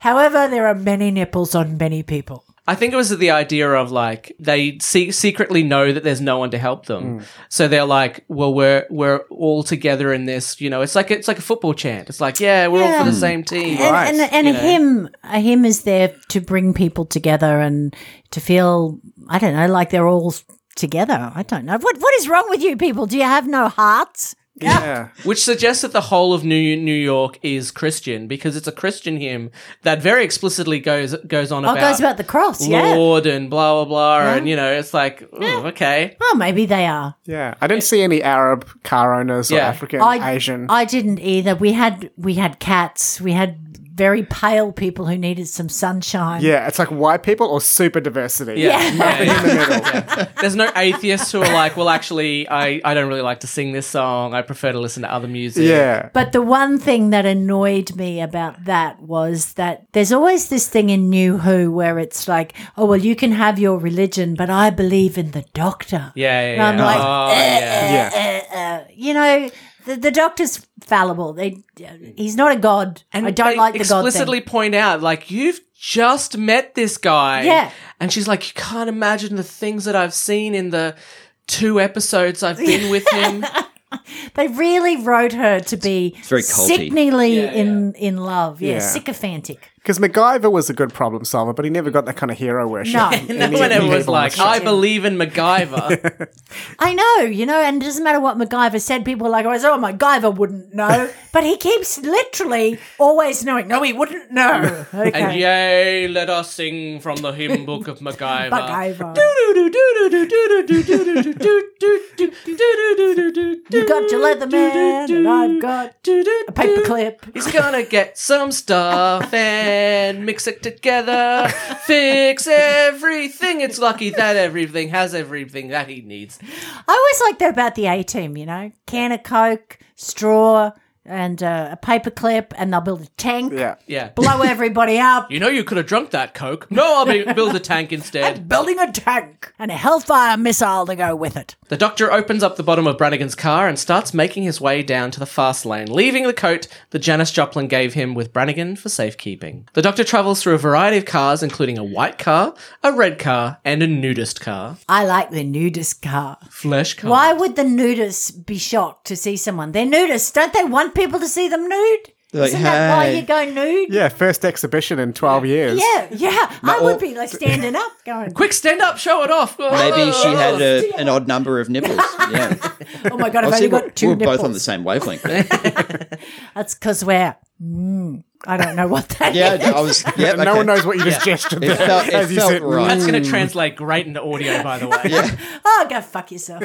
Speaker 4: However, there are many nipples on many people.
Speaker 2: I think it was the idea of like they se- secretly know that there's no one to help them,
Speaker 4: Mm.
Speaker 2: so they're like, "Well, we're we're all together in this." You know, it's like it's like a football chant. It's like, "Yeah, we're all for the same team."
Speaker 4: And, and, and a hymn, a hymn is there to bring people together and to feel, I don't know, like they're all together. I don't know. What What is wrong with you people? Do you have no hearts?
Speaker 6: Yeah.
Speaker 2: Which suggests that the whole of New New York is Christian because it's a Christian hymn that very explicitly goes goes on
Speaker 4: Oh, it
Speaker 2: about,
Speaker 4: goes about the cross, yeah.
Speaker 2: Lord and blah blah blah, and you know, it's like, ooh, okay,
Speaker 4: Oh, maybe they are.
Speaker 6: Yeah. I didn't see any Arab car owners or
Speaker 2: Yeah.
Speaker 6: African,
Speaker 4: I,
Speaker 6: Asian.
Speaker 4: I didn't either. We had we had cats. We had very pale people who needed some sunshine.
Speaker 6: yeah. It's like white people or super diversity.
Speaker 2: Yeah, yeah. Yeah. There's no atheists who are like, well, actually, I, I don't really like to sing this song. I prefer to listen to other music.
Speaker 6: Yeah.
Speaker 4: But the one thing that annoyed me about that was that there's always this thing in New Who where it's like, oh, well, you can have your religion, but I believe in the doctor.
Speaker 2: Yeah, yeah,
Speaker 4: And I'm
Speaker 2: yeah.
Speaker 4: like,
Speaker 5: Uh-huh.
Speaker 2: Oh, yeah.
Speaker 6: Yeah.
Speaker 4: You know, the, the doctor's fallible. They, he's not a god. I don't
Speaker 2: Um, they
Speaker 4: like the god
Speaker 2: explicitly
Speaker 4: thing.
Speaker 2: point out like you've just met this guy.
Speaker 4: Yeah.
Speaker 2: and she's like, you can't imagine the things that I've seen in the two episodes I've been with him.
Speaker 4: They really wrote her to be
Speaker 5: very culty.
Speaker 4: sickeningly in, in love. Yeah,
Speaker 6: Yeah.
Speaker 4: sycophantic.
Speaker 6: Because MacGyver was a good problem solver, but he never got that kind of hero worship.
Speaker 4: No.
Speaker 6: He
Speaker 2: No
Speaker 6: needed
Speaker 2: one ever was
Speaker 6: people.
Speaker 2: like, I believe in MacGyver.
Speaker 4: I know, you know, and it doesn't matter what MacGyver said. People are like, always, oh, MacGyver wouldn't know. but he keeps literally always knowing. No, he wouldn't know. Okay.
Speaker 2: and yay, let us sing from the hymn book of MacGyver.
Speaker 4: MacGyver.
Speaker 2: You
Speaker 4: You've got your leather man, and I've got a paperclip.
Speaker 2: He's gonna get some stuff and mix it together, fix everything. It's lucky that everything has everything that he needs.
Speaker 4: I always like that about the A team, you know, can of Coke, straw, and uh, a paperclip, and they'll build a tank,
Speaker 6: Yeah.
Speaker 2: Yeah.
Speaker 4: blow everybody up.
Speaker 2: You know you could have drunk that Coke. No, I'll be, build a tank instead.
Speaker 4: Building a tank and a Hellfire missile to go with it.
Speaker 2: The doctor opens up the bottom of Brannigan's car and starts making his way down to the fast lane, leaving the coat that Janice Joplin gave him with Brannigan for safekeeping. The doctor travels through a variety of cars, including a white car, a red car, and a nudist car.
Speaker 4: I like the nudist car.
Speaker 2: Flesh car.
Speaker 4: Why would the nudists be shocked to see someone? They're nudists. Don't they want people to see them nude?
Speaker 5: They're like,
Speaker 4: Isn't that why
Speaker 5: "Hey."
Speaker 4: you go nude?
Speaker 6: Yeah, first exhibition in 12 years.
Speaker 4: yeah. yeah. I
Speaker 5: all-
Speaker 4: would be like standing up going,
Speaker 2: Quick, stand up, show it off.
Speaker 5: Maybe she had a, an odd number of nipples. Yeah.
Speaker 4: oh my God,
Speaker 5: I
Speaker 4: I've
Speaker 5: see
Speaker 4: only
Speaker 5: we're,
Speaker 4: got 2
Speaker 5: we're
Speaker 4: nipples.
Speaker 5: both on the same wavelength.
Speaker 4: That's because we're, mm, I don't know what that is.
Speaker 5: Yeah, I was. Yeah,
Speaker 6: And no
Speaker 5: okay.
Speaker 6: one knows what you just gestured
Speaker 5: It
Speaker 6: there.
Speaker 5: felt, it
Speaker 6: as you
Speaker 5: felt
Speaker 6: said,
Speaker 5: right.
Speaker 2: That's going to translate great into audio, by the way.
Speaker 4: Oh, go fuck yourself.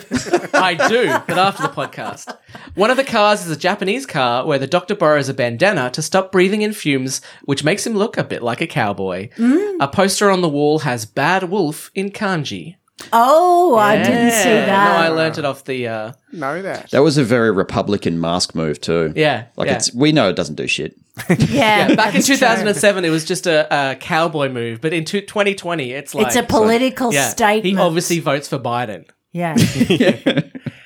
Speaker 2: I do, but after the podcast. One of the cars is a Japanese car where the doctor borrows a bandana to stop breathing in fumes, which makes him look a bit like a cowboy.
Speaker 4: Mm.
Speaker 2: A poster on the wall has Bad Wolf in kanji.
Speaker 4: Oh, I didn't see
Speaker 2: Yeah,
Speaker 4: that.
Speaker 2: No, I learnt it off the. Uh,
Speaker 6: Know that.
Speaker 5: That was a very Republican mask move too.
Speaker 2: Yeah,
Speaker 5: like
Speaker 2: yeah.
Speaker 5: it's we know it doesn't do shit.
Speaker 4: yeah.
Speaker 2: back in
Speaker 4: that's true.
Speaker 2: 2007, it was just a, a cowboy move, but in two- 2020, it's like.
Speaker 4: It's a political
Speaker 2: yeah,
Speaker 4: statement.
Speaker 2: He obviously votes for Biden.
Speaker 4: yeah.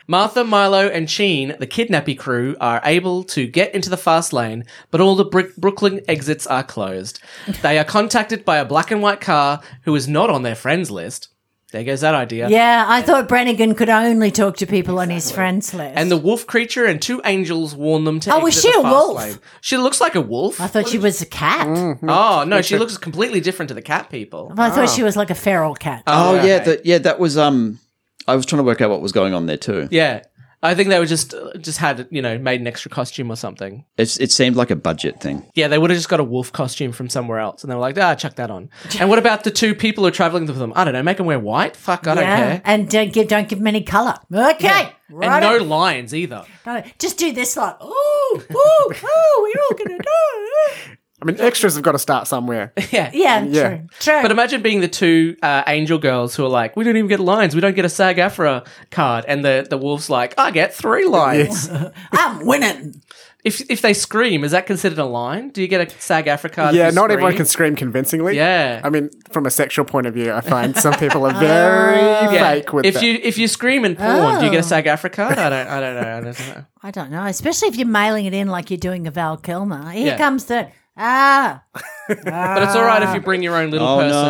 Speaker 2: Martha, Milo, and Sheen, the kidnappy crew, are able to get into the fast lane, but all the Br- Brooklyn exits are closed. They are contacted by a black and white car who is not on their friends list. There goes that idea.
Speaker 4: yeah, I thought Brannigan could only talk to people on his friends list.
Speaker 2: And the wolf creature and two angels warn them to.
Speaker 4: Oh, was
Speaker 2: exit
Speaker 4: she
Speaker 2: the
Speaker 4: a
Speaker 2: fast
Speaker 4: wolf?
Speaker 2: lane. She looks like a wolf.
Speaker 4: I thought she was a cat.
Speaker 2: oh no, she looks completely different to the cat people.
Speaker 4: I thought she was like a feral cat.
Speaker 5: Oh yeah, that yeah that was um. I was trying to work out what was going on there too.
Speaker 2: Yeah, I think they were just uh, just had you know made an extra costume or something.
Speaker 5: It's, it seemed like a budget thing.
Speaker 2: Yeah, they would have just got a wolf costume from somewhere else, and they were like, ah, chuck that on. And what about the two people who are traveling with them? I don't know, make them wear white. Fuck, I
Speaker 4: Yeah,
Speaker 2: don't care.
Speaker 4: And don't give don't give them any color. Okay,
Speaker 2: And
Speaker 4: right.
Speaker 2: no
Speaker 4: on.
Speaker 2: lions either.
Speaker 4: Got it. Just do this lot. Ooh, ooh, ooh. We're all gonna do.
Speaker 6: I mean, extras have got to start somewhere.
Speaker 2: Yeah.
Speaker 4: Yeah,
Speaker 6: Yeah.
Speaker 4: true, true.
Speaker 2: But um, imagine being the two uh, angel girls who are like, we don't even get lions. We don't get a SAG AFRA card. And the, the wolf's like, I get three lions.
Speaker 4: I'm winning.
Speaker 2: If, if they scream, is that considered a line? Do you get a SAG AFRA card? if
Speaker 6: Yeah,
Speaker 2: you
Speaker 6: not everyone
Speaker 2: scream?
Speaker 6: can scream convincingly.
Speaker 2: Yeah.
Speaker 6: I mean, from a sexual point of view, I find some people are very
Speaker 2: Yeah.
Speaker 6: fake with
Speaker 2: if
Speaker 6: that. Oh.
Speaker 2: you if you scream in porn, do you get a SAG AFRA card? I don't I don't know. I don't know.
Speaker 4: I don't know, especially if you're mailing it in like you're doing a Val Kilmer. Here
Speaker 2: Yeah.
Speaker 4: comes the ah
Speaker 2: But it's all right
Speaker 6: Ah.
Speaker 2: if you bring your own little
Speaker 5: Oh,
Speaker 2: person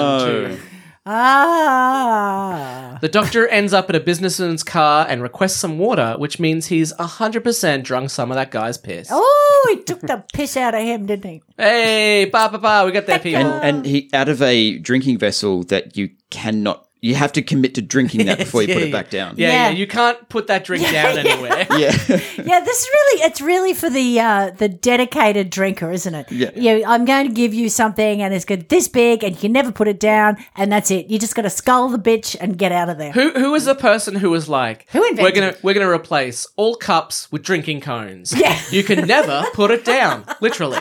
Speaker 5: no.
Speaker 2: too.
Speaker 4: ah.
Speaker 2: The doctor ends up at a businessman's car and requests some water, which means he's 100% drunk some of that guy's piss.
Speaker 4: Oh, he took the piss out of him, didn't he?
Speaker 2: Hey, ba ba ba, we got there, people.
Speaker 5: And and he out of a drinking vessel that you cannot you have to commit to drinking that before you put it back down.
Speaker 2: yeah, yeah,
Speaker 4: Yeah.
Speaker 2: you can't put that drink down anywhere.
Speaker 5: yeah.
Speaker 4: Yeah, this is really it's really for the uh the dedicated drinker, isn't it?
Speaker 5: Yeah.
Speaker 4: You, I'm going to give you something and it's good this big and you can never put it down and that's it. You just gotta skull the bitch and get out of there.
Speaker 2: Who who was the person who was like,
Speaker 4: Who invented
Speaker 2: we're gonna we're gonna replace all cups with drinking cones.
Speaker 4: Yeah.
Speaker 2: you can never put it down, literally.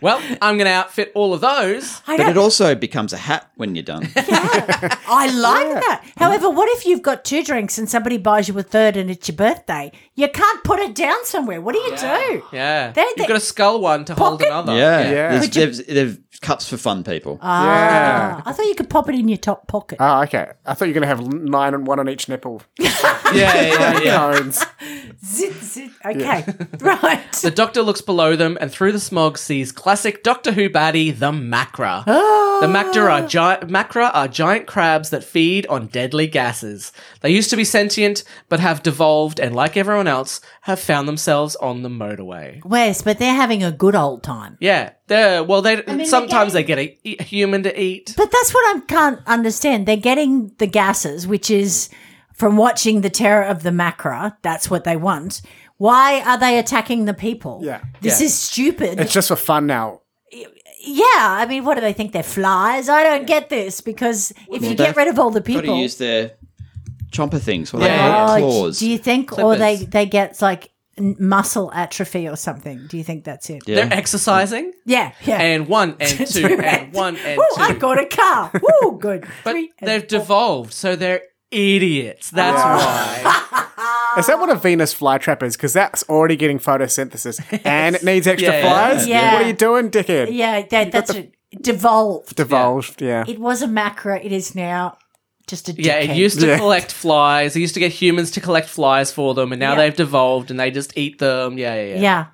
Speaker 2: Well, I'm gonna outfit all of those.
Speaker 4: I
Speaker 5: But
Speaker 4: don't
Speaker 5: it also becomes a hat when you're done.
Speaker 4: I like that. However, what if you've got two drinks and somebody buys you a third and it's your birthday? You can't put it down somewhere. What do you do?
Speaker 2: Yeah,
Speaker 4: They-
Speaker 2: you've
Speaker 4: they-
Speaker 2: got to skull one to hold
Speaker 4: Pocket-
Speaker 2: another.
Speaker 5: Yeah, Uh,
Speaker 6: Yeah.
Speaker 5: There's- They've, they've Cups for fun people.
Speaker 6: Yeah.
Speaker 4: I thought you could pop it in your top pocket.
Speaker 6: Oh, okay. I thought you were going to have nine and one on each nipple.
Speaker 2: Yeah, yeah, yeah.
Speaker 6: Cones.
Speaker 4: Zit, zit. Okay, right.
Speaker 2: The doctor looks below them and through the smog sees classic Doctor Who baddie, the Macra.
Speaker 4: Ah.
Speaker 2: the Macra are, gi- Macra are giant crabs that feed on deadly gases. They used to be sentient, but have devolved and, like everyone else, have found themselves on the motorway.
Speaker 4: Wes, but they're having a good old time.
Speaker 2: Yeah, they're, well, they
Speaker 4: mean,
Speaker 2: sometimes they get a, a human to eat.
Speaker 4: But that's what I can't understand. They're getting the gases, which is from watching the terror of the Macra. That's what they want. Why are they attacking the people?
Speaker 6: Yeah.
Speaker 4: This
Speaker 2: Yeah.
Speaker 4: is stupid.
Speaker 6: It's just for fun now.
Speaker 4: yeah, I mean, what do they think? They're flies? I don't get this because if you get
Speaker 5: they've
Speaker 4: rid of all the
Speaker 5: Got to
Speaker 4: people.
Speaker 5: use their chomper things. What
Speaker 2: Yeah.
Speaker 5: are they?
Speaker 4: Oh,
Speaker 5: Claws.
Speaker 4: Do you think, or they,
Speaker 5: Clippers.
Speaker 4: they get like n- muscle atrophy or something? Do you think that's it?
Speaker 5: Yeah.
Speaker 2: They're exercising.
Speaker 4: Yeah, yeah.
Speaker 2: And one and two
Speaker 4: Three
Speaker 2: and
Speaker 4: rounds.
Speaker 2: one and
Speaker 4: Woo,
Speaker 2: two.
Speaker 4: I got a car. Woo, good.
Speaker 2: but
Speaker 4: Three and
Speaker 2: they've
Speaker 4: four.
Speaker 2: devolved, so they're idiots. That's why.
Speaker 6: Is that what a Venus flytrap is? Because that's already getting photosynthesis and it needs extra
Speaker 2: Yeah.
Speaker 6: flies.
Speaker 4: Yeah.
Speaker 6: What are you doing, dickhead?
Speaker 4: Yeah, that, that's it. devolved.
Speaker 6: Divulged, yeah.
Speaker 4: It was a macra. It is now just a dickhead.
Speaker 2: Yeah, it used to
Speaker 6: Yeah.
Speaker 2: collect flies. It used to get humans to collect flies for them, and now
Speaker 4: Yeah.
Speaker 2: they've devolved and they just eat them. Yeah, yeah, yeah.
Speaker 4: Yeah,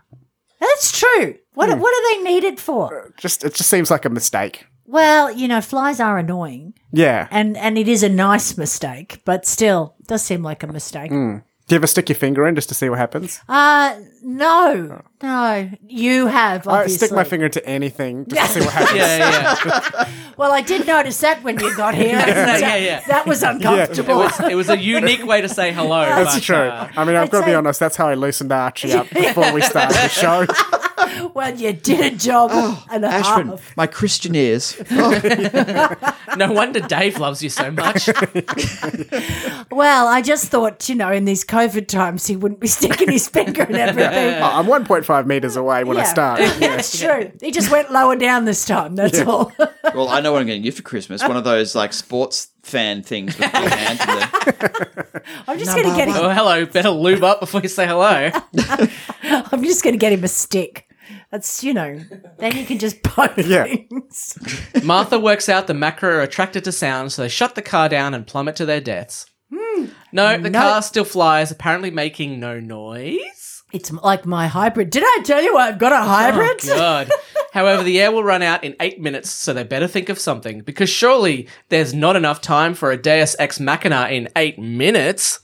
Speaker 4: that's true. What
Speaker 2: Hmm.
Speaker 4: what are they needed for?
Speaker 6: Just it just seems like a mistake.
Speaker 4: Well, you know, flies are annoying,
Speaker 6: Yeah.
Speaker 4: and and it is a nice mistake, but still does seem like a mistake.
Speaker 2: Hmm.
Speaker 6: Do you ever stick your finger in just to see what happens?
Speaker 4: Uh no, no, you have
Speaker 6: I
Speaker 4: obviously.
Speaker 6: stick my finger into anything just to see what happens.
Speaker 2: Yeah, yeah, yeah.
Speaker 4: Well, I did notice that when you got here.
Speaker 2: yeah, yeah, yeah.
Speaker 4: That was uncomfortable.
Speaker 2: It was, it was a unique way to say hello.
Speaker 6: That's
Speaker 2: but,
Speaker 6: true.
Speaker 2: uh,
Speaker 6: I mean, I've
Speaker 4: I'd
Speaker 6: got to be
Speaker 4: say-
Speaker 6: honest. That's how I loosened Archie up before we started the show.
Speaker 4: Well, you did a job
Speaker 2: Oh,
Speaker 4: and a
Speaker 5: Ashwin,
Speaker 4: half.
Speaker 5: my Christian ears.
Speaker 2: no wonder Dave loves you so much.
Speaker 4: Well, I just thought, you know, in these COVID times, he wouldn't be sticking his finger in everything.
Speaker 6: Oh, I'm 1.5 meters away when I
Speaker 4: Yeah.
Speaker 6: start.
Speaker 4: That's true. He just went lower down this time. That's all.
Speaker 5: well, I know what I'm going to get for Christmas. One of those like sports fan things with the hand. And the,
Speaker 4: I'm just going to get him.
Speaker 2: Oh, hello. Better lube up before you say hello.
Speaker 4: I'm just going to get him a stick. That's you know. Then he can just poke
Speaker 6: Yeah.
Speaker 4: things.
Speaker 2: Martha works out the macro are attracted to sound, so they shut the car down and plummet to their deaths. No, the car still flies, apparently making no noise.
Speaker 4: It's like my hybrid. Did I tell you I've got a hybrid?
Speaker 2: God. However, the air will run out in eight minutes, so they better think of something, because surely there's not enough time for a Deus Ex Machina in eight minutes.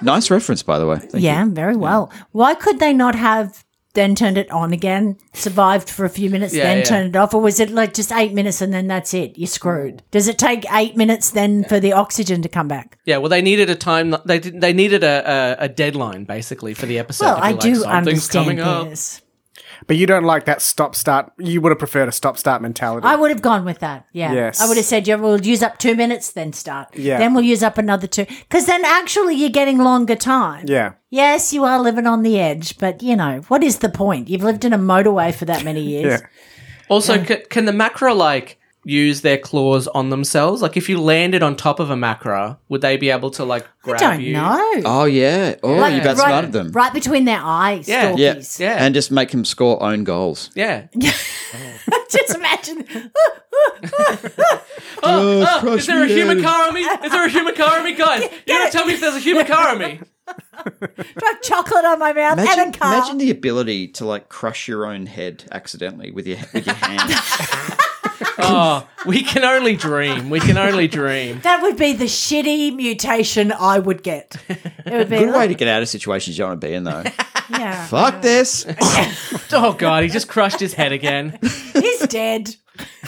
Speaker 5: nice reference, by the way. Thank you.
Speaker 4: yeah, very well. Why could they not have then turned it on again, survived for a few minutes,
Speaker 2: Yeah,
Speaker 4: then
Speaker 2: yeah.
Speaker 4: turned it off, or was it like just eight minutes and then that's it? You're screwed. Does it take eight minutes then for the oxygen to come back?
Speaker 2: Yeah, well, they needed a time. They didn't- they needed a, a, a deadline basically for the episode.
Speaker 4: Well,
Speaker 2: to be
Speaker 4: I
Speaker 2: like,
Speaker 4: do
Speaker 2: "Something's
Speaker 4: understand
Speaker 2: coming up."
Speaker 4: this.
Speaker 6: But you don't like that stop start. You would have preferred a stop start mentality.
Speaker 4: I would have gone with that. Yeah.
Speaker 6: Yes.
Speaker 4: I would have said, yeah, we'll use up two minutes, then start.
Speaker 6: Yeah.
Speaker 4: Then we'll use up another two. Because then actually you're getting longer time.
Speaker 6: yeah.
Speaker 4: Yes, you are living on the edge, but you know, what is the point? You've lived in a motorway for that many years.
Speaker 6: Yeah.
Speaker 2: Also, c- can the macra like use their claws on themselves? Like, if you landed on top of a macra, would they be able to like grab
Speaker 4: I don't
Speaker 2: you?
Speaker 4: know.
Speaker 5: Oh yeah. Oh,
Speaker 4: Like,
Speaker 5: you've
Speaker 4: right,
Speaker 5: outsmarted them.
Speaker 4: Right between their eyes.
Speaker 2: Yeah.
Speaker 4: Yeah.
Speaker 5: Yeah.
Speaker 2: Yeah.
Speaker 5: And just make them score own goals.
Speaker 2: Yeah.
Speaker 4: Just imagine.
Speaker 5: Oh,
Speaker 2: Is there a human car on me? Is there a human car on me, guys? you gotta tell me if there's a human car on me.
Speaker 4: Drop chocolate on my mouth and a
Speaker 5: Imagine,
Speaker 4: car.
Speaker 5: imagine the ability to like crush your own head accidentally with your with your hand.
Speaker 2: Oh, we can only dream. We can only dream.
Speaker 4: that would be the shitty mutation I would get. It would be
Speaker 5: Good way
Speaker 4: like,
Speaker 5: to get out of situations you want to be in though.
Speaker 4: yeah.
Speaker 5: Fuck this.
Speaker 2: Oh god, he just crushed his head again.
Speaker 4: He's dead.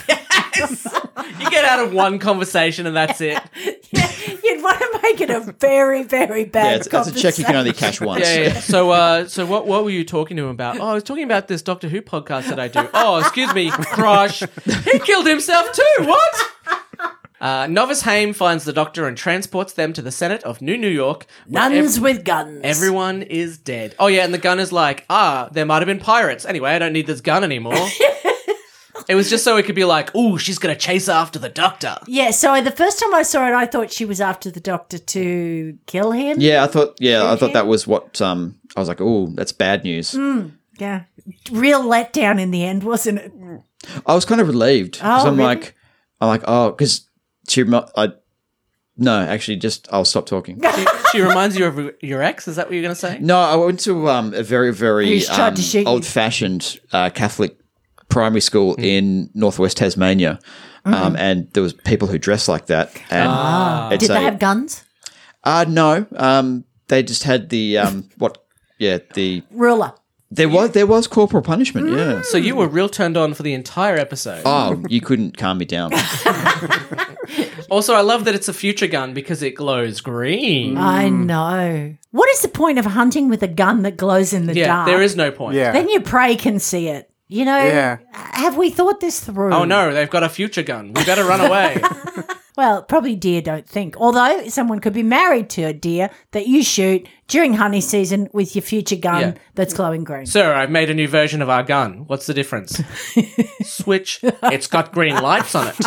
Speaker 2: You get out of one conversation and that's it.
Speaker 4: You'd want to make it a very, very
Speaker 5: yeah,
Speaker 4: bad
Speaker 5: it's, it's a check you can only cash once.
Speaker 2: Yeah, yeah. So, uh, so what what were you talking to him about? Oh, I was talking about this Doctor Who podcast that I do. Oh, excuse me, crush. He killed himself too. What? Uh, Novice Haim finds the Doctor and transports them to the Senate of New New York. where ev-
Speaker 4: Nuns with guns.
Speaker 2: everyone is dead. Oh yeah, and the gun is like, ah, there might have been pirates. Anyway, I don't need this gun anymore. it was just so it could be like, ooh, she's gonna chase after the Doctor.
Speaker 4: yeah, so the first time I saw it, I thought she was after the doctor to kill him.
Speaker 5: Yeah, I thought. Yeah, I thought that was what. Um, I was like, oh, that's bad news.
Speaker 4: Yeah. Real letdown in the end, wasn't it?
Speaker 5: I was kind of relieved because
Speaker 4: Oh,
Speaker 5: I'm
Speaker 4: really?
Speaker 5: like, I'm like, oh, because she, remo- I, no, actually, just I'll stop talking.
Speaker 2: She, she reminds you of your ex. Is that what you're going to say?
Speaker 5: no, I went to um, a very, very
Speaker 4: He's tried
Speaker 5: um,
Speaker 4: to shoot you.
Speaker 5: old-fashioned uh, Catholic primary school
Speaker 2: Hmm.
Speaker 5: in northwest Tasmania,
Speaker 4: Mm-hmm.
Speaker 5: um, and there was people who dress like that. And it's
Speaker 4: Ah. Did
Speaker 5: a-
Speaker 4: they have guns?
Speaker 5: Uh, no, um, they just had the um, what? Yeah, the
Speaker 4: Ruler.
Speaker 5: there was there was corporal punishment.
Speaker 4: Mm.
Speaker 5: Yeah.
Speaker 2: So you were real turned on for the entire episode.
Speaker 5: Oh, you couldn't calm me down.
Speaker 2: Also, I love that it's a future gun because it glows green.
Speaker 4: I
Speaker 5: Hmm.
Speaker 4: know. What is the point of hunting with a gun that glows in the
Speaker 2: yeah,
Speaker 4: dark?
Speaker 2: there is no point.
Speaker 6: Yeah.
Speaker 4: Then your prey can see it. You know,
Speaker 6: Yeah.
Speaker 4: have we thought this through?
Speaker 2: Oh no, they've got a future gun. We better run away.
Speaker 4: Well, probably deer don't think. Although someone could be married to a deer that you shoot during honey season with your future gun
Speaker 2: Yeah.
Speaker 4: that's glowing green.
Speaker 2: Sir, I've made a new version of our gun. What's the difference? Switch. It's got green lights on it.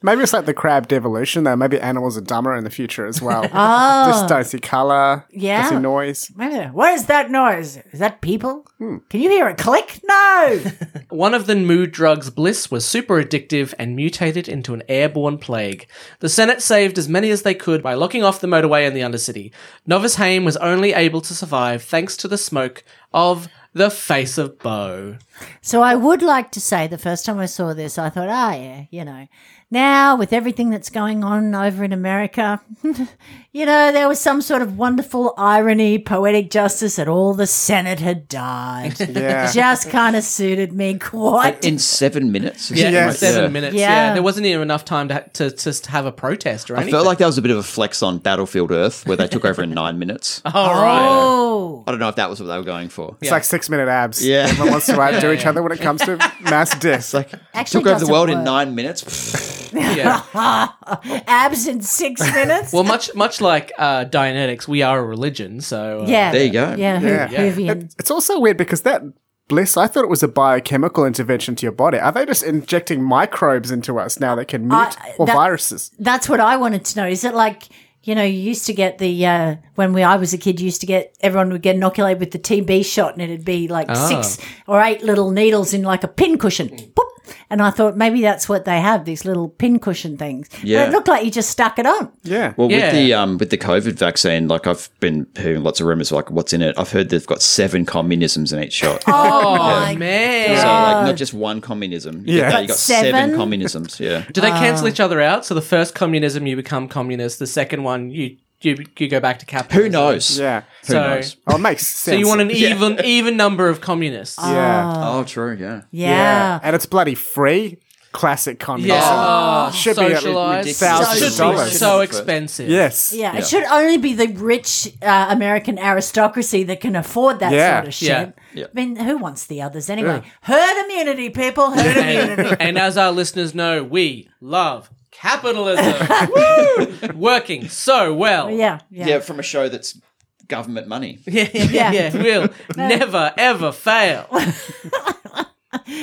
Speaker 6: Maybe it's like the crab devolution, though. Maybe animals are dumber in the future as well. oh. Just don't see color,
Speaker 4: Yeah.
Speaker 6: don't see noise.
Speaker 4: Wait a minute, What is that noise? Is that people? Can you hear a click? No.
Speaker 2: One of the mood drugs, Bliss, was super addictive and mutated into an airborne plague. The Senate saved as many as they could by locking off the motorway and the Undercity. Novice Haim was only able to survive thanks to the smoke of the face of Bo.
Speaker 4: So I would like to say the first time I saw this, I thought, ah, yeah, you know, now with everything that's going on over in America, you know, there was some sort of wonderful irony, poetic justice that all the Senate had died.
Speaker 6: Yeah.
Speaker 4: Just kind of suited me quite.
Speaker 5: In seven minutes.
Speaker 2: Yeah,
Speaker 6: Yes.
Speaker 2: seven
Speaker 5: Yeah.
Speaker 2: minutes. Yeah.
Speaker 4: Yeah.
Speaker 2: there wasn't even enough time to, to to have a protest or
Speaker 5: I
Speaker 2: anything.
Speaker 5: felt like that was a bit of a flex on Battlefield Earth, where they took over in nine minutes. I
Speaker 2: all right.
Speaker 4: Oh,
Speaker 5: don't know if that was what they were going for.
Speaker 6: It's like six minute abs.
Speaker 5: Yeah.
Speaker 6: Everyone wants to outdo each other when it comes to mass deaths.
Speaker 5: It's like
Speaker 4: Actually,
Speaker 5: took over the
Speaker 4: doesn't
Speaker 5: world in
Speaker 4: work.
Speaker 5: nine minutes.
Speaker 2: Yeah.
Speaker 4: abs in six minutes.
Speaker 2: Well, much much like uh, Dianetics, we are a religion. So uh,
Speaker 4: yeah,
Speaker 5: there you go.
Speaker 4: Yeah, Hoo-
Speaker 6: Yeah.
Speaker 4: Hoovian.
Speaker 6: It- it's also weird because that bliss, I thought it was a biochemical intervention to your body. Are they just injecting microbes into us now that can mute
Speaker 4: I-
Speaker 6: or
Speaker 4: that-
Speaker 6: viruses?
Speaker 4: That's what I wanted to know. Is it like you know you used to get the uh, when we I was a kid you used to get everyone would get inoculated with the TB shot and it'd be like six or eight little needles in like a pin cushion. Boop. And I thought maybe that's what they have these little pin cushion things.
Speaker 5: Yeah.
Speaker 4: But it looked like you just stuck it on.
Speaker 6: Yeah.
Speaker 5: Well,
Speaker 2: Yeah.
Speaker 5: with the um, with the COVID vaccine, like I've been hearing lots of rumors, like what's in it. I've heard they've got seven communisms in each shot.
Speaker 4: Oh,
Speaker 2: Oh man!
Speaker 5: So like not just one communism. You
Speaker 6: Yeah.
Speaker 5: yeah, you got seven?
Speaker 4: Seven?
Speaker 5: communisms. Yeah,
Speaker 2: Do they cancel each other out? So the first communism, you become communist. The second one, you you, you go back to capitalism.
Speaker 5: who knows?
Speaker 6: Yeah.
Speaker 5: who
Speaker 2: So-
Speaker 5: knows?
Speaker 6: Oh, it makes
Speaker 2: So
Speaker 6: sense.
Speaker 2: you want an even even number of
Speaker 4: Uh,
Speaker 2: communists?
Speaker 6: Yeah.
Speaker 5: Oh, true. Yeah,
Speaker 4: yeah.
Speaker 6: yeah. And it's bloody free. Classic communism.
Speaker 2: Yeah. Oh,
Speaker 6: Should be at
Speaker 2: Socialized.
Speaker 6: thousands
Speaker 2: Should
Speaker 6: of
Speaker 2: be
Speaker 6: dollars.
Speaker 2: so expensive.
Speaker 6: Yes.
Speaker 4: Yeah, it should only be the rich uh, American aristocracy that can afford that
Speaker 6: Yeah.
Speaker 4: sort of shit.
Speaker 2: Yeah.
Speaker 5: Yeah.
Speaker 4: I mean, who wants the others anyway? Herd immunity, people. Herd immunity.
Speaker 2: And, and as our listeners know, we love capitalism. Woo! Working so well.
Speaker 4: Yeah, yeah.
Speaker 5: yeah. From a show that's government money.
Speaker 2: Yeah, yeah, yeah.
Speaker 4: Yeah.
Speaker 2: We'll never ever fail.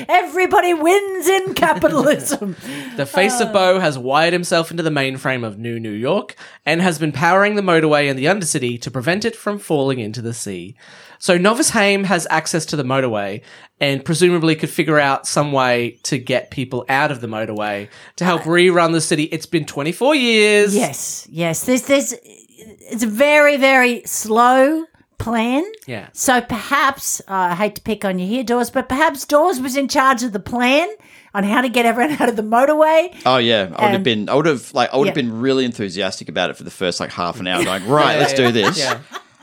Speaker 4: Everybody wins in capitalism.
Speaker 2: The face of Bo has wired himself into the mainframe of New New York and has been powering the motorway and the undercity to prevent it from falling into the sea. So Novice Haim has access to the motorway and presumably could figure out some way to get people out of the motorway to help rerun the city. It's been 24 years.
Speaker 4: yes, yes. There's, there's, it's a very, very slow plan.
Speaker 2: Yeah.
Speaker 4: So perhaps, uh, I hate to pick on you here, Dawes, but perhaps Dawes was in charge of the plan on how to get everyone out of the motorway.
Speaker 5: Oh yeah, I would
Speaker 4: And-
Speaker 5: have been. I would have like. I would have
Speaker 4: Um, Yeah.
Speaker 5: been really enthusiastic about it for the first like half an hour, going right, let's do this.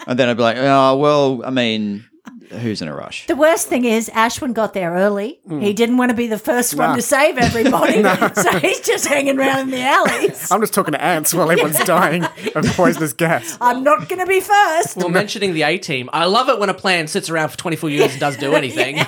Speaker 5: And then I'd be like, oh well, I mean, who's in a rush?
Speaker 4: The worst thing is, Ashwin got there early. He didn't want to be the first one
Speaker 6: Hmm. Nah.
Speaker 4: to save everybody. So he's just hanging around in the alleys.
Speaker 6: I'm just talking to ants while everyone's dying of poisonous gas.
Speaker 4: I'm not going to be first.
Speaker 2: Well, mentioning the A team, I love it when a plan sits around for 24 years and does do anything.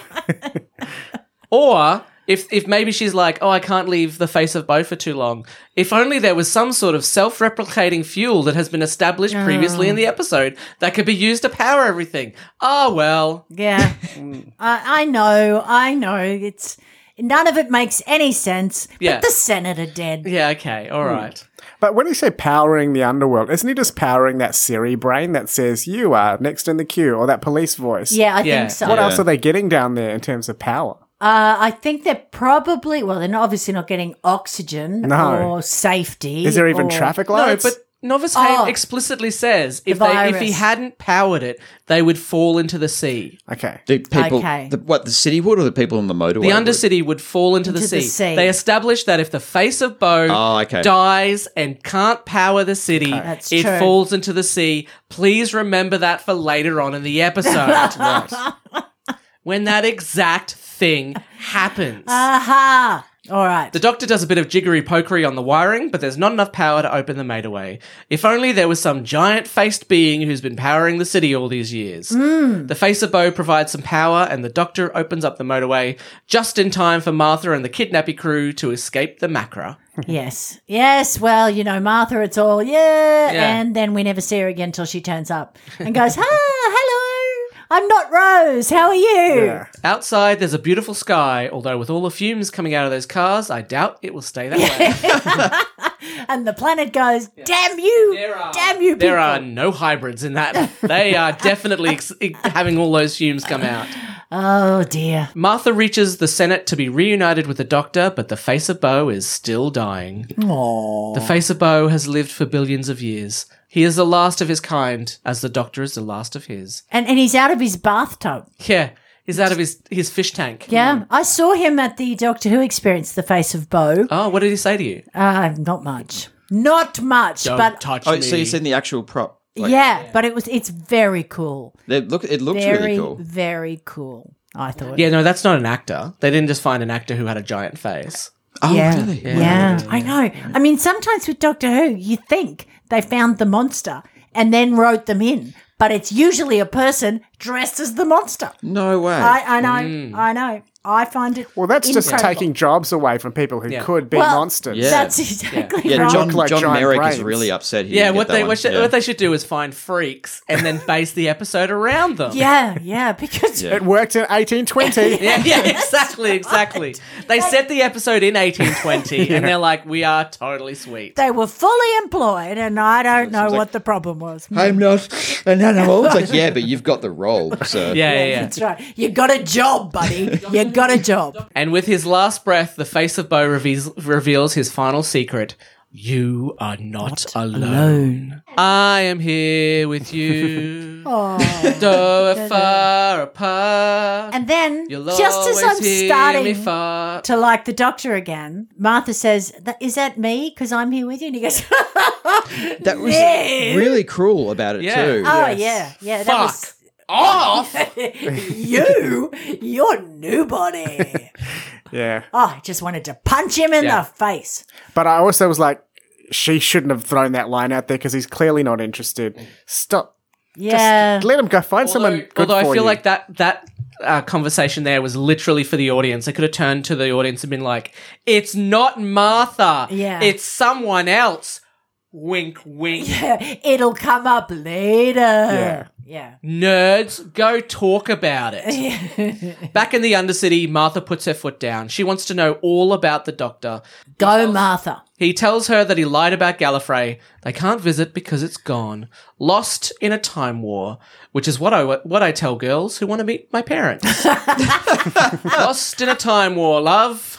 Speaker 2: or if, if maybe she's like, oh, I can't leave the face of Bo for too long. If only there was some sort of self replicating fuel that has been established
Speaker 4: Oh.
Speaker 2: previously in the episode that could be used to power everything. Ah, well.
Speaker 4: Yeah.
Speaker 6: Hmm.
Speaker 4: I, I know. I know. It's none of it makes any sense.
Speaker 2: Yeah.
Speaker 4: But the senator did.
Speaker 2: Yeah, okay,
Speaker 4: Hmm.
Speaker 2: all right.
Speaker 6: But when you say powering the underworld, isn't he just powering that Siri brain that says you are next in the queue or that police voice?
Speaker 4: Yeah, I
Speaker 2: Yeah.
Speaker 4: think so.
Speaker 6: What else are they getting down there in terms of power?
Speaker 4: Uh, I think they're probably well. They're obviously not getting oxygen
Speaker 6: No.
Speaker 4: or safety.
Speaker 6: Is there even
Speaker 4: or-
Speaker 6: traffic
Speaker 2: No,
Speaker 6: lights?
Speaker 2: but Novice
Speaker 4: Oh.
Speaker 2: Haim explicitly says if
Speaker 4: The
Speaker 2: they if he
Speaker 4: virus.
Speaker 2: hadn't powered it, they would fall into the sea.
Speaker 6: okay.
Speaker 5: The people,
Speaker 4: Okay.
Speaker 5: the, what the city would or the people on the motorway?
Speaker 2: The
Speaker 5: would? Oh,
Speaker 2: undercity would fall into, the,
Speaker 4: Into
Speaker 2: sea.
Speaker 4: the sea.
Speaker 2: They established that if the face of Bo
Speaker 5: Oh, okay.
Speaker 2: dies and can't power the city,
Speaker 4: That's
Speaker 2: it
Speaker 4: true.
Speaker 2: falls into the sea. Please remember that for later on in the episode when that exact thing happens.
Speaker 4: Ah, Aha! All right.
Speaker 2: The doctor does a bit of jiggery pokery on the wiring, but there's not enough power to open the motorway. If only there was some giant faced being who's been powering the city all these years. The face of Bo provides some power, and the doctor opens up the motorway just in time for Martha and the kidnappy crew to escape the macra.
Speaker 4: yes. Yes. Well, you know, Martha, it's all, yeah.
Speaker 2: Yeah.
Speaker 4: And then we never see her again till she turns up and goes, ah, hello. I'm not Rose. How are you?
Speaker 6: Yeah.
Speaker 2: Outside, there's a beautiful sky, although with all the fumes coming out of those cars, I doubt it will stay that way.
Speaker 4: And the planet goes, damn you. Damn you.
Speaker 2: There
Speaker 4: people."
Speaker 2: are no hybrids in that. They are definitely ex- e-, having all those fumes come out.
Speaker 4: Oh, dear.
Speaker 2: Martha reaches the Senate to be reunited with the Doctor, but the face of Bo is still dying. The face of Bo has lived for billions of years. He is the last of his kind, as the Doctor is the last of his.
Speaker 4: And, and he's out of his bathtub.
Speaker 2: Yeah, he's out of his, his fish tank.
Speaker 4: Yeah. I saw him at the Doctor Who experience, The Face of Bo.
Speaker 2: Oh, what did he say to you?
Speaker 4: Uh, not much. Not much,
Speaker 2: Don't
Speaker 4: but
Speaker 2: touch
Speaker 5: Oh,
Speaker 2: me.
Speaker 5: so you've seen the actual prop? Like,
Speaker 4: yeah, but it was it's very cool.
Speaker 5: they look, it looks
Speaker 4: very,
Speaker 5: really cool.
Speaker 4: very cool. I thought.
Speaker 2: yeah, no, that's not an actor. They didn't just find an actor who had a giant face.
Speaker 5: Oh,
Speaker 4: yeah.
Speaker 5: really?
Speaker 4: Yeah. I know. I mean, sometimes with Doctor Who, you think they found the monster and then wrote them in, but it's usually a person dressed as the monster.
Speaker 5: No way.
Speaker 4: I, I know. I know. I find it.
Speaker 6: Well, that's just
Speaker 4: incredible.
Speaker 6: taking jobs away from people who could be
Speaker 4: Well,
Speaker 6: monsters.
Speaker 5: Yeah.
Speaker 4: That's exactly
Speaker 5: yeah,
Speaker 4: right.
Speaker 5: John,
Speaker 6: like
Speaker 5: John
Speaker 6: giant
Speaker 5: Merrick
Speaker 6: brains.
Speaker 5: is really upset here.
Speaker 2: Yeah,
Speaker 5: didn't
Speaker 2: what
Speaker 5: get
Speaker 2: they
Speaker 5: that
Speaker 2: what,
Speaker 5: one.
Speaker 2: should, what they should do is find freaks and then base the episode around them.
Speaker 4: yeah, yeah, because
Speaker 6: It worked in 1820.
Speaker 2: Yeah, yeah, exactly, exactly. They set the episode in 1820, and they're like, "We are totally sweet."
Speaker 4: they were fully employed, and I don't know
Speaker 5: like-
Speaker 4: what the problem was.
Speaker 5: I'm not an animal. It's like, yeah, but you've got the role, so
Speaker 2: Yeah, yeah, yeah.
Speaker 4: That's right. You got a job, buddy. You got a job.
Speaker 2: And with his last breath, the face of Bo reveals, reveals his final secret: "You are not, alone. I am here with you,
Speaker 4: Oh.
Speaker 2: though we're far apart."
Speaker 4: And then,
Speaker 2: You'll
Speaker 4: just as
Speaker 2: always
Speaker 4: I'm
Speaker 2: hear me
Speaker 4: starting
Speaker 2: fart.
Speaker 4: to like the doctor again, Martha says, "Th- "Is that me? Because I'm here with you." And he goes,
Speaker 5: that was
Speaker 4: Yeah.
Speaker 5: really cruel about it
Speaker 2: Yeah.
Speaker 5: too.
Speaker 4: "Oh
Speaker 2: Yes.
Speaker 4: yeah, yeah,
Speaker 2: Fuck off.
Speaker 4: that was you. You're nobody."
Speaker 6: yeah.
Speaker 4: oh, I just wanted to punch him in
Speaker 2: Yeah.
Speaker 4: the face.
Speaker 6: But I also was like, she shouldn't have thrown that line out there because he's clearly not interested. Stop.
Speaker 4: Yeah,
Speaker 6: Let him go find someone good
Speaker 2: although I
Speaker 6: for
Speaker 2: feel
Speaker 6: you.
Speaker 2: like that that uh, conversation there was literally for the audience. They could have turned to the audience and been like, "It's not Martha.
Speaker 4: Yeah.
Speaker 2: it's someone else." Wink, wink.
Speaker 4: it'll come up later. Yeah,
Speaker 2: Nerds, go talk about it. Back in the Undercity, Martha puts her foot down. She wants to know all about the Doctor.
Speaker 4: go, Martha.
Speaker 2: He tells her that he lied about Gallifrey. They can't visit because it's gone, lost in a time war, which is what I what I tell girls who want to meet my parents. lost in a time war, love.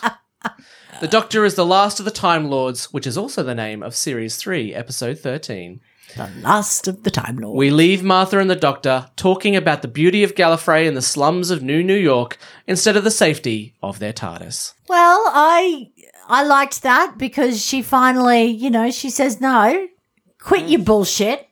Speaker 2: The Doctor is the last of the Time Lords, which is also the name of Series 3, Episode 13.
Speaker 4: The last of the Time Lord.
Speaker 2: We leave Martha and the Doctor talking about the beauty of Gallifrey and the slums of New New York instead of the safety of their TARDIS.
Speaker 4: Well, I I liked that because she finally, you know, she says no, quit your bullshit,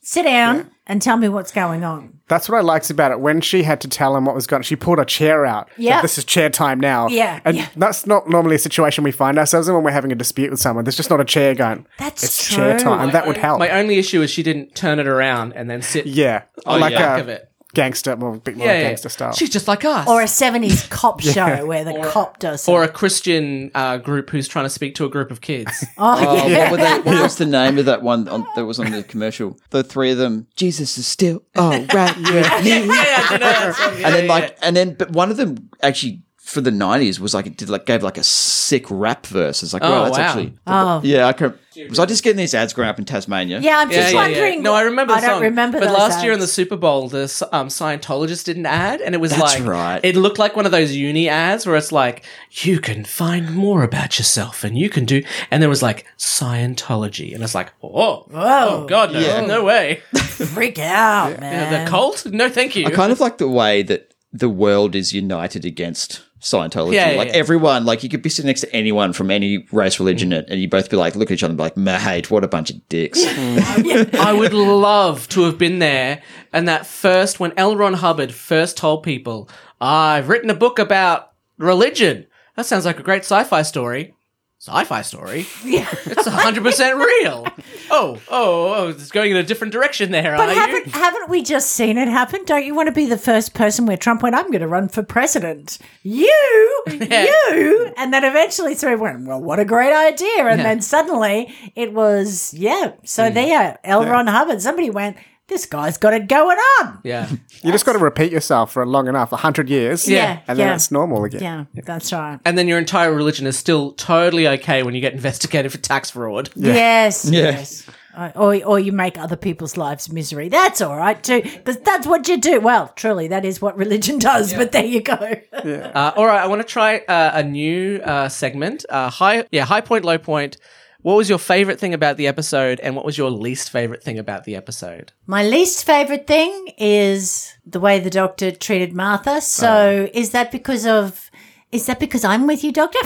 Speaker 4: sit down and tell me what's going on.
Speaker 6: That's what I liked about it. When she had to tell him what was going, she pulled a chair out. Like,
Speaker 4: Yeah.
Speaker 6: this is chair time now.
Speaker 4: Yeah,
Speaker 6: and
Speaker 4: yeah.
Speaker 6: that's not normally a situation we find ourselves in when we're having a dispute with someone. There's just not a chair going.
Speaker 4: That's
Speaker 6: it's
Speaker 4: true.
Speaker 6: chair time. that would help.
Speaker 2: My only issue is she didn't turn it around and then sit
Speaker 6: yeah,
Speaker 2: on
Speaker 6: like
Speaker 2: the back
Speaker 6: a
Speaker 2: of it.
Speaker 6: gangster, more bit more gangster style.
Speaker 2: She's just like us.
Speaker 4: Or a seventies cop show where the cop does. it.
Speaker 2: Or a Christian uh, group who's trying to speak to a group of kids.
Speaker 4: oh, yeah.
Speaker 5: What, were they, what was the name of that one on, that was on the commercial? The three of them. Jesus is still all right with me.
Speaker 2: yeah,
Speaker 5: and then like, and then but one of them actually for the nineties was like it did like gave like a sick rap verse. It's like, wow, that's
Speaker 2: wow.
Speaker 5: actually
Speaker 4: Oh.
Speaker 5: yeah. I can was I just getting these ads growing up in Tasmania?
Speaker 4: Yeah, I'm
Speaker 2: Yeah,
Speaker 4: just
Speaker 2: yeah, yeah.
Speaker 4: wondering.
Speaker 2: No, I remember. The
Speaker 4: I don't
Speaker 2: song.
Speaker 4: remember.
Speaker 2: But
Speaker 4: those
Speaker 2: last year in the
Speaker 4: ads.
Speaker 2: Super Bowl, this um, Scientologist did an ad, and it was
Speaker 5: That's
Speaker 2: like
Speaker 5: right.
Speaker 2: it looked like one of those uni ads where it's like you can find more about yourself, and you can do, and there was like Scientology, and it's like, oh, oh God, no, no way,
Speaker 4: freak out, man.
Speaker 2: the cult, no, thank you.
Speaker 5: I kind of like the way that the world is united against Scientology.
Speaker 2: Yeah, yeah,
Speaker 5: like
Speaker 2: yeah.
Speaker 5: everyone, like you could be sitting next to anyone from any race, religion,
Speaker 2: Mm.
Speaker 5: and- and you both be like, look at each other and be like, mate, what a bunch of dicks.
Speaker 2: I would love to have been there. And that first, when L. Ron Hubbard first told people, I've written a book about religion. That sounds like a great sci fi story. Sci fi story?
Speaker 4: Yeah.
Speaker 2: It's 100% real. Oh, oh, oh, it's going in a different direction there,
Speaker 4: But
Speaker 2: are
Speaker 4: haven't
Speaker 2: you?
Speaker 4: haven't we just seen it happen? Don't you want to be the first person where Trump went, "I'm going to run for president"? You, you, and then eventually so everyone went, "Well, what a great idea!" And then suddenly it was, yeah. So
Speaker 2: Mm.
Speaker 4: there, L. Ron Hubbard. Somebody went, "This guy's got it going on."
Speaker 2: Yeah.
Speaker 6: You just got to repeat yourself for long enough, 100 years.
Speaker 4: Yeah,
Speaker 6: And then
Speaker 4: yeah.
Speaker 6: it's normal again.
Speaker 4: Yeah, that's right.
Speaker 2: And then your entire religion is still totally okay when you get investigated for tax fraud.
Speaker 4: Yes, yes. Uh, Or, or you make other people's lives misery. That's all right too, because that's what you do. Well, truly, that is what religion does. But there you go.
Speaker 2: Uh, all right, I want to try uh, a new uh, segment. Uh, high, yeah, high point, low point. What was your favorite thing about the episode, and what was your least favorite thing about the episode?
Speaker 4: My least favorite thing is the way the doctor treated Martha. So
Speaker 2: Oh.
Speaker 4: is that because of is that because I'm with you, doctor?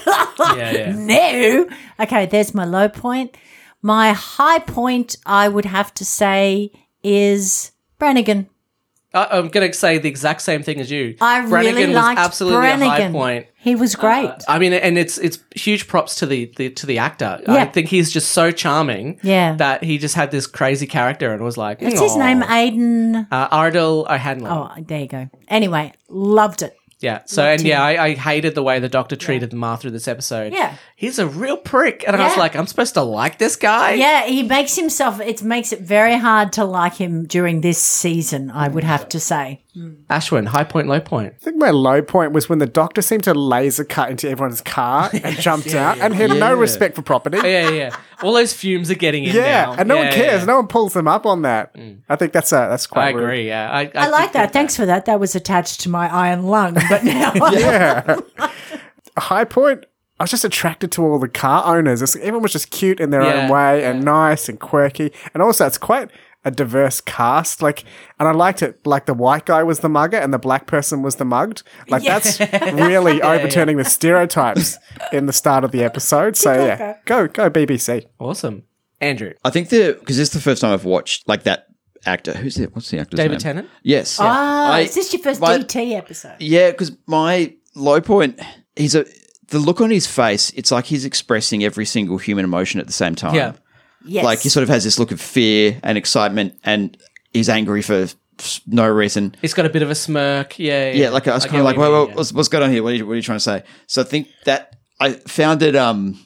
Speaker 2: yeah.
Speaker 4: No. Okay, there's my low point. My high point I would have to say is Brannigan.
Speaker 2: I, Uh, I'm going to say the exact same thing as you.
Speaker 4: I really liked
Speaker 2: was absolutely
Speaker 4: Brannigan.
Speaker 2: a high point. Uh,
Speaker 4: He was great.
Speaker 2: I mean, and it's it's huge props to the, the to the actor. I
Speaker 4: Yeah.
Speaker 2: think he's just so charming.
Speaker 4: Yeah.
Speaker 2: that he just had this crazy character and was like,
Speaker 4: What's his
Speaker 2: "Aw."
Speaker 4: name? Aiden.
Speaker 2: Uh, Ardell O'Hanlon.
Speaker 4: Oh, there you go. Anyway, loved it.
Speaker 2: Yeah. So and yeah, I, I hated the way the doctor treated Martha this episode.
Speaker 4: Yeah.
Speaker 2: He's a real prick, and I was
Speaker 4: Yeah.
Speaker 2: like, I'm supposed to like this guy.
Speaker 4: Yeah, he makes himself. It makes it very hard to like him during this season. I would have to say.
Speaker 2: Ashwin, high point, low point.
Speaker 6: I think my low point was when the doctor seemed to laser cut into everyone's car and jumped out and had no respect for property.
Speaker 2: Yeah, yeah, yeah. All those fumes are getting in.
Speaker 6: Yeah,
Speaker 2: now.
Speaker 6: and no one
Speaker 2: Yeah,
Speaker 6: cares.
Speaker 2: yeah. Mm.
Speaker 6: No one pulls them up on that. I think that's a, that's quite
Speaker 2: I
Speaker 6: rude.
Speaker 2: agree. Yeah, I,
Speaker 4: I like that. Thanks for that. That was attached to my iron lung, but now
Speaker 6: Yeah. High point. I was just attracted to all the car owners. It's, everyone was just cute in their
Speaker 2: Yeah,
Speaker 6: own way and nice and quirky. And also, it's quite a diverse cast. Like, and I liked it. Like, the white guy was the mugger and the black person was the mugged. Like, that's really overturning the stereotypes in the start of the episode. So, yeah, go, go BBC.
Speaker 2: Awesome, Andrew.
Speaker 5: I think the because this is the first time I've watched like that actor. Who's it? What's the actor's name?
Speaker 2: David Tennant.
Speaker 5: Yes.
Speaker 4: Ah,
Speaker 5: I-
Speaker 4: is this your first
Speaker 5: my-
Speaker 4: DT episode?
Speaker 5: Yeah, because my low point, he's a the look on his face. It's like he's expressing every single human emotion at the same time.
Speaker 2: Yeah.
Speaker 4: Yes.
Speaker 5: like he sort of has this look of fear and excitement, and he's angry for s- no reason.
Speaker 2: He's got a bit of a smirk. Yeah, yeah.
Speaker 5: Yeah, like I was
Speaker 2: get
Speaker 5: kind of like,
Speaker 2: what
Speaker 5: well,
Speaker 2: you
Speaker 5: well
Speaker 2: mean,
Speaker 5: what's, what's going on here? What are, you, what are you trying to say? So I think that I found it. Um,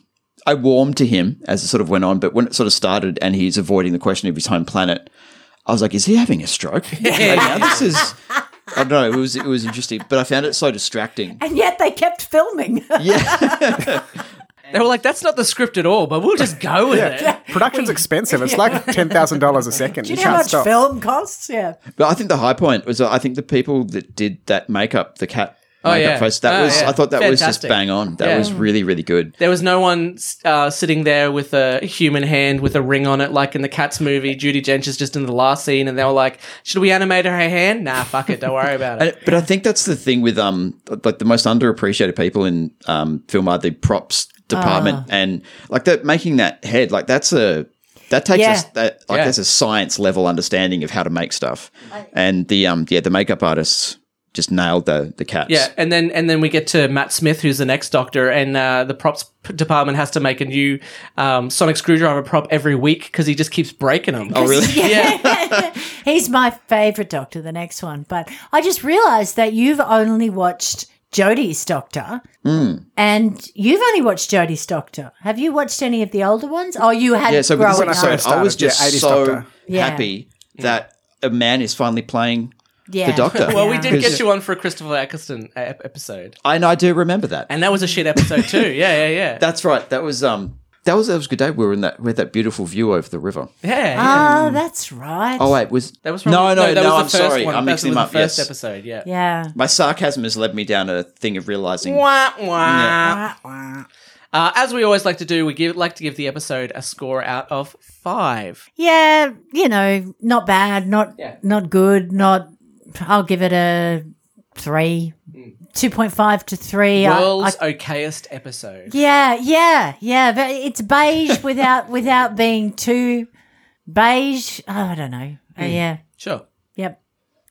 Speaker 5: I warmed to him as it sort of went on, but when it sort of started and he's avoiding the question of his home planet, I was like, is he having a stroke? Like, now this is. I don't know. It was it was interesting, but I found it so distracting.
Speaker 4: and yet they kept filming.
Speaker 2: yeah. They were like, that's not the script at all, but we'll just go with it.
Speaker 6: Production's expensive. It's like $10,000 a second.
Speaker 4: you
Speaker 6: You
Speaker 4: know how
Speaker 6: can't
Speaker 4: much
Speaker 6: stop.
Speaker 4: film costs? Yeah.
Speaker 5: But I think the high point was uh, I think the people that did that makeup, the cat makeup
Speaker 2: yeah.
Speaker 5: face, that
Speaker 2: Oh,
Speaker 5: was
Speaker 2: yeah.
Speaker 5: I thought that was just
Speaker 2: Fantastic.
Speaker 5: bang on. That
Speaker 2: Yeah.
Speaker 5: was really really good.
Speaker 2: There was no one uh, sitting there with a human hand with a ring on it, like in the Cats movie. Judy Dench is just in the last scene, and they were like, "Should we animate her hand? Nah, fuck it, don't worry about it."
Speaker 5: And, but I think that's the thing with um like the most underappreciated people in um film are the props department
Speaker 4: Ah.
Speaker 5: and like that making that head like that's a that takes
Speaker 4: Yeah.
Speaker 5: us that like
Speaker 2: Yeah.
Speaker 5: that's a science level understanding of how to make stuff and the um yeah the makeup artists just nailed the the cats
Speaker 2: Yeah, and then and then we get to Matt Smith, who's the next Doctor, and uh, the props p- department has to make a new um, sonic screwdriver prop every week because he just keeps breaking them.
Speaker 5: oh really
Speaker 4: Yeah. He's my favorite doctor, the next one. But I just realized that you've only watched Jodie's Doctor.
Speaker 5: Hmm.
Speaker 4: And you've only watched Jodie's Doctor. Have you watched any of the older ones? Oh, you had
Speaker 5: yeah so with
Speaker 4: growing
Speaker 5: this
Speaker 4: up.
Speaker 5: episode I was
Speaker 6: started, yeah,
Speaker 5: just
Speaker 6: 80s
Speaker 5: so
Speaker 6: Doctor.
Speaker 4: Yeah.
Speaker 5: happy that a man is finally playing
Speaker 4: Yeah.
Speaker 5: the doctor.
Speaker 2: Well, we did get
Speaker 5: Because-
Speaker 2: you on for a Christopher Eccleston e- episode,
Speaker 5: and I do remember that.
Speaker 2: and that was a shit episode too. Yeah, yeah, yeah.
Speaker 5: That's right. That was um. That was that was a good day. We were in that we had that beautiful view over the river.
Speaker 2: yeah, yeah.
Speaker 4: Oh, that's right.
Speaker 5: Oh wait, was
Speaker 2: That was from,
Speaker 5: from Ah. no no no?
Speaker 2: that was the
Speaker 5: I'm
Speaker 2: first
Speaker 5: sorry,
Speaker 2: One.
Speaker 5: I'm
Speaker 2: That
Speaker 5: mixing
Speaker 2: was
Speaker 5: them up.
Speaker 2: The first
Speaker 5: Yes,
Speaker 2: episode, yeah.
Speaker 4: Yeah.
Speaker 5: my sarcasm has led me down a thing of realizing.
Speaker 2: Wah, wah.
Speaker 4: Wah, wah.
Speaker 2: Uh, as we always like to do, we give, like to give the episode a score out of five.
Speaker 4: Yeah, you know, not bad, not
Speaker 2: Yeah.
Speaker 4: not good, not. I'll give it a three, two point five to three. I- I-
Speaker 2: World's okayest episode.
Speaker 4: yeah, yeah, yeah. But it's beige without without being too beige. Oh, I don't know. Uh, yeah,
Speaker 2: Sure.
Speaker 4: yep.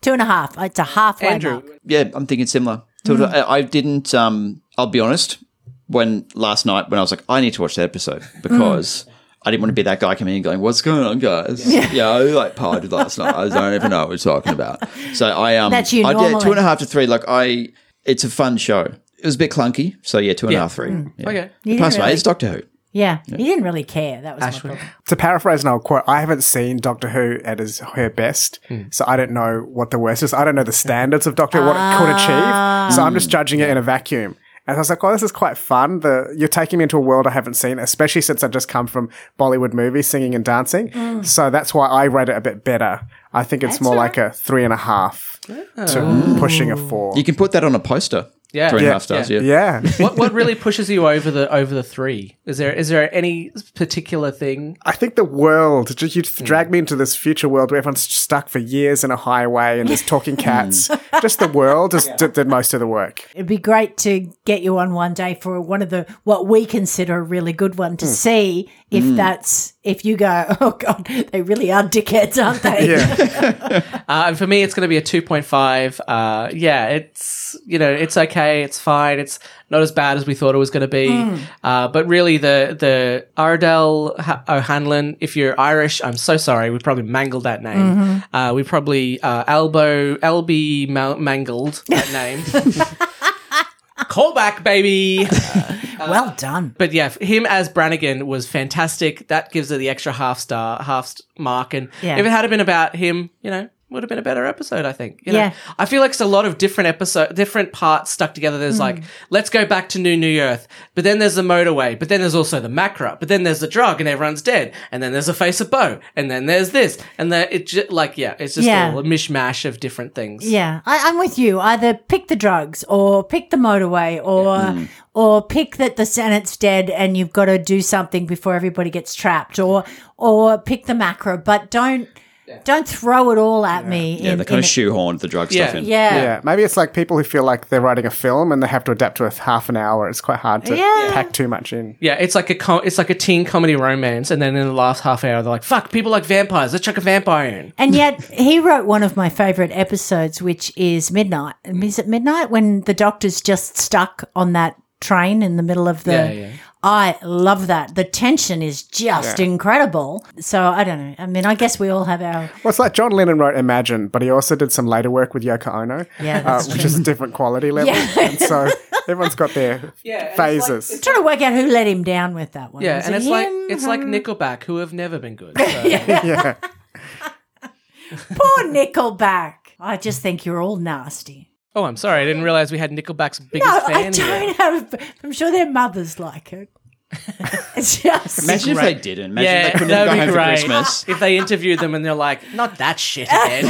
Speaker 4: Two and a half. Oh, It's a halfway
Speaker 2: Andrew,
Speaker 4: mark.
Speaker 5: Yeah, I'm thinking similar. To-
Speaker 2: Mm.
Speaker 5: I I didn't. Um, I'll be honest. When last night, when I was like, I need to watch that episode
Speaker 2: Mm.
Speaker 5: because I didn't want to be that guy coming in going, "What's going on, guys?" Yeah, I like partied last night. I don't even know what we're talking about. So I um,
Speaker 4: That's you
Speaker 5: I did
Speaker 4: normally.
Speaker 5: two and a half to three. Like I, it's a fun show. It was a bit clunky, so yeah, two and a half, three. Yeah.
Speaker 2: Okay.
Speaker 4: You didn't
Speaker 5: Plus, mate,
Speaker 4: really-
Speaker 5: it's Doctor Who.
Speaker 4: yeah, you didn't really care. That was my problem.
Speaker 6: To paraphrase an old quote, I haven't seen Doctor Who at his her best, so I don't know what the worst is. I don't know the standards of Doctor Who, what it could achieve. So I'm just judging it in a vacuum. And I was like, "Oh, this is quite fun. The you're taking me into a world I haven't seen, especially since I've just come from Bollywood movies, singing and dancing. So that's why I rate it a bit better. I think it's more like a three and a half to pushing a four.
Speaker 5: You can put that on a poster.
Speaker 2: Yeah.
Speaker 5: three and a
Speaker 2: Yeah.
Speaker 5: half stars. Yeah.
Speaker 6: yeah,
Speaker 2: what, what really pushes you over the over the three? Is there is there any particular thing?
Speaker 6: I think the world, ju- you
Speaker 4: Hmm.
Speaker 6: drag me into this future world where everyone's stuck for years in a highway and there's
Speaker 4: Hmm.
Speaker 6: talking cats. just the world just did, did most of the work.
Speaker 4: It'd be great to get you on one day for one of the what we consider a really good one to see if that's if you go, oh god, they really are dickheads, aren't they?
Speaker 6: Yeah.
Speaker 2: Uh, and for me, it's going to be a two point five. Uh, yeah, it's you know it's okay, it's fine, it's not as bad as we thought it was going to be. Uh, but really, the the Ardell ha- O'Hanlon, if you're Irish, I'm so sorry, we probably mangled that name. Uh, we probably uh, elbow LB ma- mangled that name. Call back, baby.
Speaker 4: Well done.
Speaker 2: But yeah, him as Brannigan was fantastic. That gives it the extra half star, half st- mark. And
Speaker 4: Yeah.
Speaker 2: if it had been about him, you know, would have been a better episode. I think. You know?
Speaker 4: Yeah.
Speaker 2: I feel like it's a lot of different episode, different parts stuck together. There's like,
Speaker 4: Mm.
Speaker 2: let's go back to New New Earth, but then there's the motorway, but then there's also the macra, but then there's the drug, and everyone's dead, and then there's a face of Bo, and then there's this, and then it just like yeah, it's just
Speaker 4: Yeah.
Speaker 2: all a mishmash of different things.
Speaker 4: Yeah, I, I'm with you. Either pick the drugs, or pick the motorway, or or pick that the Senate's dead and you've got to do something before everybody gets trapped, or or pick the macro, but don't don't throw it all at me.
Speaker 5: Yeah,
Speaker 4: in-
Speaker 5: they kind
Speaker 4: in
Speaker 5: of
Speaker 4: a-
Speaker 5: shoehorned the drug
Speaker 2: Yeah.
Speaker 5: stuff in.
Speaker 4: Yeah.
Speaker 6: Yeah. Maybe it's like people who feel like they're writing a film and they have to adapt to a half an hour. It's quite hard to
Speaker 4: Yeah.
Speaker 6: pack too much in.
Speaker 2: Yeah, it's like a com- it's like a teen comedy romance, and then in the last half hour, they're like, "Fuck, people like vampires. Let's chuck a vampire in."
Speaker 4: And yet, he wrote one of my favorite episodes, which is Midnight. Is it Midnight when the doctor's just stuck on that train in the middle of the.
Speaker 2: Yeah, yeah.
Speaker 4: I love that. The tension is just incredible. So I don't know. I mean, I guess we all have our.
Speaker 6: Well, it's like John Lennon wrote Imagine, but he also did some later work with Yoko Ono,
Speaker 4: Yeah,
Speaker 6: uh,
Speaker 4: that's
Speaker 6: which is a different quality level.
Speaker 4: Yeah.
Speaker 6: And so everyone's got their phases.
Speaker 4: I'm trying to work out who let him down with that one.
Speaker 2: Yeah,
Speaker 4: Was
Speaker 2: and
Speaker 4: it
Speaker 2: it's like
Speaker 4: him?
Speaker 2: it's like Nickelback, who have never been good. So,
Speaker 6: yeah.
Speaker 4: Poor Nickelback. I just think you're all nasty.
Speaker 2: Oh, I'm sorry, I didn't realize we had Nickelback's biggest
Speaker 4: No, I
Speaker 2: fan.
Speaker 4: don't
Speaker 2: here.
Speaker 4: have. I'm sure their mothers like it. It's just.
Speaker 5: Imagine if they didn't. Imagine
Speaker 2: Yeah,
Speaker 5: they couldn't
Speaker 2: that'd
Speaker 5: have gone
Speaker 2: be
Speaker 5: home for
Speaker 2: great.
Speaker 5: Christmas.
Speaker 2: If they interviewed them and they're like, "Not that shit again."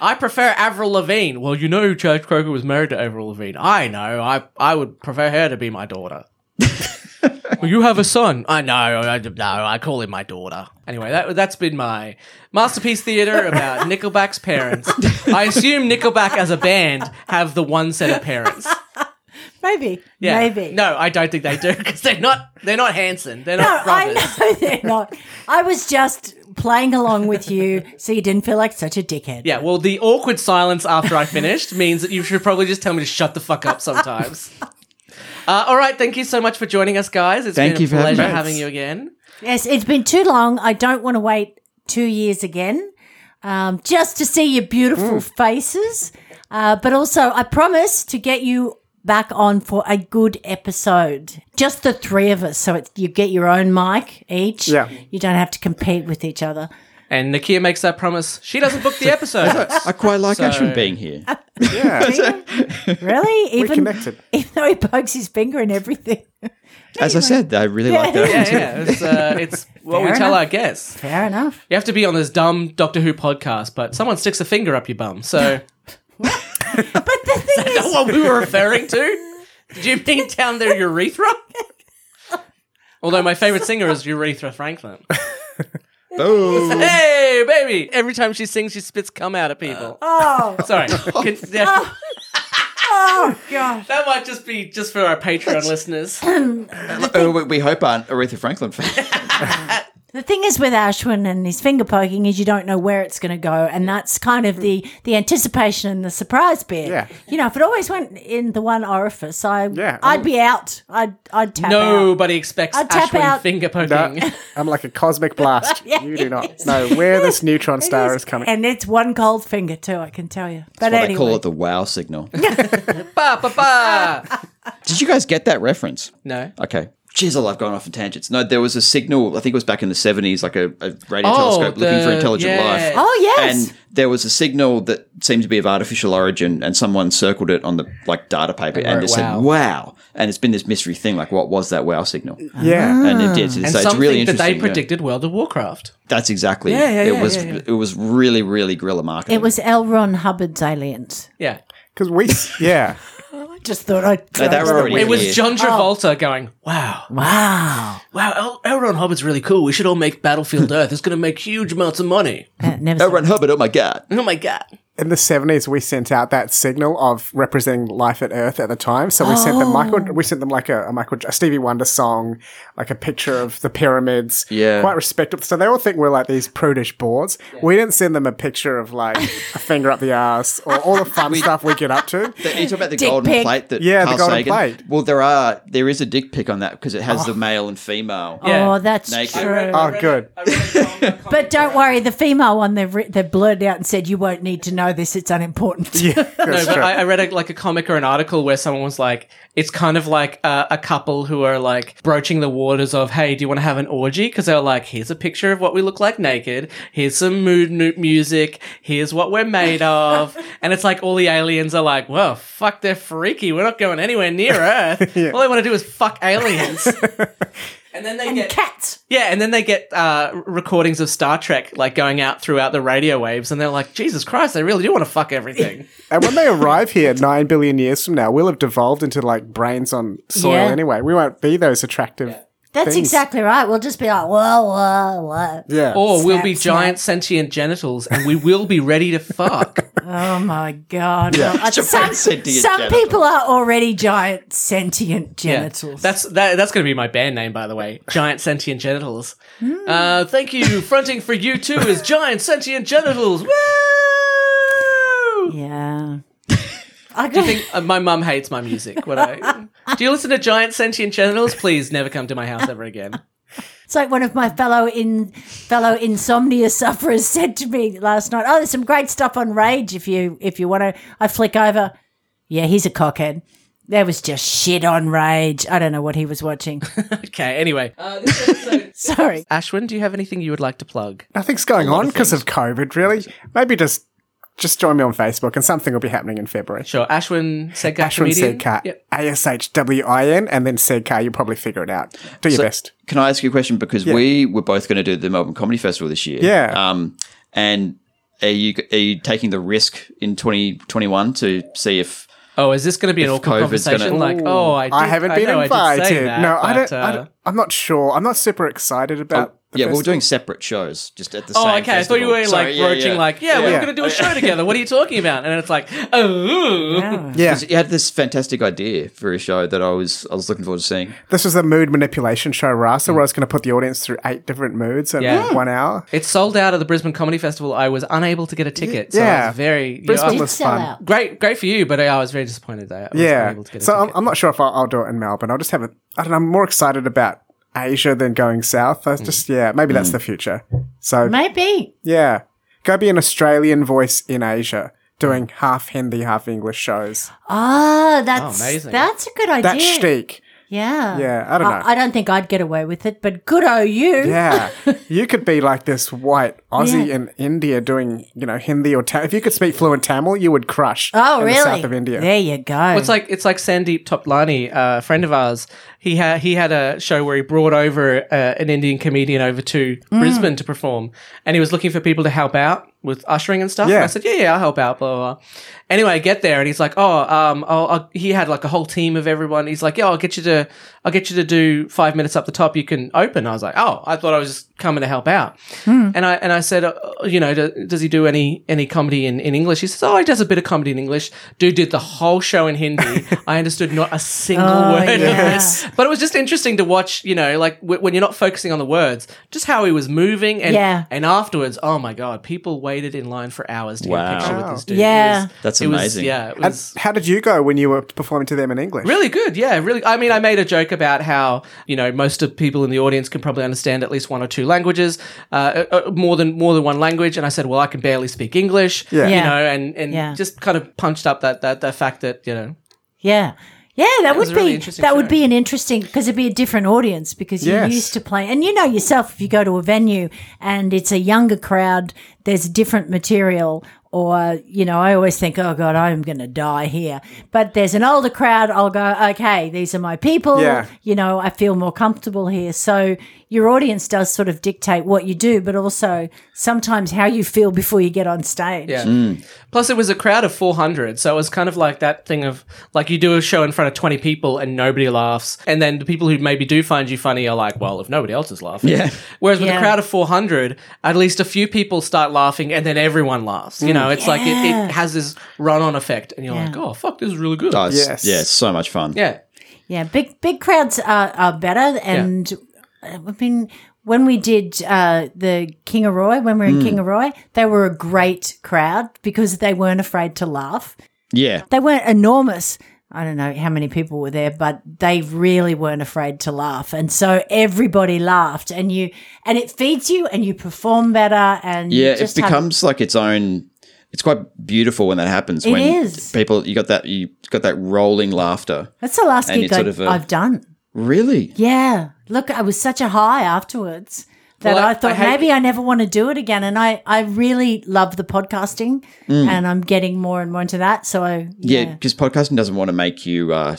Speaker 2: I prefer Avril Lavigne. Well, you know, Church Croker was married to Avril Lavigne. I know. I I would prefer her to be my daughter. well, you have a son. I know. I, no, I call him my daughter. Anyway, that that's been my masterpiece theater about Nickelback's parents. I assume Nickelback as a band have the one set of parents.
Speaker 4: Maybe.
Speaker 2: Yeah.
Speaker 4: Maybe.
Speaker 2: No, I don't think they do because they're not. They're not Hanson. They're
Speaker 4: No,
Speaker 2: not
Speaker 4: I
Speaker 2: brothers.
Speaker 4: know they're not. I was just playing along with you so you didn't feel like such a dickhead.
Speaker 2: Yeah, well, the awkward silence after I finished means that you should probably just tell me to shut the fuck up sometimes. Uh, all right, thank you so much for joining us, guys. It's
Speaker 5: Thank
Speaker 2: been
Speaker 5: you
Speaker 2: a
Speaker 5: for having
Speaker 2: pleasure
Speaker 5: us.
Speaker 2: having you again.
Speaker 4: Yes, it's been too long. I don't want to wait two years again um, just to see your beautiful faces. Uh, but also, I promise to get you back on for a good episode. Just the three of us. So it, you get your own mic each.
Speaker 6: Yeah.
Speaker 4: You don't have to compete with each other.
Speaker 2: And Nakia makes that promise. She doesn't book the episode.
Speaker 5: I quite like
Speaker 2: So-
Speaker 5: Ashwin being here.
Speaker 6: Yeah.
Speaker 4: Really? Even,
Speaker 6: connected.
Speaker 4: Even though he pokes his finger in everything.
Speaker 5: As I said, I really like that.
Speaker 2: yeah, yeah. It's, uh, it's what we
Speaker 4: Fair
Speaker 2: tell
Speaker 4: enough.
Speaker 2: our guests.
Speaker 4: Fair enough.
Speaker 2: You have to be on this dumb Doctor Who podcast, but someone sticks a finger up your bum. So
Speaker 4: But the thing is,
Speaker 2: what we were referring to? Did you mean down their urethra? Although my favorite singer is Urethra Franklin.
Speaker 5: Boom.
Speaker 2: Hey, baby! Every time she sings, she spits cum out at people.
Speaker 4: oh,
Speaker 2: Sorry, Con- yeah,
Speaker 4: oh god.
Speaker 2: that might just be just for our Patreon listeners.
Speaker 5: Oh, we, we hope aren't Aretha Franklin fans.
Speaker 4: The thing is with Ashwin and his finger poking is you don't know where it's going to go, and that's kind of the the anticipation and the surprise bit.
Speaker 6: Yeah.
Speaker 4: You know, if it always went in the one orifice, I
Speaker 6: Yeah.
Speaker 4: I'd be out. I'd I'd tap out.
Speaker 2: Nobody expects
Speaker 4: I'll tap
Speaker 2: Ashwin
Speaker 4: out.
Speaker 2: finger poking.
Speaker 6: No, Uh, I'm like a cosmic blast.
Speaker 4: Yeah,
Speaker 6: you do not
Speaker 4: it
Speaker 6: know where this neutron star is, coming.
Speaker 4: And it's one cold finger too, I can tell you. But
Speaker 5: Well,
Speaker 4: anyway,
Speaker 5: they call it the wow signal.
Speaker 2: Ah, Ba, ba, ba.
Speaker 5: Did you guys get that reference?
Speaker 2: No.
Speaker 5: Okay. Jeez, oh, I've gone off on tangents. No, there was a signal. I think it was back in the seventies, like a, a radio
Speaker 2: Oh,
Speaker 5: telescope looking for
Speaker 2: the-
Speaker 5: intelligent
Speaker 2: yeah.
Speaker 5: life.
Speaker 4: oh yes,
Speaker 5: And there was a signal that seemed to be of artificial origin, and someone circled it on the like data paper and
Speaker 2: wrote,
Speaker 5: just
Speaker 2: "Wow."
Speaker 5: said "Wow!" And it's been this mystery thing, like what was that wow signal?
Speaker 6: Yeah.
Speaker 5: And it did. So
Speaker 2: Ah. And
Speaker 5: it's
Speaker 2: something
Speaker 5: really
Speaker 2: that
Speaker 5: interesting.
Speaker 2: they
Speaker 5: yeah.
Speaker 2: predicted World of Warcraft.
Speaker 5: That's exactly.
Speaker 2: Yeah, yeah,
Speaker 5: it
Speaker 2: yeah,
Speaker 5: was.
Speaker 2: yeah, yeah.
Speaker 5: It was really, really guerrilla marketing.
Speaker 4: it was L. Ron Hubbard's aliens.
Speaker 2: Yeah.
Speaker 6: Because we, yeah.
Speaker 4: I just thought I'd.
Speaker 5: No, they were already
Speaker 2: It was
Speaker 5: here.
Speaker 4: Oh.
Speaker 2: John Travolta going, wow,
Speaker 4: wow.
Speaker 2: wow, El- L. Ron Hubbard's really cool. We should all make Battlefield Earth. It's going to make huge amounts of money.
Speaker 4: That never.
Speaker 5: Aaron Hubbard. Oh my god!
Speaker 2: Oh my God.
Speaker 6: In the 70s, we sent out that signal of representing life at Earth at the time. So we sent them Michael, we sent them like a, a Michael, a Stevie Wonder song, like a picture of the pyramids.
Speaker 5: Yeah.
Speaker 6: Quite respectable. So they all think we're like these prudish boards. We didn't send them a picture of like a finger up the ass or all the fun stuff we get up to.
Speaker 5: Are you talking about the
Speaker 4: Dick
Speaker 5: golden
Speaker 4: pic.
Speaker 5: plate that
Speaker 6: Yeah, the
Speaker 5: Carl
Speaker 6: golden
Speaker 5: Sagan?
Speaker 6: plate.
Speaker 5: Well, there are there is a dick pic on that because it
Speaker 2: Oh.
Speaker 5: has the male and female.
Speaker 4: Oh, that's
Speaker 5: Naked.
Speaker 4: true.
Speaker 6: Oh, good.
Speaker 4: But don't worry, the female one they've re- they've blurred out and said you won't need to know this; it's unimportant.
Speaker 6: Yeah.
Speaker 2: No,
Speaker 6: That's
Speaker 2: but
Speaker 6: true.
Speaker 2: I, I read a, like a comic or an article where someone was like, it's kind of like uh, a couple who are like broaching the waters of, hey, do you want to have an orgy? Because they were like, here's a picture of what we look like naked. Here's some mood nu- music. Here's what we're made of. and it's like all the aliens are like, well, fuck, they're freaky. We're not going anywhere near Earth. All they want to do is fuck aliens. and then they get
Speaker 4: Cats.
Speaker 2: yeah, and then they get uh, r- recordings of Star Trek like going out throughout the radio waves, and they're like, Jesus Christ, they really do want to fuck everything.
Speaker 6: And when they arrive here nine billion years from now, we'll have devolved into like brains on soil
Speaker 4: Yeah.
Speaker 6: anyway. We won't be those attractive.
Speaker 4: That's
Speaker 6: Things.
Speaker 4: exactly right. We'll just be like, whoa, whoa, whoa.
Speaker 6: Yeah.
Speaker 2: Or we'll
Speaker 4: Snap,
Speaker 2: be
Speaker 4: snap.
Speaker 2: giant sentient genitals and we will be ready to fuck.
Speaker 4: Oh my god! Well, uh, some
Speaker 5: Giant sentient
Speaker 4: some
Speaker 5: genital.
Speaker 4: people are already giant sentient
Speaker 2: Yeah.
Speaker 4: genitals.
Speaker 2: That's that, that's going to be my band name, by the way. Giant sentient genitals.
Speaker 4: Hmm.
Speaker 2: Uh, thank you. Fronting for you too is giant sentient genitals. Woo!
Speaker 4: yeah. I
Speaker 2: I think uh, my mum hates my music. What I do you listen to giant sentient genitals? Please never come to my house ever again.
Speaker 4: It's like one of my fellow in fellow insomnia sufferers said to me last night. Oh, there's some great stuff on Rage. If you if you want to, I flick over. Yeah, he's a cockhead. There was just shit on Rage. I don't know what he was watching.
Speaker 2: Okay. Anyway,
Speaker 4: Uh, Sorry.
Speaker 2: Ashwin, do you have anything you would like to plug?
Speaker 6: Nothing's going on because of COVID, really. Maybe just just join me on Facebook and something will be happening in February.
Speaker 2: Sure. Ashwin said,
Speaker 6: Ashwin
Speaker 2: comedian.
Speaker 6: Sedkar,
Speaker 2: Yep.
Speaker 6: A S H W I N, and then Sedkar. You'll probably figure it out. Do your best.
Speaker 5: Can I ask you a question? Because we were both going to do the Melbourne Comedy Festival this year.
Speaker 6: Yeah.
Speaker 5: Um, and are you are you taking the risk in twenty twenty one to see if
Speaker 2: Oh, is this going to be an awkward
Speaker 5: COVID's
Speaker 2: conversation?
Speaker 5: gonna-
Speaker 2: like, oh, I, did,
Speaker 6: I haven't been
Speaker 2: know I did say
Speaker 6: invited.
Speaker 2: that,
Speaker 6: no, I
Speaker 2: but,
Speaker 6: don't, I
Speaker 2: uh,
Speaker 6: don't. I'm not sure. I'm not super excited about. the
Speaker 5: yeah, well, we're
Speaker 6: festival.
Speaker 5: doing separate shows just at the
Speaker 2: Oh,
Speaker 5: same.
Speaker 2: okay. I thought you were like broaching, like, yeah, we
Speaker 6: Yeah.
Speaker 2: we're going to do a show together. What are you talking about? And it's like, oh,
Speaker 6: Yeah,
Speaker 5: You had this fantastic idea for a show that I was I was looking forward to seeing.
Speaker 6: this was a mood manipulation show, Rasa, where I was going to put the audience through eight different moods in
Speaker 2: Mm. Yeah.
Speaker 6: one hour.
Speaker 2: it's sold out at the Brisbane Comedy Festival. I was unable to get a ticket. So yeah,
Speaker 6: Yeah.
Speaker 2: was very you
Speaker 6: Brisbane
Speaker 2: know,
Speaker 6: was
Speaker 4: sell
Speaker 6: fun.
Speaker 4: out.
Speaker 2: great, great for you, but I was very disappointed that I was
Speaker 6: Yeah.
Speaker 2: unable to get a
Speaker 6: So um, I'm,
Speaker 2: ticket.
Speaker 6: I'm not sure if I'll, I'll do it in Melbourne. I'll just have it. I don't know. I'm more excited about Asia than going south.
Speaker 2: Mm.
Speaker 6: I was just, yeah, maybe that's the future. So,
Speaker 4: Maybe.
Speaker 6: yeah. Go be an Australian voice in Asia doing half Hindi, half English shows.
Speaker 4: Ah, that's
Speaker 2: amazing.
Speaker 4: that's a good idea.
Speaker 6: That shtick.
Speaker 4: Yeah.
Speaker 6: Yeah, I don't know.
Speaker 4: I, don't think I'd get away with it, but good o you.
Speaker 6: Yeah, you could be like this white Aussie
Speaker 4: Yeah.
Speaker 6: in India doing, you know, Hindi or Tamil. If you could speak fluent Tamil, you would crush.
Speaker 4: Oh,
Speaker 6: in
Speaker 4: really?
Speaker 6: The south of India.
Speaker 4: There you go.
Speaker 2: Well, it's like it's like Sandeep Toplani, a friend of ours. He had he had a show where he brought over uh, an Indian comedian over to
Speaker 6: Mm.
Speaker 2: Brisbane to perform, and he was looking for people to help out with ushering and stuff. And
Speaker 6: Yeah.
Speaker 2: I said, "Yeah, yeah, I'll help out." Blah blah. blah. Anyway, I get there and he's like, "Oh, um, I'll, I'll, he had like a whole team of everyone." He's like, "Yeah, I'll get you to I'll get you to do five minutes up the top. You can open." I was like, "Oh, I thought I was just coming to help out."
Speaker 4: Hmm.
Speaker 2: And I and I said, uh, "You know, do, does he do any any comedy in in English?" He says, "Oh, he does a bit of comedy in English." Dude did the whole show in Hindi. I understood not a single
Speaker 4: Oh,
Speaker 2: word of
Speaker 4: yeah.
Speaker 2: this, but it was just interesting to watch. You know, like w- when you're not focusing on the words, just how he was moving and
Speaker 4: Yeah.
Speaker 2: and afterwards, oh my god, people waited in line for hours to get a
Speaker 5: Wow.
Speaker 2: picture with this dude.
Speaker 4: Yeah.
Speaker 2: It was-
Speaker 5: That's
Speaker 2: it was-
Speaker 5: amazing.
Speaker 2: yeah, it
Speaker 6: And
Speaker 2: was
Speaker 6: how did you go when you were performing to them in English?
Speaker 2: really good. Yeah, really. I mean, I made a joke about how you know most of people in the audience can probably understand at least one or two languages, uh, uh, uh, more than more than one language. And I said, well, I can barely speak English.
Speaker 6: Yeah.
Speaker 2: you
Speaker 4: Yeah.
Speaker 2: know, and and
Speaker 4: Yeah.
Speaker 2: just kind of punched up that that that fact that you know.
Speaker 4: Yeah. Yeah, that
Speaker 2: was
Speaker 4: would
Speaker 2: a
Speaker 4: be
Speaker 2: really
Speaker 4: that
Speaker 2: interesting show.
Speaker 4: would be an interesting because it'd be a different audience because you're
Speaker 6: Yes.
Speaker 4: used to playing and you know yourself if you go to a venue and it's a younger crowd, there's different material or you know I always think oh god I'm going to die here, but there's an older crowd I'll go okay these are my people
Speaker 6: Yeah.
Speaker 4: you know I feel more comfortable here so your audience does sort of dictate what you do but also sometimes how you feel before you get on stage
Speaker 2: Yeah. Plus, it was a crowd of 400. So it was kind of like that thing of like you do a show in front of 20 people and nobody laughs. And then the people who maybe do find you funny are like, well, if nobody else is laughing.
Speaker 5: Yeah.
Speaker 2: Whereas with a
Speaker 4: Yeah.
Speaker 2: crowd of 400, at least a few people start laughing and then everyone laughs.
Speaker 5: Mm.
Speaker 2: You know, it's like it, it has this run on effect. And you're like, oh, fuck, this is really good.
Speaker 5: Oh, it's,
Speaker 6: Yes.
Speaker 5: Yeah, it's so much fun.
Speaker 2: Yeah.
Speaker 4: Yeah, big big crowds are, are better, and uh, I mean, when we did uh, the King of Roy, when we
Speaker 5: Hmm.
Speaker 4: were in King of Roy, they were a great crowd because they weren't afraid to laugh.
Speaker 5: Yeah.
Speaker 4: They weren't enormous. I don't know how many people were there, but they really weren't afraid to laugh, and so everybody laughed, and you and it feeds you, and you perform better, and you
Speaker 5: Yeah, it
Speaker 4: just have-
Speaker 5: becomes like its own. It's quite beautiful when that happens.
Speaker 4: It
Speaker 5: when
Speaker 4: is.
Speaker 5: people, you got that, you got that rolling laughter.
Speaker 4: that's the last
Speaker 5: and
Speaker 4: gig
Speaker 5: it's sort of
Speaker 4: I,
Speaker 5: a-
Speaker 4: I've done.
Speaker 5: Really?
Speaker 4: Yeah. Look, I was such a high afterwards that
Speaker 2: Well, I-
Speaker 4: I, thought
Speaker 2: I hate-
Speaker 4: maybe I never want to do it again. And I, I really love the podcasting
Speaker 2: Mm.
Speaker 4: and I'm getting more and more into that. So, I,
Speaker 5: Yeah,
Speaker 4: yeah.
Speaker 5: because podcasting doesn't want to make you uh,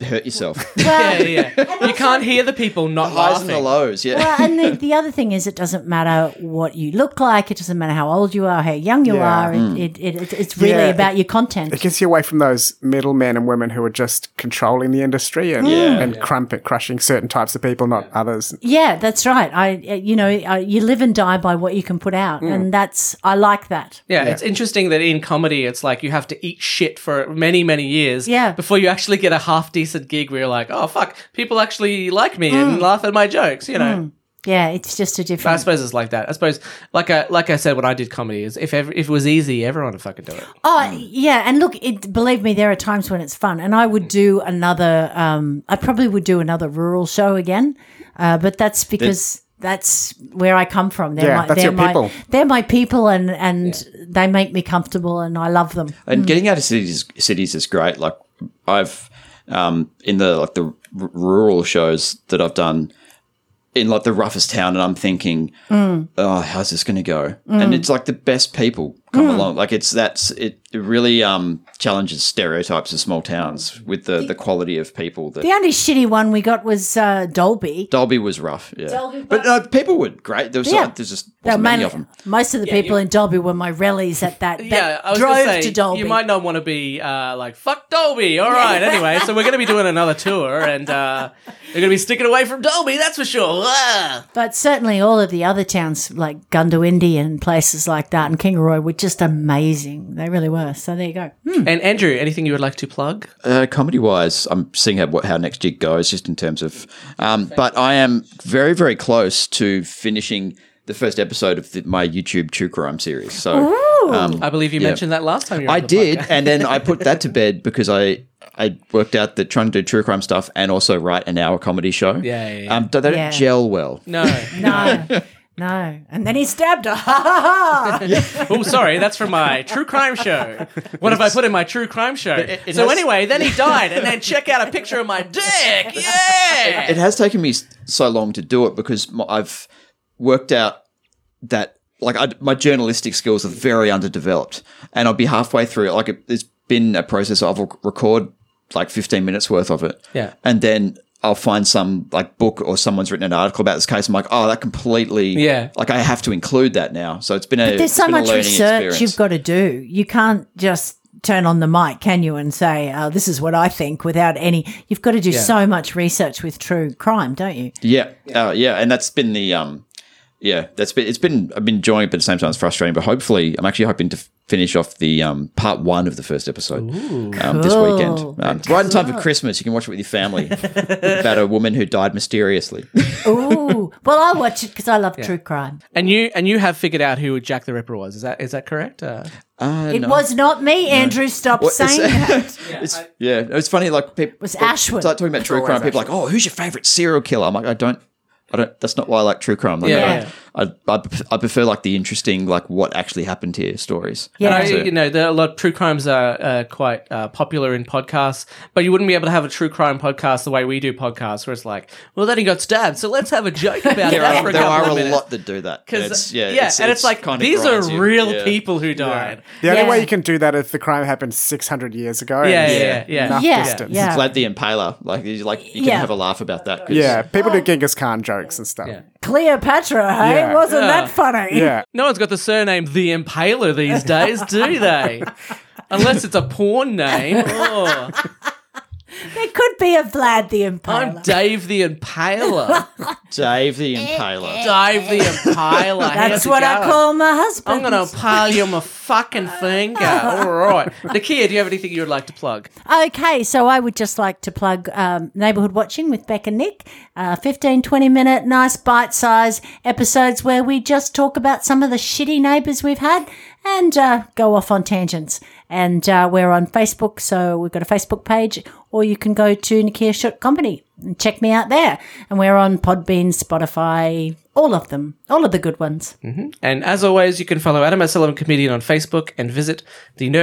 Speaker 5: hurt yourself.
Speaker 2: Yeah, yeah, yeah. you can't hear the people not
Speaker 5: Highs and the
Speaker 2: laughing.
Speaker 5: lows. Yeah.
Speaker 4: Well, and the, the other thing is, it doesn't matter what you look like. It doesn't matter how old you are, how young you
Speaker 6: Yeah.
Speaker 4: are. It,
Speaker 2: Mm.
Speaker 4: it, it, it's- it's really
Speaker 6: Yeah.
Speaker 4: about your
Speaker 6: It
Speaker 4: content.
Speaker 6: gets you away from those middlemen and women who are just controlling the industry and,
Speaker 5: Yeah.
Speaker 6: and crumpet crushing certain types of people, not others.
Speaker 4: Yeah, that's right. I, uh, you know, I, you live and die by what you can put out,
Speaker 2: Mm.
Speaker 4: and that's I like that.
Speaker 2: Yeah, it's interesting that in comedy, it's like you have to eat shit for many, many years
Speaker 4: Yeah.
Speaker 2: before you actually get a half decent gig where you're like, oh, fuck, people actually like me and laugh at my jokes, you know?
Speaker 4: Yeah, it's just a
Speaker 2: But I
Speaker 4: different.
Speaker 2: suppose it's like that. I suppose, like I, like I said when I did comedy, is if, ev- if it was easy, everyone would fucking do it.
Speaker 4: Oh yeah, and look, it, believe me, there are times when it's fun, and I would do another. Um, I probably would do another rural show again, uh, but that's because that's where I come from. They're
Speaker 6: Yeah,
Speaker 4: my,
Speaker 6: that's
Speaker 4: they're
Speaker 6: your
Speaker 4: my,
Speaker 6: people.
Speaker 4: They're my people, and and they make me comfortable, and I love them.
Speaker 5: and getting out of cities cities is great. Like I've um, in the like the r- rural shows that I've done in like the roughest town, and I'm thinking, oh, how's this going to go? And it's like the best people come along. Like it's that's it it really um, challenges stereotypes of small towns with the the quality of people that.
Speaker 4: The only shitty one we got was uh, Dolby.
Speaker 5: Dolby was rough, yeah. but no, people were great. There was
Speaker 4: Yeah.
Speaker 5: so, there's just
Speaker 4: Now,
Speaker 5: wasn't many
Speaker 4: mainly-
Speaker 5: of them.
Speaker 4: Most of the people in Dolby were my rallies at that. that
Speaker 2: yeah, I was
Speaker 4: drove
Speaker 2: going to say,
Speaker 4: to Dolby.
Speaker 2: you might not want to be uh, like, fuck Dolby. All right, anyway. So we're going to be doing another tour and uh, they're going to be sticking away from Dolby, that's for sure. Ah.
Speaker 4: But certainly all of the other towns like Gundawindi and places like that and Kingaroy were just amazing. They really were. So there you go. Hmm.
Speaker 2: And Andrew, anything you would like to plug?
Speaker 5: uh, comedy wise, I'm seeing how what how next gig goes, just in terms of. Um, but I am very very close to finishing the first episode of the, my YouTube True Crime series. So um,
Speaker 2: I believe you
Speaker 5: Yeah.
Speaker 2: mentioned that last time you were
Speaker 5: I
Speaker 2: on the
Speaker 5: did,
Speaker 2: podcast.
Speaker 5: and then I put that to bed because I I worked out that trying to do true crime stuff and also write an hour comedy show.
Speaker 2: Yeah, yeah, yeah.
Speaker 5: Um, they don't
Speaker 4: Yeah.
Speaker 5: gel well.
Speaker 2: No.
Speaker 4: No. No. And then he stabbed her. Ha ha ha.
Speaker 2: Oh, sorry, that's from my true crime show. What have I put in my true crime show?
Speaker 5: it
Speaker 2: so
Speaker 5: has-
Speaker 2: anyway, then he died, and then check out a picture of my dick. Yeah.
Speaker 5: it has taken me s- so long to do it because my, I've worked out that like I, my journalistic skills are very underdeveloped, and I'll be halfway through. it. Like it, it's been a process. I'll rec- record like fifteen minutes worth of it,
Speaker 2: Yeah.
Speaker 5: and then. I'll find some like book or someone's written an article about this case. I'm like, oh, that completely,
Speaker 2: Yeah.
Speaker 5: Like I have to include that now. So it's been a
Speaker 4: There's
Speaker 5: it's
Speaker 4: so
Speaker 5: been a
Speaker 4: much
Speaker 5: learning
Speaker 4: research
Speaker 5: experience.
Speaker 4: you've got to do. You can't just turn on the mic, can you, and say, oh, this is what I think without any. You've got to do so much research with true crime, don't you?
Speaker 5: Yeah, uh, yeah, and that's been the um, yeah, that's been it's been I've been enjoying it, but at the same time it's frustrating. But hopefully, I'm actually hoping to f- finish off the um part one of the first episode um, this
Speaker 4: Cool.
Speaker 5: weekend, um, right in time for Christmas. You can watch it with your family about a woman who died mysteriously.
Speaker 4: Ooh. well, I'll watch it because I love true crime.
Speaker 2: And you and you have figured out who Jack the Ripper was. Is that is that correct? Uh,
Speaker 4: It was not me, Andrew. Stop saying that.
Speaker 5: it's, yeah, it's funny. Like people
Speaker 4: was
Speaker 5: people
Speaker 4: Ashwin.
Speaker 5: start talking about true crime. People are like, oh, who's your favorite serial killer? I'm like, I don't. I don't, that's not why I like true crime. Like,
Speaker 2: Yeah.
Speaker 5: I, don't- I, I, pref- I prefer like the interesting, like what actually happened here stories.
Speaker 4: Yeah.
Speaker 2: I-
Speaker 5: So-
Speaker 2: you know, there are a lot true crimes are uh, quite uh, popular in podcasts, but you wouldn't be able to have a true crime podcast the way we do podcasts, where it's like, well, then he got stabbed, so let's have a joke about
Speaker 5: there
Speaker 2: that for
Speaker 5: are,
Speaker 2: a
Speaker 5: there
Speaker 2: couple
Speaker 5: are
Speaker 2: of
Speaker 5: a
Speaker 2: minutes.
Speaker 5: lot that do that. And it's- yeah,
Speaker 2: and it's, like
Speaker 5: kinda
Speaker 2: these are
Speaker 5: grinds you.
Speaker 2: real
Speaker 5: Yeah.
Speaker 2: people who died.
Speaker 6: The only
Speaker 4: Yeah.
Speaker 6: way you can do that is the crime happened 600 years ago. and
Speaker 2: Yeah,
Speaker 6: it's
Speaker 2: yeah, yeah.
Speaker 6: enough
Speaker 4: Yeah,
Speaker 6: distance.
Speaker 4: yeah.
Speaker 5: It's like the impaler. Like you, like you can
Speaker 4: Yeah.
Speaker 5: have a laugh about that. 'cause-
Speaker 6: Yeah, people do Genghis Khan jokes and stuff.
Speaker 2: Yeah.
Speaker 4: Cleopatra, hey?
Speaker 6: Yeah.
Speaker 4: Wasn't that funny?
Speaker 6: Yeah.
Speaker 2: No one's got the surname The Impaler these days, do they? Unless it's a porn name. Oh,
Speaker 4: There could be a Vlad the Impaler.
Speaker 2: I'm Dave the Impaler.
Speaker 5: Dave the impaler.
Speaker 2: Dave the Impaler.
Speaker 4: That's
Speaker 2: how's it
Speaker 4: what I
Speaker 2: going?
Speaker 4: call my husband.
Speaker 2: I'm gonna pile you on my fucking finger. All right, Nakia, do you have anything you would like to plug?
Speaker 4: Okay, so I would just like to plug um, Neighborhood Watching with Beck and Nick. Uh, 15, 20 minute, nice bite size episodes where we just talk about some of the shitty neighbors we've had and uh, go off on tangents. And uh, we're on Facebook, so we've got a Facebook page, or you can go to Nakia Shot Company and check me out there. And we're on Podbean, Spotify, all of them, all of the good ones.
Speaker 2: And as always, you can follow Adam S. Sullivan Comedian on Facebook and visit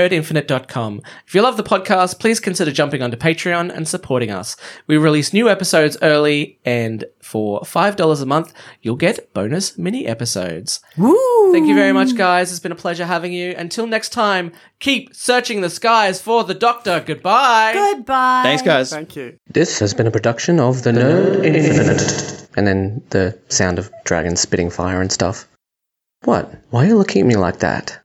Speaker 2: thenerdinfinite.com. If you love the podcast, please consider jumping onto Patreon and supporting us. We release new episodes early, and for $5 a month, you'll get bonus mini episodes. Thank you very much, guys. It's been a pleasure having you. Until next time, keep searching the skies for the doctor. Goodbye.
Speaker 4: Goodbye.
Speaker 5: Thanks, guys.
Speaker 6: Thank you.
Speaker 1: This has been a production of The, Nerd, Infinite. And then the sound of dragons spitting fire and stuff. What? Why are you looking at me like that?